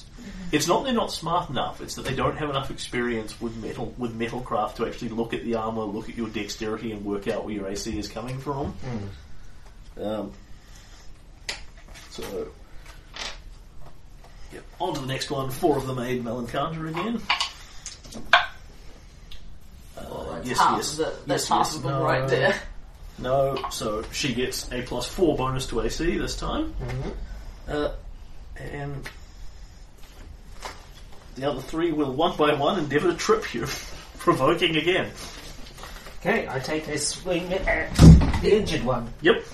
It's not they're not smart enough. It's that they don't have enough experience with metal with metalcraft to actually look at the armor, look at your dexterity, and work out where your AC is coming from. Um, so Yep. On to the next one. Four of them aid Melancanja again. Uh, That's yes, half yes, of the, that's yes, half yes, of them no, right there. No, so she gets a plus four bonus to AC this time, uh, and the other three will one by one endeavour to trip you, provoking again. Okay, I take a swing at the injured one, Yep,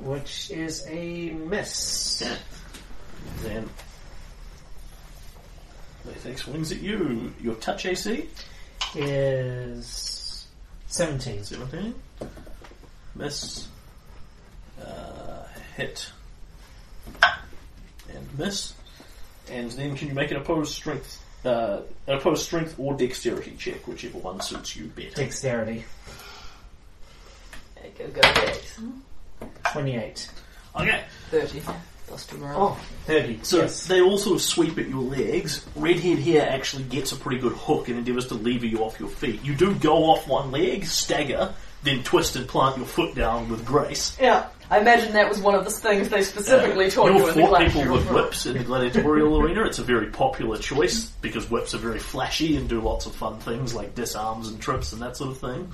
which is a miss. then they take swings at you. Your touch AC Is seventeen. 17. Miss. Uh, hit. And miss. And then can you make an opposed strength uh, an opposed strength or dexterity check, whichever one suits you better. Dexterity Go, go, Dex. Hmm? twenty-eight. Okay. Thirty. Plus two morale. Oh, 30. So yes. they all sort of sweep at your legs. Redhead here actually gets a pretty good hook and endeavours to lever you off your feet. You do go off one leg, stagger, then twist and plant your foot down with grace. Yeah, I imagine that was one of the things they specifically taught You'll you in the flaunt class. people with whips in the gladiatorial arena. It's a very popular choice because whips are very flashy and do lots of fun things like disarms and trips and that sort of thing.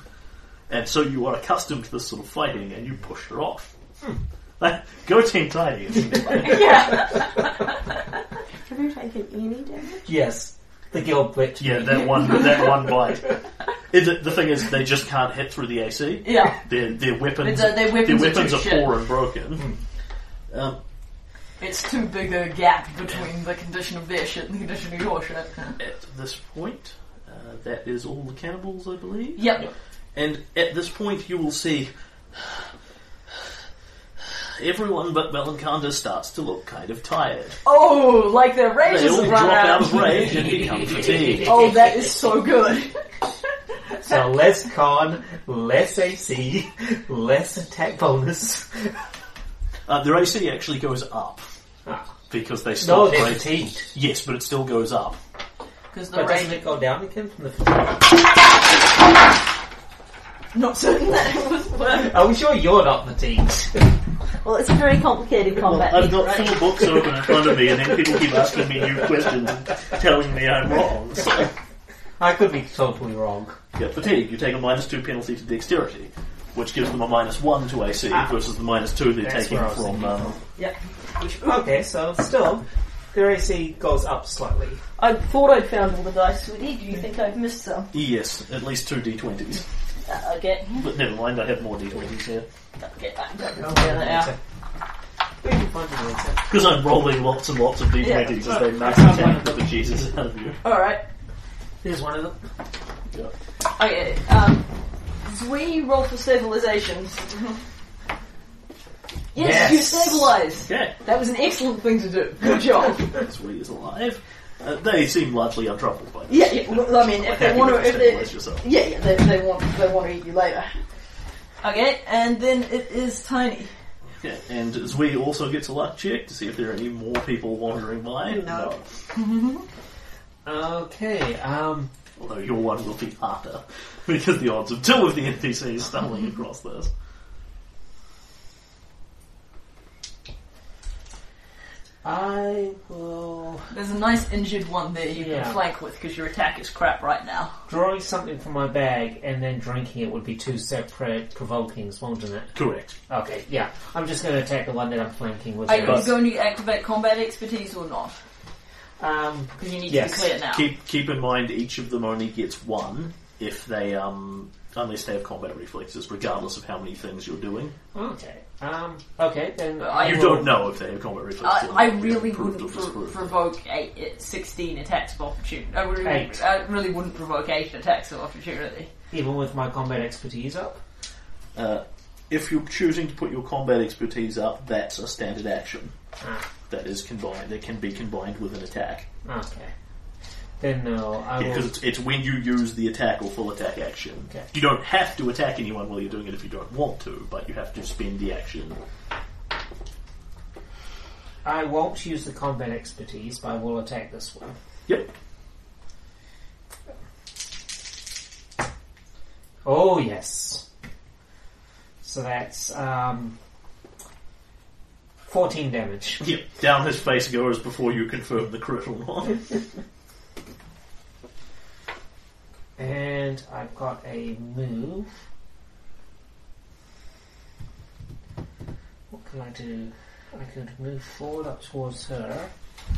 And so you are accustomed to this sort of fighting and you push her off. Hmm. go Team Tiny. yeah, Have you taken any damage? Yes. The girl blipped Yeah, me. that one, that one bite. It, the, the thing is, they just can't hit through the AC. yeah. Their their weapons, Their- their weapons their weapons are are, too shit. poor and broken. Um, It's too big a gap between the condition of their shit and the condition of your shit. at this point, uh, that is all the cannibals, I believe. Yep. And at this point, you will see everyone but Melanchanda starts to look kind of tired. Oh, like their rage They is all run drop out out. of rage and become fatigued. Oh, that is so good. So less con, less AC, less attack bonus. Uh, their AC actually goes up Ah. because they still No, they're play- fatigued. Yes, but it still goes up. Because the But doesn't rage. it go down again from the fatigue? Not certain that it was worth. Are we sure you're not fatigued? Well, it's a very complicated combat. I've got four books open in front of me, and then people keep asking me new questions and telling me I'm wrong. So, I could be totally wrong. yeah, fatigue. You take a minus two penalty to dexterity, which gives them a minus one to AC versus the minus two they're Ah. That's taking where I was from. thinking. Um, Yeah. Okay, so still, their AC goes up slightly. I thought I'd found all the dice we need. Do you think I've missed some? yes, at least two d20s. Uh, okay. But never mind, I have more d20s here Okay, I'm done. Okay, they are. We can find them later. because I'm rolling lots and lots of d20s as they max attack the Jesus out of you. Alright. Here's one of them. Okay, um, we roll for stabilizations. Yes, Yes. you stabilize. Okay, That was an excellent thing to do. Good job. sweet is alive. Uh, they seem largely untroubled by this. Yeah, yeah. well, I mean, if they Happy want to, with the if they, stabilise yourself. yeah, yeah, they, they want, they want to eat you later. Okay, and then it is Tiny. Yeah, and Zui also gets a luck check to see if there are any more people wandering by. No. Okay, um, Although your one will be harder, because the odds of two of the NPCs stumbling across this. I will There's a nice injured one there you Yeah. can flank with because your attack is crap right now. drawing something from my bag and then drinking it would be two separate provokings, wouldn't it? Correct. Okay, yeah. I'm just going to attack the one that I'm flanking with. Are you those. going to activate combat expertise or not? Um, Because you need Yes. to declare now. Keep keep in mind each of them only gets one if they um unless they have combat reflexes, regardless of how many things you're doing. okay. Um, okay, then I you will- don't know if they have combat reflexes. I, or not. I You really haven't proved wouldn't or pro- disproved. provoke eight, uh, 16 attacks of opportunity. I really, Eight. I really wouldn't provoke 8 attacks of opportunity. Even with my combat expertise up? Uh, if you're choosing to put your combat expertise up, that's a standard action Ah, that is combined. That can be combined with an attack. okay. Then no, I Because will. it's, it's when you use the attack or full attack action. Okay. You don't have to attack anyone while you're doing it if you don't want to, but you have to spend the action. I won't use the combat expertise, but I will attack this one. Yep. Oh yes. So that's um, fourteen damage. Yep. Down his face goes before you confirm the crit or not. And I've got a move. What can I do? I could move forward up towards her.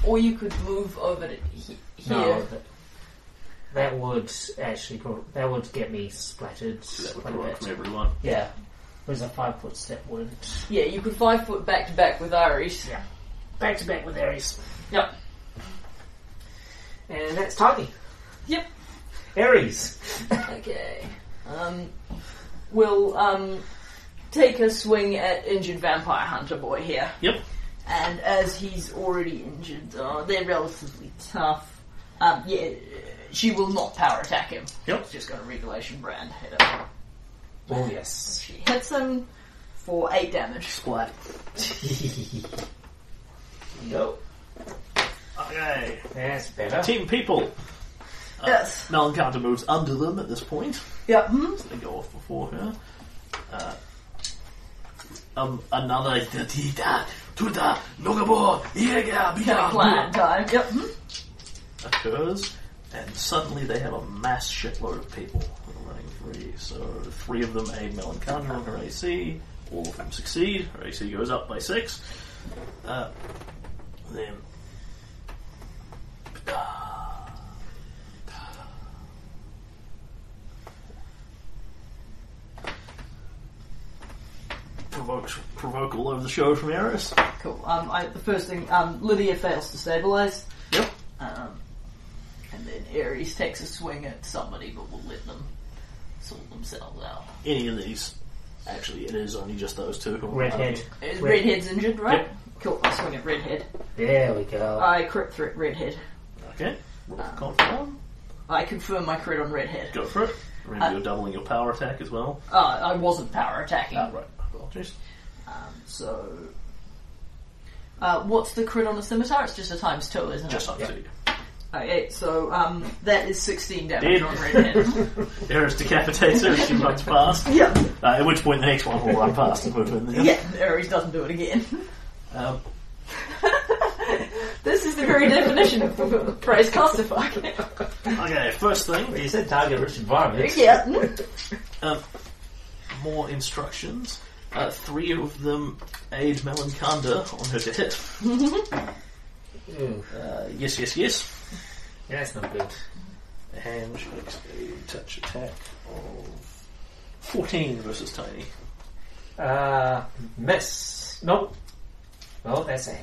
Or you could move over to he- here. No, that, that would actually prob- that would get me splattered So that would quite a provoke bit. from everyone. Yeah, whereas a five foot step wouldn't. Yeah, you could five foot back to back with Iris. Back to back with Ares, Yep. and that's tiny. Yep. Ares. Okay. Um, we'll um, take a swing at injured vampire hunter boy here. Yep. And as he's already injured, uh, they're relatively tough. Um, yeah, she will not power attack him. Yep. Just got a regulation brand hit him. Oh yes. She hits him for eight damage. Splat. Nope. Okay. That's better. Team people. Uh, Yes. Malencanta moves under them at this point. Yeah. Hmm? They go off before her. Uh, um, another Tita, Tuta, Nogabo, Irega, Bida Plan. Plan time. Yep. Hmm? occurs, and suddenly they have a mass shitload of people running free. So three of them aid Malencanta on her AC. All of them succeed. Her AC goes up by six. Uh, then. Provokes, provoke all over the show from Eris. Cool. Um, I, the first thing, um, Lydia fails to stabilize. Yep. Um, And then Ares takes a swing at somebody, but will let them sort themselves out. Any of these. Actually, it is only just those two. who are Redhead. Is Red- Redhead's injured, right? Yep. cool. I swing at redhead. There we go. I crit threat redhead. Okay. Roll for confirm. I confirm my crit on redhead. Go for it. Remember, you're doubling your power attack as well. Uh, I wasn't power attacking, Um, Ah, right. Apologies. so. Uh, what's the crit on the scimitar? It's just a times two, isn't Just it? up to you. Okay, so um, that is 16 damage Dead. on redhead. Eris decapitates her as she runs past. yeah, Uh, at which point the next one will run past and move in there. yeah, Ares doesn't do it again. Um, This is the very definition of the praise clusterfuck. okay, first thing, You said target rich environment. yeah. mm. um, more instructions. Uh, three of them aid Melancanda on her to hit. Ooh, Uh, yes, yes, yes. that's not good. And she makes a touch attack of 14 versus Tiny. Uh, miss. Nope. Oh, that's a.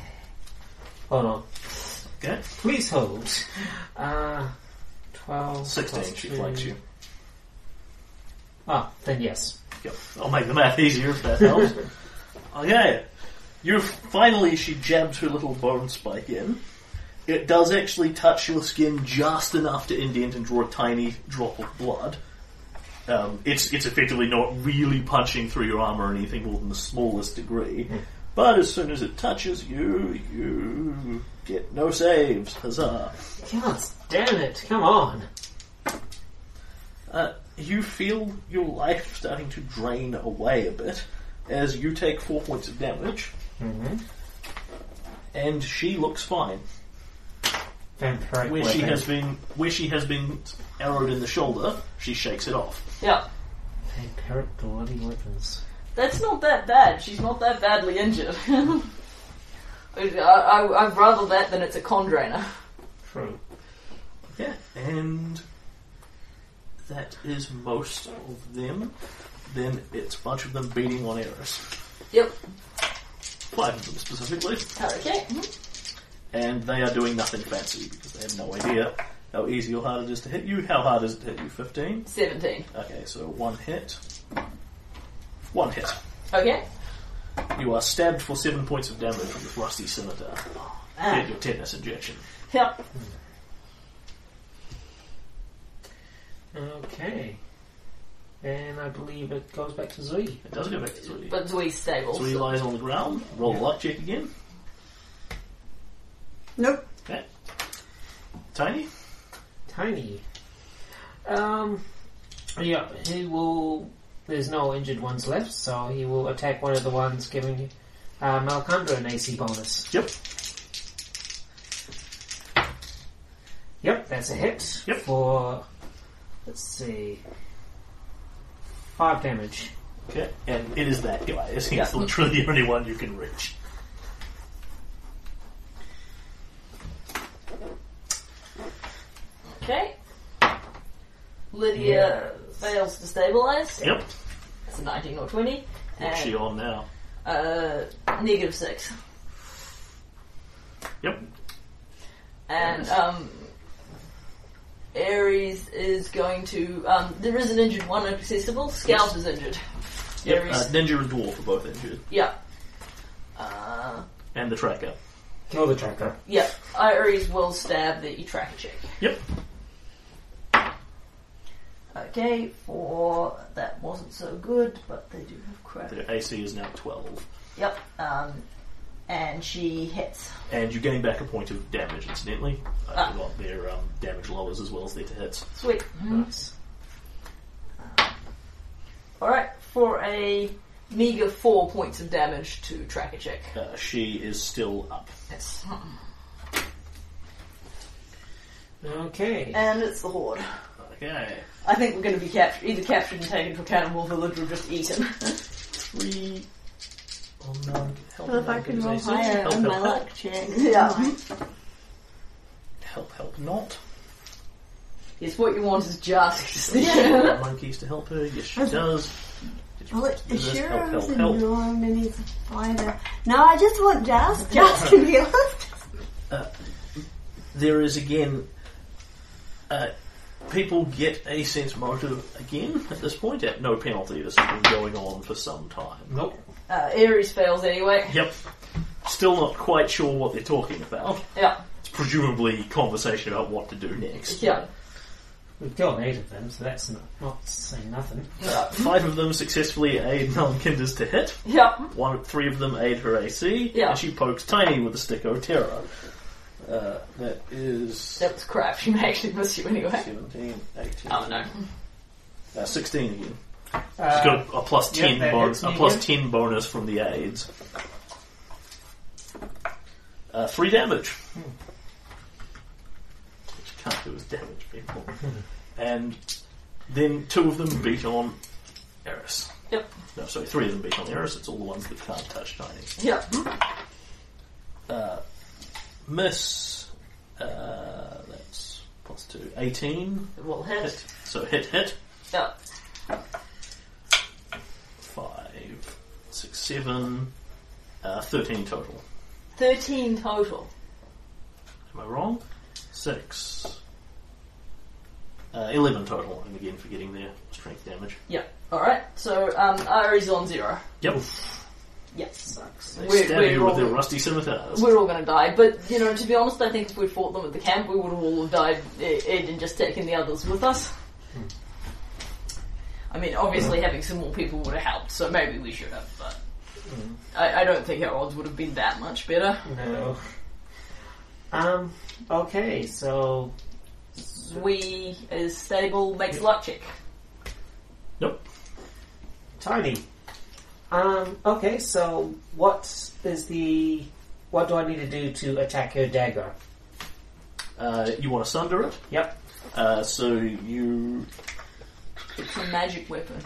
Hold on. Okay? Please hold. Uh, 12. 16, plus she two. flanks you. Ah, then yes. Yep. I'll make the math easier if that helps. okay. You finally she jabs her little bone spike in. It does actually touch your skin just enough to indent and draw a tiny drop of blood. Um, it's it's effectively not really punching through your armor or anything more than the smallest degree. But as soon as it touches you, you get no saves. Huzzah! God damn it, come on. Uh, you feel your life starting to drain away a bit as you take four points of damage, Mm-hmm. and she looks fine. Vampiric Where weapon. she has been, where she has been arrowed in the shoulder, she shakes it off. Yeah. Vampiric bloody weapons. That's not that bad. She's not that badly injured. I, I, I'd rather that than it's a con drainer. True. Yeah, and that is most of them. Then it's a bunch of them beating on Eris, Yep. five of them specifically, Okay. mhm. and they are doing nothing fancy because they have no idea how easy or hard it is to hit you. How hard is it to hit you? Fifteen. 17. Okay, so one hit. One hit. Okay. You are stabbed for seven points of damage with Rusty Scimitar. Ah. Get your tetanus injection. Yep. Okay. And I believe it goes back to Z. It does go back to three. But Zoe's stable. So he so- lies on the ground. Roll a luck check again. Nope. Okay. Tiny? Tiny. Um. Yeah, he will. There's no injured ones left, so he will attack one of the ones giving uh, Malcondra an AC bonus. Yep. Yep, that's a hit. Yep. For. Let's see. Five damage. Okay. And it is that guy. He's literally the only one you can reach. Okay. Lydia fails to stabilize. Yep. It's a 19 or 20. What's she And, on now? uh, negative 6. Yep. And, um, Ares is going to, um, there is an injured one accessible. Scout is injured. Yep. Ares. Uh, Ninja and Dwarf are both injured. Yeah. Uh, And the tracker. Kill the tracker. yeah. Ares will stab the tracker chick. Yep. Okay, for that wasn't so good, but they do have crap. Their AC is now 12. Yep. Um, and she hits. And you gain back a point of damage, incidentally. I Ah. forgot their um, damage lowers as well as their hits. Sweet. Mm-hmm. Nice. Alright, for a meager four points of damage to track a chick. Uh, she is still up. Yes. Okay. And it's the horde. Okay. I think we're going to be captured, either captured and taken to a cannibal village or just eaten. We. Oh no. Help, Well, if I can roll higher help, on my help, help, luck check, Yeah. I might. help, help, not. Yes, what you want is just. Got monkeys to help her. Yes, she does. Did you Well, it, do it this? sure help, is help, a help. norm and he's a fighter. No, I just want Jas. Jas can be honest. There is again. Uh, people get a sense motive again at this point at no penalty. This has been going on for some time. Nope. Uh, Ares fails anyway. Yep. Still not quite sure what they're talking about. Yeah, It's presumably conversation about what to do next. yeah. We've killed eight of them, so that's not, not saying nothing. Uh, five of them successfully aid Nullkinders to hit. Yeah. One, three of them aid her AC. Yeah. And she pokes Tiny with a stick of terror. Uh, that is That was crap. She may actually miss you anyway. 17, 18. Oh no. Uh, 16 again. Uh, She's got a, a plus yeah, 10 that bonus, hits a me plus 10 bonus from the aids. Uh, three damage. Which can't do as damage, people. and then two of them beat on Eris. Yep. No, sorry, three of them beat on Eris. It's all the ones that can't touch Tiny. Yeah. Miss. Uh, that's plus two. 18. Well hit. Hit. So hit, hit. Yeah. Five, six, seven. Uh, 13 total. Thirteen total. Am I wrong? Six. Uh, 11 total. I'm again forgetting their strength damage. Yeah. Alright, so um Ares on zero. Yep. Yes. Sucks. They We're, stab we're, you with their all, rusty scimitars. we're all gonna die. But you know, to be honest, I think if we'd fought them at the camp we would have all have died eh, eh, and just taken the others with us. I mean, obviously having some more people would have helped, so maybe we should have, but I, I don't think our odds would have been that much better. No. Um, okay, so We is stable makes luck check. Nope. Tiny. Um, okay, so what is the what do I need to do to attack her dagger? Uh, you want to sunder it? Yep. Uh, so you. It's a magic weapon.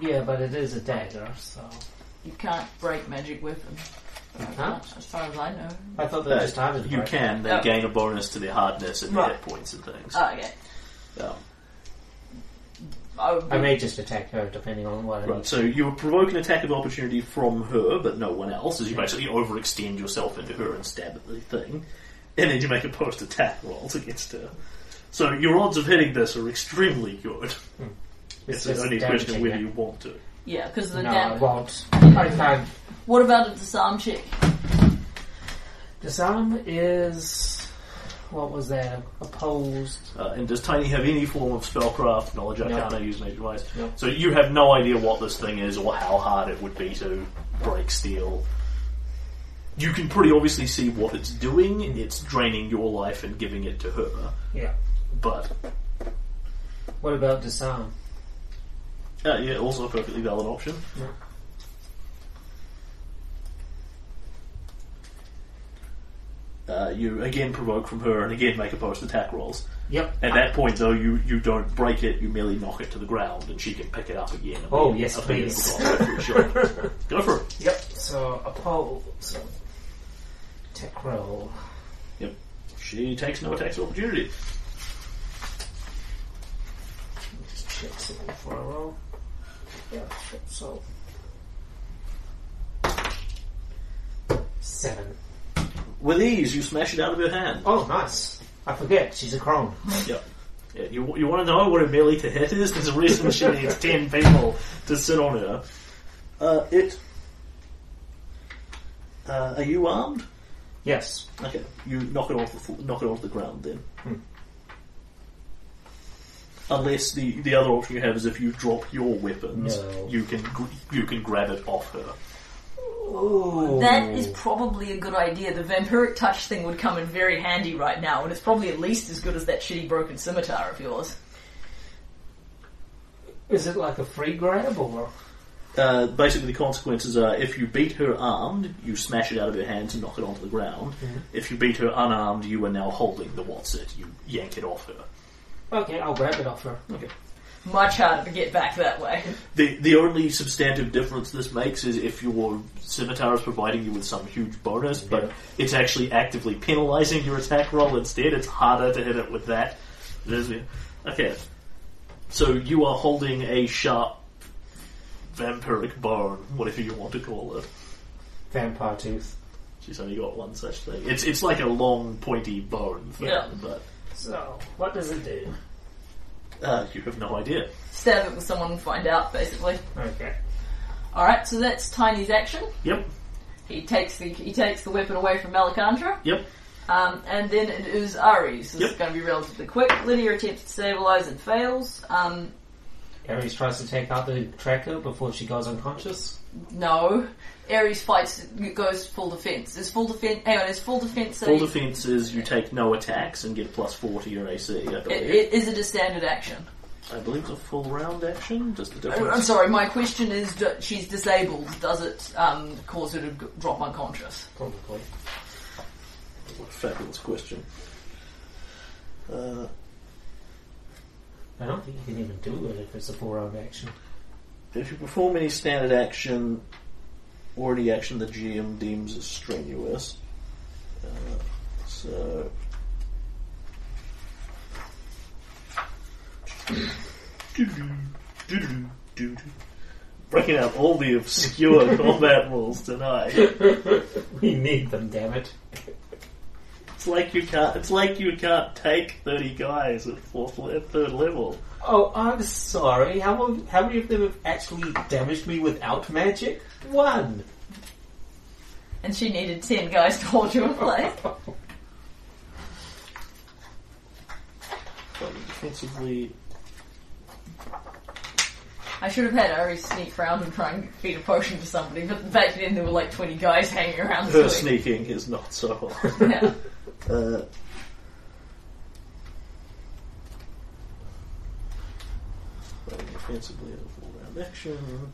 Yeah, but it is a dagger, so You can't break magic weapon. Huh? As far as I know. I thought that was time. uh, you can. They Oh. gain a bonus to their hardness and their Right. hit points and things. Oh, okay. Um, I would be, I may just attack her depending on what. Right, so you would provoke an attack of opportunity from her, but no one else, as you basically overextend yourself into her and stab at the thing, and then you make a post attack rolls against her. So your odds of hitting this are extremely good. It's, just only a question of damaging whether it. you want to. yeah, because the No, I dam- won't. I can't. What about a disarm check? Disarm is what was that? Opposed. Uh, and does Tiny have any form of spellcraft, knowledge No. arcana, use magic device? No. So you have no idea what this thing is or how hard it would be to break steel. You can pretty obviously see what it's doing. It's draining your life and giving it to her. Yeah. But What about disarm? Uh, yeah, also a perfectly valid option. Yeah. Uh, you again provoke from her and again make opposed attack rolls. Yep. At that point, though, you, you don't break it, you merely knock it to the ground and she can pick it up again. Oh, yes, I think it's please. got it for sure. Go for it. Yep. So opposed. Tech roll. Yep. She takes no attacks of opportunity. Just check something for a roll. Yeah, sure. So. Seven. With ease, you smash it out of her hand. Oh, nice. I forget, she's a crone. Yep. Yeah, you you want to know what a melee to hit is? There's a reason she needs ten people to sit on her. Uh, it. Uh, are you armed? Yes. Okay, you knock it off the fo- knock it off the ground then. Unless the, the other option you have is if you drop your weapons, No. you can gr- you can grab it off her. Ooh. That is probably a good idea. The vampiric touch thing would come in very handy right now, and it's probably at least as good as that shitty broken scimitar of yours. Is it like a free grab or? Uh, basically, the consequences are if you beat her armed, you smash it out of her hands and knock it onto the ground. If you beat her unarmed, you are now holding the what's it. You yank it off her. Okay, I'll grab it off her. Much harder to get back that way. The the only substantive difference this makes is if your scimitar is providing you with some huge bonus, but Yeah. it's actually actively penalizing your attack roll instead. It's harder to hit it with that. It is- Okay, so you are holding a sharp vampiric bone, whatever you want to call it. Vampire tooth. She's only got one such thing. It's it's like a long pointy bone thing, Yeah. but So, what does it do? uh, you have no idea. Stab it with someone and find out, basically. Okay. Alright, so that's Tiny's action. Yep, He takes the he takes the weapon away from Malacandra. yep. Um, and then it is Ari's. This is Yep. going to be relatively quick. Lydia attempts to stabilise and fails. Um, Ares tries to take out the tracker before she goes unconscious. no. Ares fights, goes full defence. Is full defence, hang on, is full defence a, Full defense is you take no attacks and get a plus four to your AC. I i- believe. i- is it a standard action? I believe it's a full round action. Just the I- difference. I'm sorry, my question is, do- she's disabled. Does it um, cause her to g- drop unconscious? Probably. What a fabulous question. Uh, I don't think you can even do it if it's a four round action. if you perform any standard action or any action the GM deems as strenuous, uh, so. Breaking out all the obscure combat rules tonight. We need them, damn it. It's like you can't. It's like you can't take thirty guys at fourth, le- at third level. Oh, I'm sorry. How, how many of them have actually damaged me without magic? One. And she needed 10 guys to hold you in place. But defensively, I should have had Ares sneak round and try and feed a potion to somebody, but back then there were like 20 guys hanging around. her so- sneaking is not so hot. Yeah. Uh, but defensively, a full round action.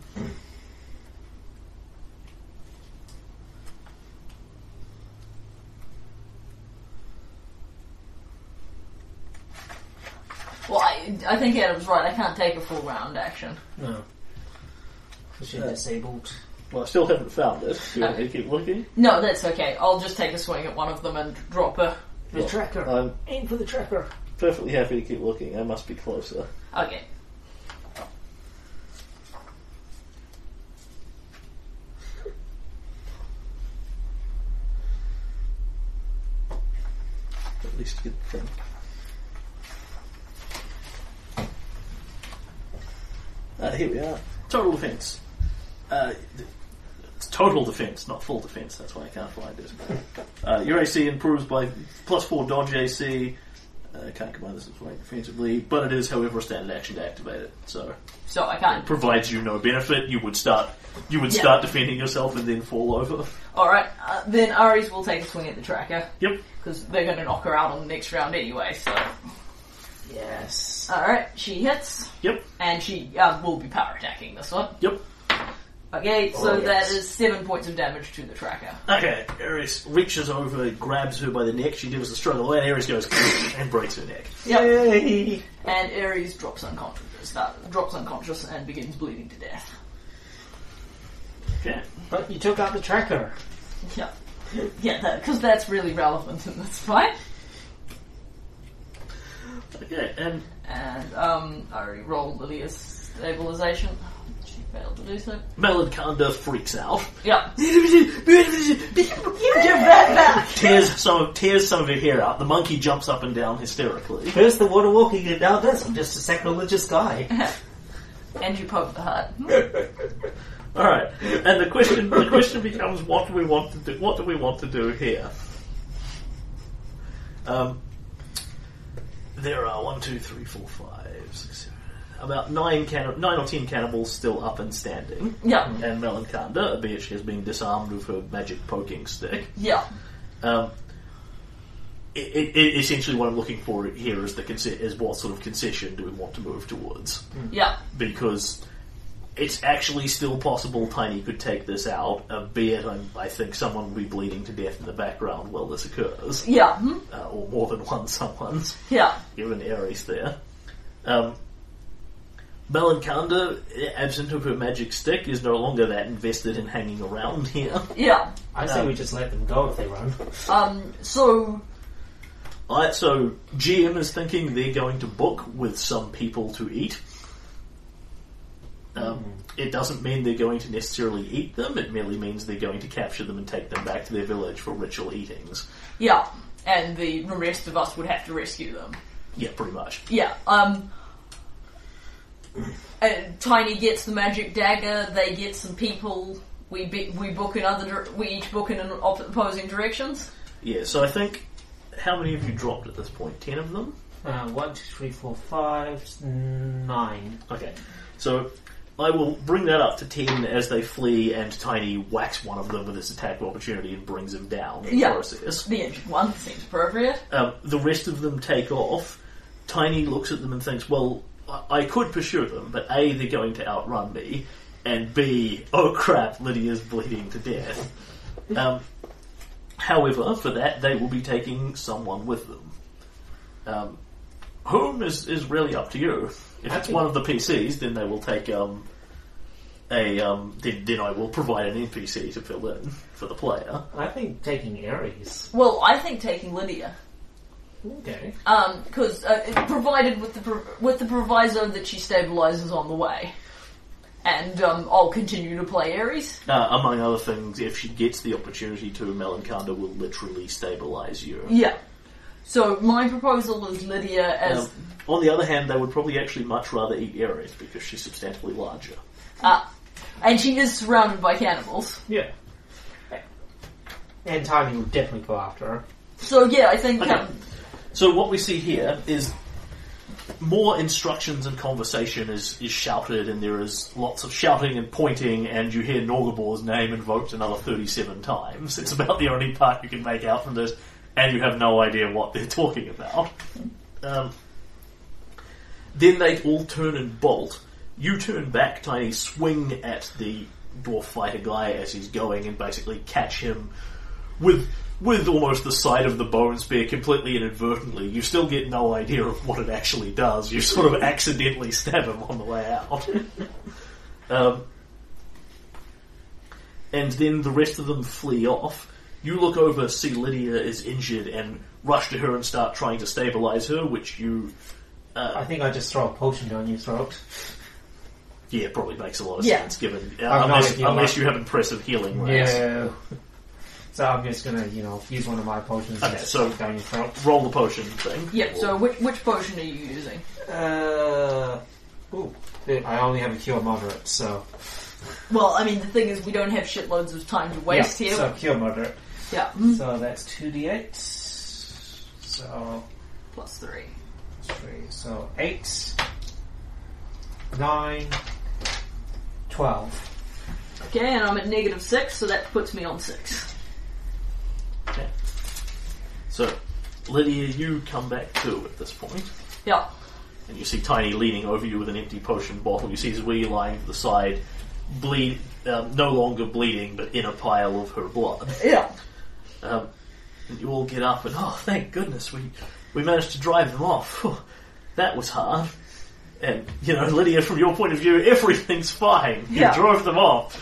Well, I, I think Adam's right. I can't take a full round action. No. Was she disabled? Well, I still haven't found it. Do you want me to keep looking? No, that's okay. I'll just take a swing at one of them and drop her. The tracker. I'm Aim for the tracker. perfectly happy to keep looking. I must be closer. Okay. At least good thing. Uh, here we are. Total defense. Uh, th- it's total defense, not full defense. That's why I can't find it. Uh, your AC improves by plus four dodge AC. Uh, can't combine this with rank defensively, but it is, however, a standard action to activate it. So So I can't. provides you no benefit. You would start, you would Yeah. start defending yourself and then fall over. Alright, uh, then Ares will take a swing at the tracker. Yep. Because they're going to knock her out on the next round anyway, so. Yes. Alright, she hits. Yep. And she uh, will be power attacking this one. Yep. Okay, so Oh, yes. that is seven points of damage to the tracker. Okay, Ares reaches over, grabs her by the neck. She gives a struggle, and Ares goes and breaks her neck. Yay! And Ares drops unconscious, start, drops unconscious and begins bleeding to death. Okay, But you took out the tracker. Yeah, yeah, because that's really relevant in this fight. okay, and And um, I already rolled Lydia's stabilization. She failed to do so. Melanconda freaks out, Yeah. Give that back. tears some tears some of her hair out. The monkey jumps up and down hysterically. First the water walking and now this. I'm just a sacrilegious guy. And you poke the heart. All right, and the question the question becomes: What do we want to do? What do we want to do here? Um, there are one, two, three, four, five, six, seven. about nine canni- nine or ten cannibals still up and standing, Yeah, and Melancanda, albeit she has been disarmed with her magic poking stick. yeah. Um, i i i essentially, what I'm looking for here is the conce- is what sort of concession do we want to move towards? Yeah, Because it's actually still possible Tiny could take this out, uh, albeit I'm, um, I think someone will be bleeding to death in the background while this occurs, yeah, hmm, uh, or more than one someone's yeah, given Ares there. Um, Melancanda, absent of her magic stick, is no longer that invested in hanging around here. yeah. I say we just let them go if they run. Um, so Alright, so GM is thinking they're going to book with some people to eat. Um, It doesn't mean they're going to necessarily eat them, it merely means they're going to capture them and take them back to their village for ritual eatings. yeah, and the rest of us would have to rescue them. Yeah, pretty much. Yeah. Um. And Tiny gets the magic dagger. They get some people. We be, we book in other. dir- We each book in an op- opposing directions. Yeah, so I think. How many have you dropped at this point? Ten of them? Uh, one, two, three, four, five, s- nine. Okay. So I will bring that up to 10 as they flee, and Tiny whacks one of them with his attack of opportunity and brings him down in Yeah. the process. The injured one seems appropriate. Um, the rest of them take off. Tiny looks at them and thinks, well, I-, I could pursue them, but A, they're going to outrun me, and B, oh crap, Lydia's bleeding to death. Um, however, for that, they will be taking someone with them. Um, whom is, is really up to you. If I it's think- one of the PCs, then they will take um, a. Um, then, then I will provide an NPC to fill in for the player. I think taking Aries. Well, I think taking Lydia. Okay. because uh, it- provided with the pro- with the proviso that she stabilizes on the way, and um, I'll continue to play Ares. Uh, among other things, if she gets the opportunity to, Melancanda will literally stabilize you. Yeah. So my proposal is Lydia as Um, on the other hand, they would probably actually much rather eat Ares because she's substantially larger. uh, and she is surrounded by cannibals. Yeah. And Tiny will definitely go after her. So yeah, I think Okay. um, So what we see here is more instructions and conversation is, is shouted, and there is lots of shouting and pointing, and you hear Norgabor's name invoked another 37 times. It's about the only part you can make out from this, and you have no idea what they're talking about. Um, then they all turn and bolt. You turn back, Tiny, swing at the dwarf fighter guy as he's going, and basically catch him with with almost the side of the bone spear completely inadvertently, you still get no idea of what it actually does. You sort of accidentally stab him on the way out. um, and then the rest of them flee off. You look over, see Lydia is injured, and rush to her and start trying to stabilize her, which you, I think I just throw a potion down your throat. yeah, probably makes a lot of Yeah. sense given. Uh, not unless if you unless like- you have impressive healing rates. so I'm just gonna, you know, use one of my potions Okay, and so- so down your throat. Roll the potion thing. yeah. So which which potion are you using? Uh, ooh, I only have a cure moderate, so Well, I mean the thing is we don't have shitloads of time to waste yeah, here. So cure moderate. Yeah, mm, So that's two d8. So plus three. three. So eight, nine, twelve. Okay, and I'm at negative six, so that puts me on six. Okay. So, Lydia, you come back too at this point, Yeah. and you see Tiny leaning over you with an empty potion bottle. You see his wee lying to the side, bleed, um, no longer bleeding, but in a pile of her blood. Yeah. Um, and you all get up and oh, thank goodness we we managed to drive them off. Phew, that was hard. And you know, Lydia, from your point of view, everything's fine. You Yeah. drove them off.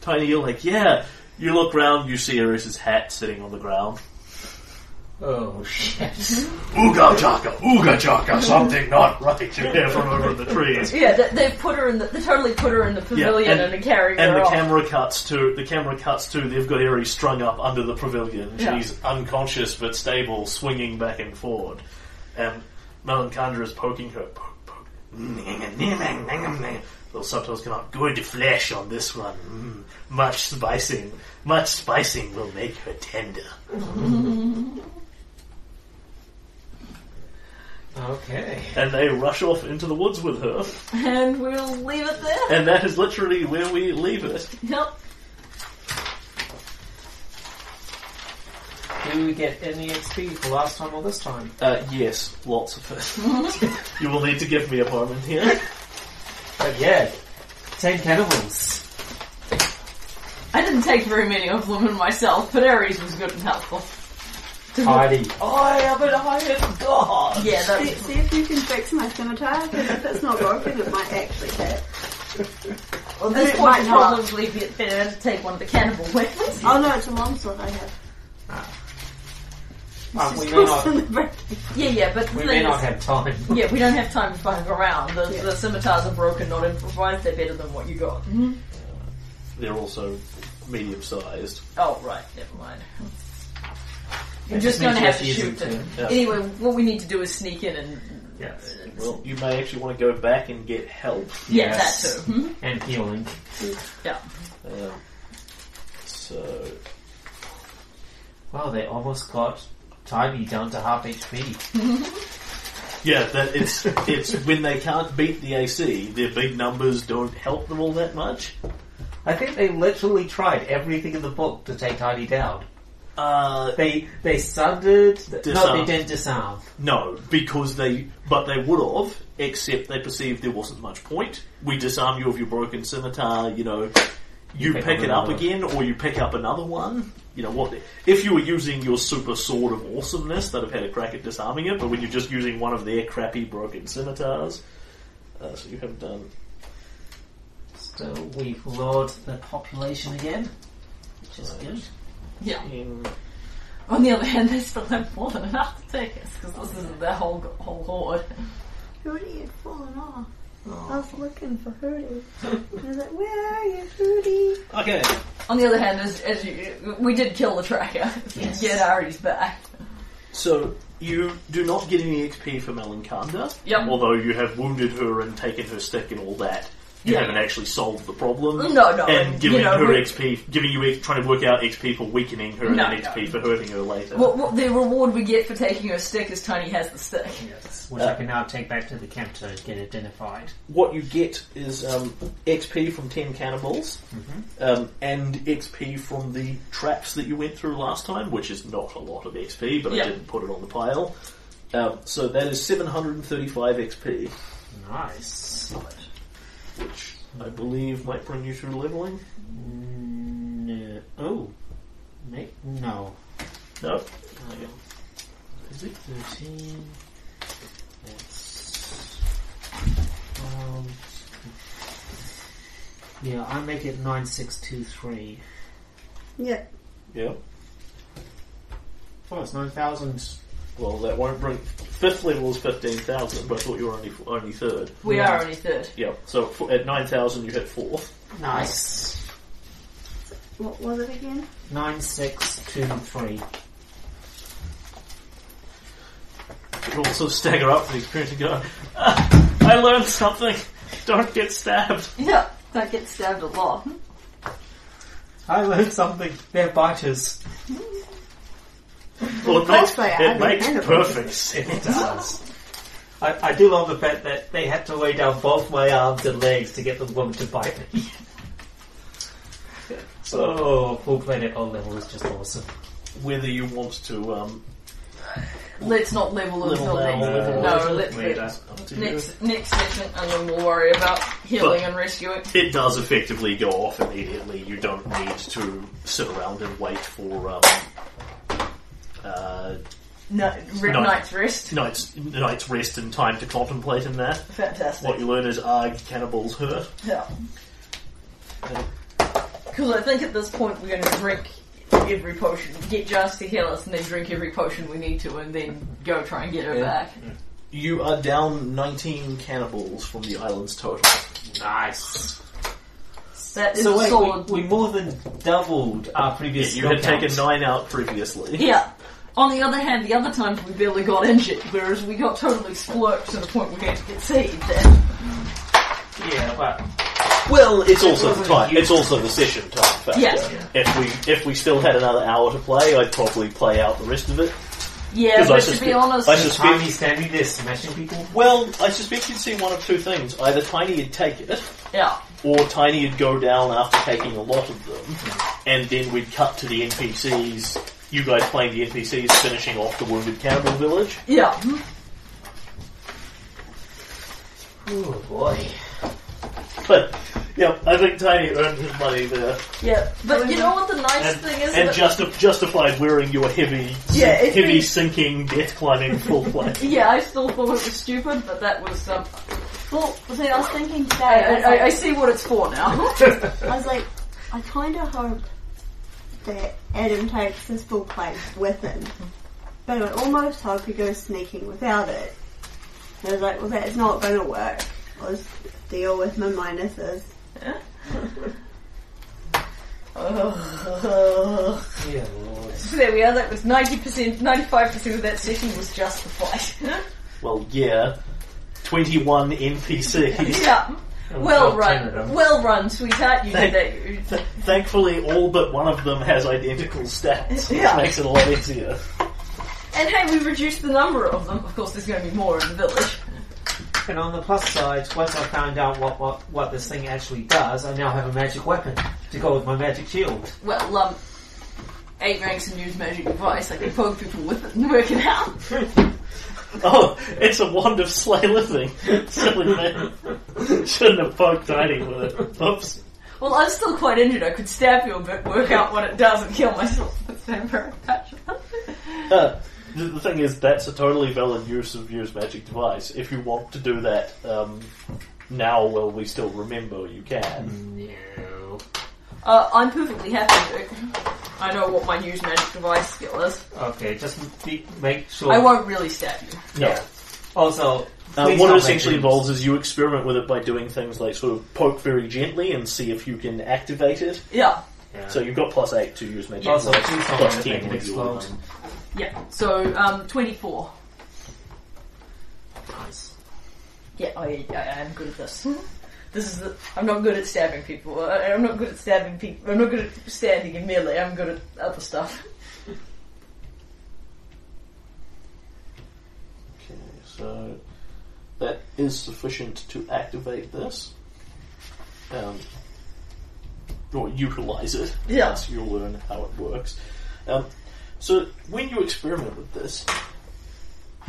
Tiny, you're like, yeah. You look round, you see Iris's hat sitting on the ground. Oh shit! Ooga chaka, ooga chaka, something not right. You hear from over the trees. Yeah, they, they've put her in the, they totally put her in the pavilion and- and, are carrying And her the off. camera cuts to the camera cuts to they've got Eri strung up under the pavilion. Yeah. She's unconscious but stable, swinging back and forward. And Melancandra is poking her. Poke, poke. Little subtitles come up. Good flesh on this one. Mm, much spicing. Much spicing will make her tender. Okay. and they rush off into the woods with her. And we'll leave it there. And that is literally where we leave it. Yep. Do we get any XP for last time or this time? Uh, yes, lots of it. you will need to give me a moment here. But yeah, ten cannibals. I didn't take very many of them in myself, but Ares was good and helpful. Tidy. I am an iron god! Yeah, that See, see if you can fix my scimitar, because if it's not broken, it might actually hit. Well, this it point might not. probably be better to take one of the cannibal weapons. Oh no, it's a longsword I have. Um, we It's may not. constantly breaking. Yeah, yeah, but the We thing may is, not have time. yeah, we don't have time to fuck around. The, Yeah. the scimitars are broken, not improvised. They're better than what you got. Mm-hmm. They're also medium sized. Oh, right, never mind. We're It just just going to makes have to it easier shoot them. to- yeah. Anyway, what we need to do is sneak in and Yes. Well, you may actually want to go back and get help. yeah, Yes. that too. Hmm? And healing. Yeah. Um, so, Wow, they almost got Tidy down to half HP. yeah, that it's it's when they can't beat the AC, their big numbers don't help them all that much. I think they literally tried everything in the book to take Tidy down. Uh, They they sundered. No, Disarm. they didn't disarm. no, because they but they would have, except they perceived there wasn't much point. We disarm you of your broken scimitar, you know. You pick pick, up it up another. again, or you pick up another one. You know what? If you were using your super sword of awesomeness, that'd have had a crack at disarming it. But when you're just using one of their crappy broken scimitars, uh, so you have done So we've lowered the population again, which is good. Yeah. in On the other hand, they still have more than enough to take us, because this is their whole, whole horde. Hootie had fallen off. I was looking for Hootie. And I was like, where are you, Hootie? Okay. On the other hand, as, as you, we did kill the tracker. Yes. Get Ari's back. So you do not get any XP for Melankanda. Yep. Although you have wounded her and taken her stick and all that. You Yeah. haven't actually solved the problem. No, no, And and, giving you know, her we- XP, giving you ex- trying to work out XP for weakening her and No, then no. XP for hurting her later. What, what the reward we get for taking her stick is Tony has the stick. Yes, which I can now take back to the camp to get identified. what you get is um, XP from 10 cannibals um, and XP from the traps that you went through last time, which is not a lot of XP, but Yeah. I didn't put it on the pile. Um, so that is 735 XP, Nice. which I believe might bring you through leveling. No. Oh. May- No. No? Um, is it 13? That's. Um, yeah, I make it 9623. Yeah. Yeah. Oh, it's 9,000. Well, that won't bring. Fifth level is 15,000, but I thought you were only, only third. We Yeah. are only third. Yeah, so f- at 9,000 you hit fourth. Nice. What was it again? 9623. You also stagger up for the experience and go, "Ah, I learned something! Don't get stabbed! Yeah, that gets stabbed a lot. I learned something. They're biters. Well, it makes, it cosplay, I'd be makes kind of- perfect sense. It does. I, I do love the fact that they had to lay down both my arms and legs to get the woman to bite me. so, full play at all level is just awesome. Whether you want to, um, Let's not level until Level next. down. No, let's Wait, wait. uh, that's- up to you. next next session, and then we'll worry about healing But- and rescuing. it does effectively go off immediately. You don't need to sit around and wait for um, uh, No, Red No. Knight's rest. night's, night's rest and time to contemplate in that. Fantastic. What you learn is arg cannibals hurt. Yeah. Because I think at this point we're going to drink every potion, get Jazz to heal us, and then drink every potion we need to, and then go try and get her Yeah. back. You are down 19 cannibals from the island's total. Nice. That is So a wait, sword. we, we more than doubled our previous You had skill count. taken 9 out previously. Yeah. On the other hand, the other times we barely got injured, whereas we got totally splurged to the point we had to get saved. Then. Yeah, well, Well, it's also wasn't the time. huge. It's also the session time factor. Yeah. If we if we still had another hour to play, I'd probably play out the rest of it. Yeah, 'Cause I but to suspect- be honest, I Is suspect Harvey standing there smashing people? Well, I suspect you'd see one of two things. Either Tiny would take it, yeah, or Tiny would go down after taking a lot of them, and then we'd cut to the NPCs, you guys playing the NPCs, finishing off the Wounded Cannibal Village. yeah. Oh boy. But, yeah, I think Tiny earned his money there, Yeah, but you know what the nice and, thing is? and that- justi- justified wearing your heavy, Yeah, it's heavy been- sinking, death climbing full plate. yeah, I still thought it was stupid, but that was. Um, Well, see, I was thinking today. I, I, was I, I like- see what it's for now. I was like, I kind of hope that Adam takes his full plate with him, but I almost hope he goes sneaking without it. And I was like, well, that's not going to work. I'll just deal with my minuses. Yeah, Lord. So there we are, that was 90%, 95% of that session was just the fight. Well, yeah, 21 NPCs. yeah. Oh, Well God, ten of run, them. well run, sweetheart, you did that. You- Th- Thankfully, all but one of them has identical stats, which Yeah. makes it a lot easier. And hey, we reduced the number of them. Of course, there's going to be more in the village. And on the plus side, once I found out what, what, what this thing actually does, I now have a magic weapon to go with my magic shield. Well, um, eight ranks and use magic device. I can poke people with it and work it out. Oh, it's a wand of slay living. Silly man. Shouldn't have poked Tiny with it. Oops. Well, I'm still quite injured. I could stab you a bit, work out what it does, and kill myself. That's not very much. Uh, the, the thing is, that's a totally valid use of use magic device. If you want to do that um, now while we still remember, you Mm. can. No. Uh, I'm perfectly happy, Vic. I know what my use magic device skill is. Okay, just be, make sure. I won't really stab you. No. Yeah. Also, Uh, please what it don't essentially make things- involves is you experiment with it by doing things like sort of poke very gently and see if you can activate it. Yeah, Yeah. So you've got plus 8 to use magic also, device. please don't plus make it 10 when you explode. roll. yeah. So, um, 24. Nice. Yeah, I, I am good at this. This is the. I'm not good at stabbing people. I, I'm not good at stabbing people. I'm not good at standing in melee. I'm good at other stuff. Okay, so that is sufficient to activate this. Um, or utilize it. Yeah. Once you learn how it works. Um, so when you experiment with this,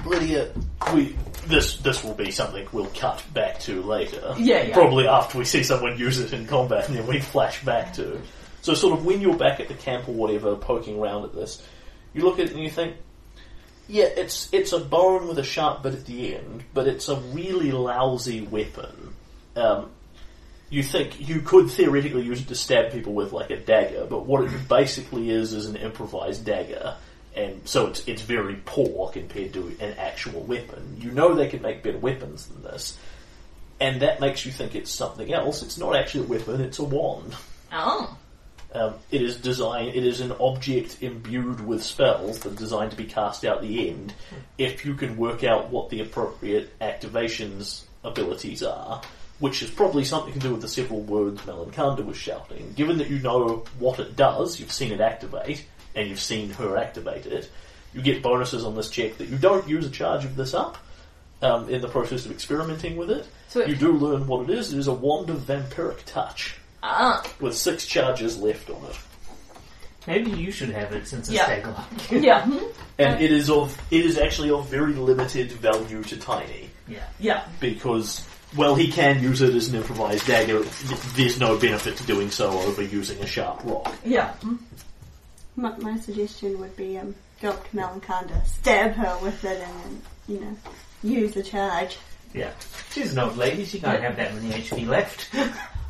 Lydia, we this this will be something we'll cut back to later. Yeah, yeah. Probably after we see someone use it in combat, and then we flash back to. So sort of when you're back at the camp or whatever, poking around at this, you look at it and you think, yeah, it's it's a bone with a sharp bit at the end, but it's a really lousy weapon. Um, you think you could theoretically use it to stab people with like a dagger, but what it basically is is an improvised dagger, and so it's it's very poor compared to an actual weapon. You know they can make better weapons than this, and that makes you think it's something else. It's not actually a weapon; it's a wand. Oh. Um, it is designed. It is an object imbued with spells that are designed to be cast out the end. If you can work out what the appropriate activations abilities are, which is probably something to do with the several words Melankanda was shouting. Given that you know what it does, you've seen it activate, and you've seen her activate it, you get bonuses on this check that you don't use a charge of this up. Um, in the process of experimenting with it, So it- you do learn what it is. It is a wand of vampiric touch Ah. with six charges left on it. Maybe you should have it since it's Yeah. tag along. Yeah. mhm. And it is of it is actually of very limited value to Tiny Yeah. Yeah. because well he can use it as an improvised dagger. There's no benefit to doing so over using a sharp rock. Yeah. mhm. My, my suggestion would be um, go up to Melankanda, stab her with it, and then, you know, use the charge. Yeah. She's an old lady, she can't have that many HP left.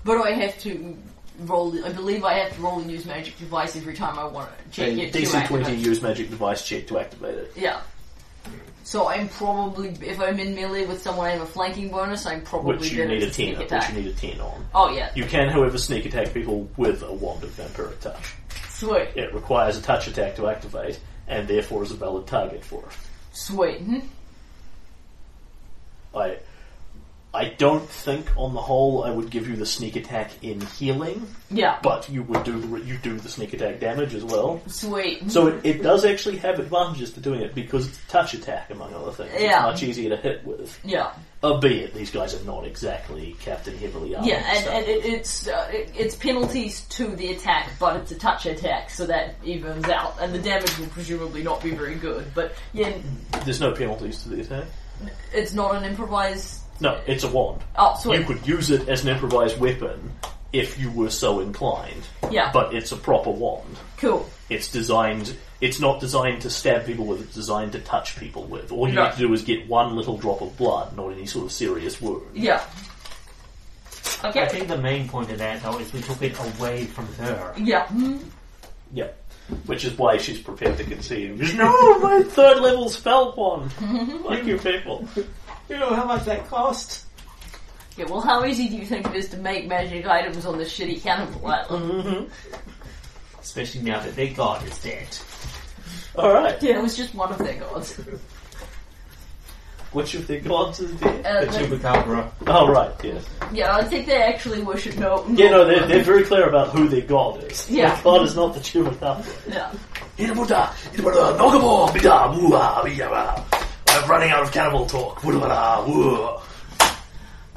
But do I have to roll. I believe I have to roll and use magic device every time I want to check And it. to DC twenty activate. use magic device check to activate it. Yeah. So I'm probably. If I'm in melee with someone, I have a flanking bonus. I'm probably. Which you better need to a ten. sneak Which attack. you need a ten on. Oh yeah. You can, however, sneak attack people with a wand of vampiric touch. Sweet. It requires a touch attack to activate, and therefore is a valid Hmm? target for it. Sweet. mhm. I I don't think, on the whole, I would give you the sneak attack in healing, Yeah. but you would do the- you do the sneak attack damage as well. Sweet. Hmm? So it, it does actually have advantages to doing it because it's touch attack, among other things. Yeah. It's much easier to hit with. yeah. Albeit these guys are not exactly Captain Heavily Armed. Yeah, and, so- and it, it's uh, it, it's penalties to the attack, but it's a touch attack, so that evens out, and the damage will presumably not be very good. But yeah, There's no penalties to the attack. it's not an improvised. No, it's a wand. Oh, sweet. You could use it as an improvised weapon if you were so inclined. Yeah. But it's a proper wand. cool. It's designed. It's not designed to stab people with. It's designed to touch people with. All you No. need to do is get one little drop of blood, not any sort of serious wound. Yeah. I Okay. think the main point of that though is we took it away from her. Yeah. Mm. Yeah, which is why she's prepared to concede. Because, no, my third level spell wand. like you people. You know how much that cost? Yeah. Well, how easy do you think it is to make magic items on this shitty cannibal island? Mm-hmm. Especially now that their god is dead. All right. Yeah. It was just one of their gods. Which of the gods is there? Uh, the the- chupacabra. oh, right. Yeah. yeah, I think they actually worship no. Yeah. No, they're, they're very clear about who their god is. Yeah. Their god is not the Chupacabra. Yeah. Hirabuta, Hirabuta, Nogamo, Bida, Woo-ah, Bida, I'm running out of cannibal talk. Woo-ah, woo. All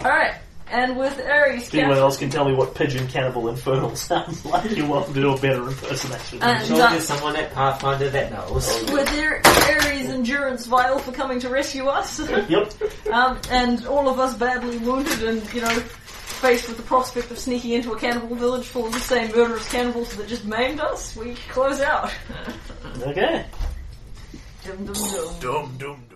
right. And with Ares, If anyone captured- else can tell me what pigeon cannibal infernal sounds like, you're welcome to do a better impersonation. Uh, I'm So- sure there's someone at Pathfinder that Oh, knows. with their Ares endurance vile for coming to rescue us, yep. um, and all of us badly wounded and, you know, faced with the prospect of sneaking into a cannibal village full of the same murderous cannibals that just maimed us, we close out. Okay. Dum dum dum. Dum dum